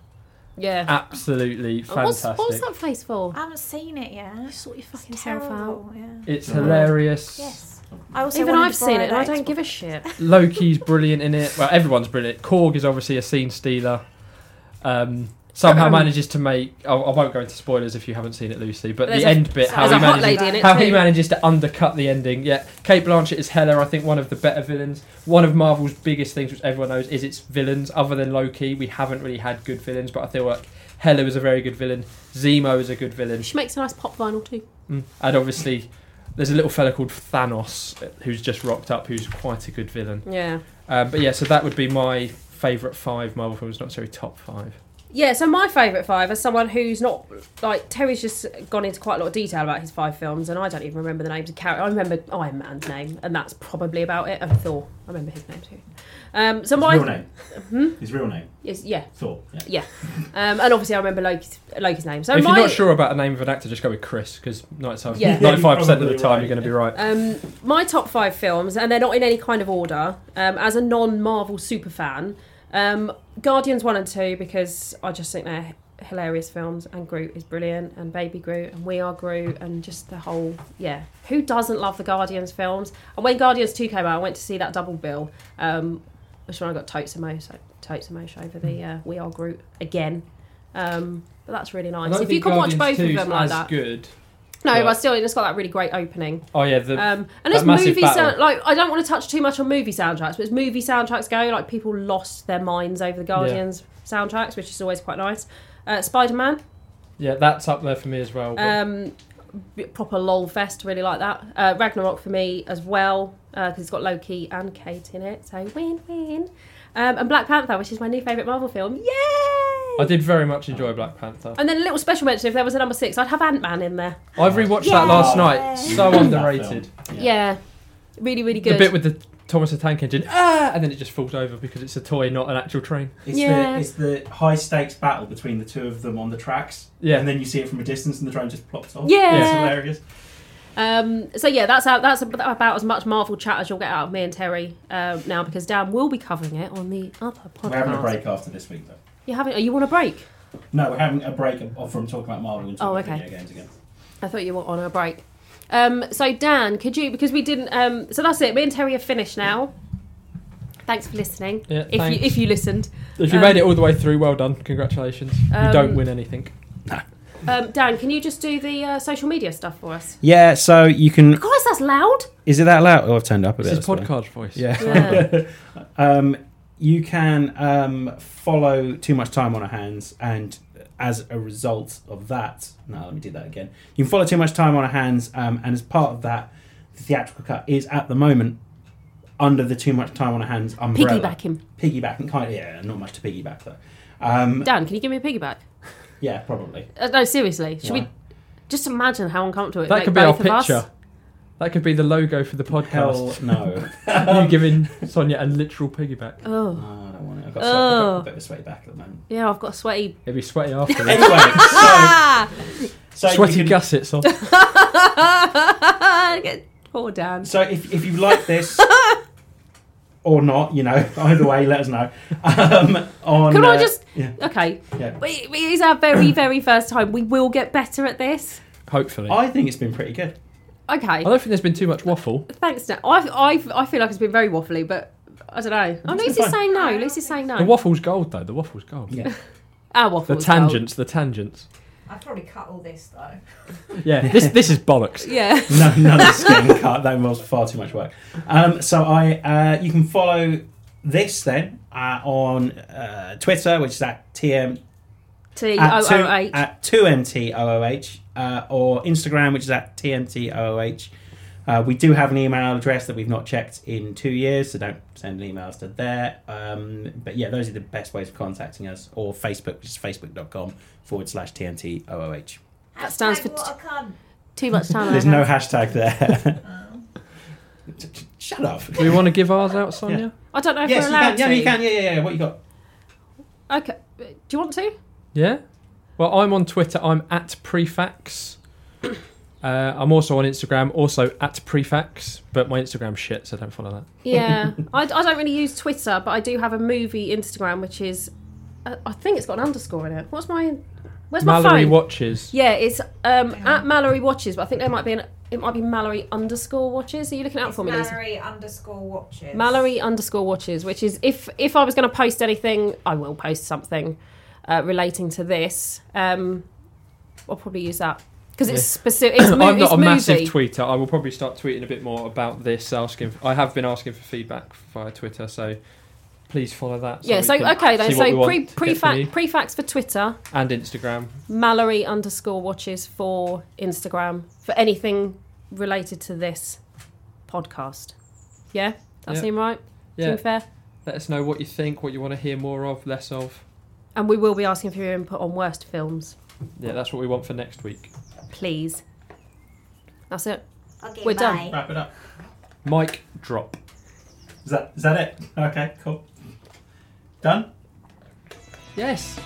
[SPEAKER 4] Yeah.
[SPEAKER 3] Absolutely
[SPEAKER 4] Oh, What's,
[SPEAKER 3] Ah, fantastic.
[SPEAKER 4] what's that face for?
[SPEAKER 2] I haven't seen it yet.
[SPEAKER 4] You Ah, sort your fucking
[SPEAKER 2] It's
[SPEAKER 4] self out.
[SPEAKER 2] terrible. Yeah.
[SPEAKER 3] It's
[SPEAKER 5] Yeah.
[SPEAKER 3] hilarious.
[SPEAKER 2] Yes. I also
[SPEAKER 4] Even
[SPEAKER 2] wanted
[SPEAKER 4] I've
[SPEAKER 2] to
[SPEAKER 4] seen
[SPEAKER 2] borrow
[SPEAKER 4] it. and I
[SPEAKER 2] that
[SPEAKER 4] don't give a shit.
[SPEAKER 3] Loki's brilliant in it. Well, everyone's brilliant. Korg is obviously a scene stealer. Um, somehow manages to make. I, I won't go into spoilers if you haven't seen it, Lucy. But
[SPEAKER 4] There's
[SPEAKER 3] the
[SPEAKER 4] a-
[SPEAKER 3] end bit, how
[SPEAKER 4] There's
[SPEAKER 3] he
[SPEAKER 4] a hot
[SPEAKER 3] manages,
[SPEAKER 4] lady in it
[SPEAKER 3] how
[SPEAKER 4] too.
[SPEAKER 3] he manages to undercut the ending. Yeah, Kate Blanchett is Hela. I think one of the better villains. One of Marvel's biggest things, which everyone knows, is its villains. Other than Loki, we haven't really had good villains. But I feel like Hela is a very good villain. Zemo is a good villain.
[SPEAKER 4] She makes a nice pop vinyl too.
[SPEAKER 3] Mm. And obviously, there's a little fella called Thanos who's just rocked up, who's quite a good villain.
[SPEAKER 4] Yeah.
[SPEAKER 3] Um, but yeah, so that would be my favourite five Marvel films, not necessarily top five.
[SPEAKER 4] Yeah, so my favourite five, as someone who's not like Terry's just gone into quite a lot of detail about his five films, and I don't even remember the names of characters. I remember Iron Man's name, and that's probably about it. And Thor, I remember his name too. Um, so
[SPEAKER 5] His
[SPEAKER 4] my
[SPEAKER 5] real name.
[SPEAKER 4] Hmm?
[SPEAKER 5] His real name.
[SPEAKER 4] Yes, yeah,
[SPEAKER 5] Thor. Yeah.
[SPEAKER 4] um, and obviously I remember Loki's, Loki's name. So
[SPEAKER 3] if
[SPEAKER 4] my
[SPEAKER 3] you're not sure about the name of an actor, just go with Chris because ninety-five
[SPEAKER 4] Yeah. Yeah,
[SPEAKER 5] you're
[SPEAKER 3] 95 percent of the
[SPEAKER 5] probably
[SPEAKER 3] time
[SPEAKER 5] right.
[SPEAKER 3] you're going to be right.
[SPEAKER 4] Um, my top five films, and they're not in any kind of order. Um, as a non-Marvel super fan, um, Guardians one and two because I just think they're h- hilarious films, and Groot is brilliant, and Baby Groot, and We Are Groot, and just the whole yeah. Who doesn't love the Guardians films? And when Guardians two came out, I went to see that double bill, um, which one I got totes emotion, totes emotion over
[SPEAKER 3] Hmm.
[SPEAKER 4] the uh, We Are Groot again. Um, but that's really
[SPEAKER 3] I
[SPEAKER 4] nice.
[SPEAKER 3] don't
[SPEAKER 4] If you
[SPEAKER 3] think
[SPEAKER 4] can watch
[SPEAKER 3] Guardians
[SPEAKER 4] both of
[SPEAKER 3] 2's
[SPEAKER 4] them like
[SPEAKER 3] as
[SPEAKER 4] that,
[SPEAKER 3] good.
[SPEAKER 4] no,
[SPEAKER 3] but-
[SPEAKER 4] but still, it's got that really great opening.
[SPEAKER 3] Oh yeah, the
[SPEAKER 4] Um, and it's
[SPEAKER 3] massive
[SPEAKER 4] movie
[SPEAKER 3] battle.
[SPEAKER 4] sound, like I don't want to touch too much on movie soundtracks, but as movie soundtracks go, like people lost their minds over the Guardians soundtracks, which is always quite nice. Uh, Spider Man,
[SPEAKER 3] yeah, that's up there for me as well. but-
[SPEAKER 4] um, b- proper lol fest, really like that. Uh, Ragnarok for me as well because it's got Loki and Kate in it, so win win. Um, and Black Panther, which is my new favourite Marvel film, yay!
[SPEAKER 3] I did very much enjoy Black Panther.
[SPEAKER 4] And then a little special mention if there was a number six, I'd have Ant Man in there.
[SPEAKER 3] I've rewatched that last night. So
[SPEAKER 5] That
[SPEAKER 3] underrated.
[SPEAKER 5] film.
[SPEAKER 4] Yeah. really really good.
[SPEAKER 3] The bit with the Thomas the Tank Engine, ah, and then it just falls over because it's a toy, not an actual train.
[SPEAKER 5] It's,
[SPEAKER 4] Yeah.
[SPEAKER 5] the, it's the high stakes battle between the two of them on the tracks.
[SPEAKER 3] Yeah.
[SPEAKER 5] And then you see it from a distance and the train just plops off.
[SPEAKER 4] Yeah.
[SPEAKER 5] It's hilarious.
[SPEAKER 4] Um, so yeah, that's out, that's ab- about as much Marvel chat as you'll get out of me and Terry um, now because Dan will be covering it on the other podcast.
[SPEAKER 5] We're having a break after this week, though.
[SPEAKER 4] You're having? Are you on a break?
[SPEAKER 5] No, we're having a break of- from talking about Marvel and talking
[SPEAKER 4] Oh,
[SPEAKER 5] about
[SPEAKER 4] okay.
[SPEAKER 5] video games again.
[SPEAKER 4] I thought you were on a break. Um, so Dan, could you? Because we didn't. Um, so that's it. Me and Terry are finished now. Thanks for listening.
[SPEAKER 3] Yeah,
[SPEAKER 4] if
[SPEAKER 3] thanks.
[SPEAKER 4] you if you listened,
[SPEAKER 3] If you
[SPEAKER 4] Um,
[SPEAKER 3] made it all the way through, well done. Congratulations. you
[SPEAKER 4] Um,
[SPEAKER 3] don't win anything.
[SPEAKER 4] um, Dan, can you just do the uh, social media stuff for us?
[SPEAKER 1] Yeah, so you can.
[SPEAKER 4] Guys, that's loud.
[SPEAKER 1] Is it that loud? Oh, I've turned up a bit.
[SPEAKER 3] This is
[SPEAKER 1] that's why.
[SPEAKER 3] podcast voice.
[SPEAKER 1] Yeah. (laughs)
[SPEAKER 4] Yeah.
[SPEAKER 1] Um, you can um, follow too much time on our hands, and as a result of that, no, let me do that again. You can follow too much time on our hands, um, and as part of that, the theatrical cut is at the moment under the too much time on our hands umbrella.
[SPEAKER 4] Piggyback him.
[SPEAKER 1] Piggybacking, kind of, yeah, not much to piggyback though. Um,
[SPEAKER 4] Dan, can you give me a piggyback?
[SPEAKER 1] yeah, probably.
[SPEAKER 4] Uh, no, seriously. Should we
[SPEAKER 1] Why?
[SPEAKER 4] just imagine how uncomfortable it
[SPEAKER 3] That
[SPEAKER 4] make
[SPEAKER 3] could be our
[SPEAKER 4] both of us?
[SPEAKER 3] picture. That could be the logo for the
[SPEAKER 1] Hell
[SPEAKER 3] podcast.
[SPEAKER 1] no. (laughs)
[SPEAKER 3] (laughs) you giving Sonia a literal piggyback.
[SPEAKER 1] No,
[SPEAKER 4] Oh.
[SPEAKER 1] I don't want it. I've got,
[SPEAKER 4] Oh.
[SPEAKER 1] sweat, I've got a bit of sweaty back at the moment.
[SPEAKER 4] Yeah, I've got a sweaty.
[SPEAKER 3] It'd be sweaty
[SPEAKER 1] (laughs)
[SPEAKER 3] after
[SPEAKER 5] Anyway,
[SPEAKER 4] Ah! (laughs)
[SPEAKER 5] so, so you
[SPEAKER 3] Sweaty
[SPEAKER 5] can-
[SPEAKER 3] gussets on.
[SPEAKER 4] Ah, Get- Poor Dan.
[SPEAKER 1] So if, if you like
[SPEAKER 4] (laughs)
[SPEAKER 1] this or not, you know, either way, let us know. Um, on,
[SPEAKER 4] Can I
[SPEAKER 1] uh,
[SPEAKER 4] just-
[SPEAKER 1] Yeah,
[SPEAKER 4] Okay.
[SPEAKER 1] yeah.
[SPEAKER 4] But it it is our
[SPEAKER 1] (clears throat)
[SPEAKER 4] very, very first time. We will get better at this.
[SPEAKER 3] Hopefully. I
[SPEAKER 1] I think it's been pretty good.
[SPEAKER 4] Okay.
[SPEAKER 3] don't think there's been too much waffle.
[SPEAKER 4] Thanks, Dan. I've, I've, I feel like it's been very waffly, but I don't know. Oh,
[SPEAKER 1] It's been
[SPEAKER 4] Lucy's
[SPEAKER 1] fine.
[SPEAKER 4] saying no. Lucy's saying
[SPEAKER 3] The
[SPEAKER 4] no.
[SPEAKER 3] waffle's gold, though. The waffle's gold.
[SPEAKER 1] Yeah.
[SPEAKER 4] Our
[SPEAKER 3] The
[SPEAKER 4] waffle.
[SPEAKER 3] tangents, the tangents.
[SPEAKER 2] I'd probably cut all this though.
[SPEAKER 3] Yeah, this this is
[SPEAKER 1] (laughs)
[SPEAKER 3] bollocks.
[SPEAKER 4] Yeah.
[SPEAKER 1] No, none of this
[SPEAKER 4] (laughs)
[SPEAKER 1] getting cut. That involves far too much work. Um, so I, uh, you can follow this then uh, on uh, Twitter, which is at tm
[SPEAKER 4] T O
[SPEAKER 1] at, two,
[SPEAKER 4] O H.
[SPEAKER 1] at 2MTOOH uh, or Instagram, which is at TMTOOH. Uh, we do have an email address that we've not checked in two years, so don't send emails to there. Um, but yeah, those are the best ways of contacting us, or Facebook, which is facebook.com forward slash TMTOOH.
[SPEAKER 4] That stands for
[SPEAKER 2] Hashtag what a cunt.
[SPEAKER 4] Too much time. on
[SPEAKER 1] There's
[SPEAKER 4] our
[SPEAKER 1] no
[SPEAKER 4] hands.
[SPEAKER 1] hashtag
[SPEAKER 4] (laughs)
[SPEAKER 1] there.
[SPEAKER 4] Oh.
[SPEAKER 1] (laughs) Shut up.
[SPEAKER 3] Do we want to give ours out, Sonia?
[SPEAKER 4] I don't know if
[SPEAKER 1] Yes,
[SPEAKER 4] we're
[SPEAKER 1] you
[SPEAKER 4] allowed
[SPEAKER 1] can. Yeah,
[SPEAKER 4] to.
[SPEAKER 1] you can. Yeah, yeah, yeah. What you got?
[SPEAKER 4] Okay. Do you want to?
[SPEAKER 3] Yeah. Well, I'm on Twitter. I'm at
[SPEAKER 4] (clears throat)
[SPEAKER 3] prefax. Uh, I'm also on Instagram, also at prefax, but my Instagram's shit, so don't follow that.
[SPEAKER 4] Yeah, (laughs) I, I don't really use Twitter, but I do have a movie Instagram, which is, uh, I think it's got an underscore in it. What's my, where's my
[SPEAKER 3] Mallory
[SPEAKER 4] phone?
[SPEAKER 3] watches.
[SPEAKER 4] yeah, it's
[SPEAKER 2] Hang
[SPEAKER 4] um,
[SPEAKER 2] on.
[SPEAKER 4] at Mallory Watches, but I think there might be an, it might be Mallory underscore Watches. Are you looking out
[SPEAKER 2] It's
[SPEAKER 4] for me? Liz?
[SPEAKER 2] Mallory underscore watches.
[SPEAKER 4] Mallory underscore Watches, which is if if I was going to post anything, I will post something uh, relating to this. Um, I'll probably use that because it's
[SPEAKER 3] (clears throat)
[SPEAKER 4] specific. It's, mo-
[SPEAKER 3] I'm
[SPEAKER 4] it's
[SPEAKER 3] not a
[SPEAKER 4] movie.
[SPEAKER 3] massive tweeter. I will probably start tweeting a bit more about this. Asking, I have been asking for feedback via Twitter, so please follow that.
[SPEAKER 4] yeah,
[SPEAKER 3] we
[SPEAKER 4] so
[SPEAKER 3] can
[SPEAKER 4] okay then.
[SPEAKER 3] see what we
[SPEAKER 4] So
[SPEAKER 3] want to
[SPEAKER 4] pre
[SPEAKER 3] get from
[SPEAKER 4] prefax
[SPEAKER 3] you.
[SPEAKER 4] prefax for Twitter.
[SPEAKER 3] and Instagram.
[SPEAKER 4] Mallory underscore watches for Instagram for anything related to this podcast. Yeah, that
[SPEAKER 3] Yeah.
[SPEAKER 4] seem right.
[SPEAKER 3] Yeah,
[SPEAKER 4] Seem fair.
[SPEAKER 3] let us know what you think, what you want to hear more of, less of.
[SPEAKER 4] And we will be asking for your input on worst films,
[SPEAKER 3] Yeah, that's what we want for next week.
[SPEAKER 4] please. That's it.
[SPEAKER 2] Okay,
[SPEAKER 4] We're
[SPEAKER 2] bye.
[SPEAKER 4] done.
[SPEAKER 1] Wrap it up.
[SPEAKER 3] Mic drop.
[SPEAKER 1] Is that is that it? Okay, cool. Done.
[SPEAKER 3] Yes.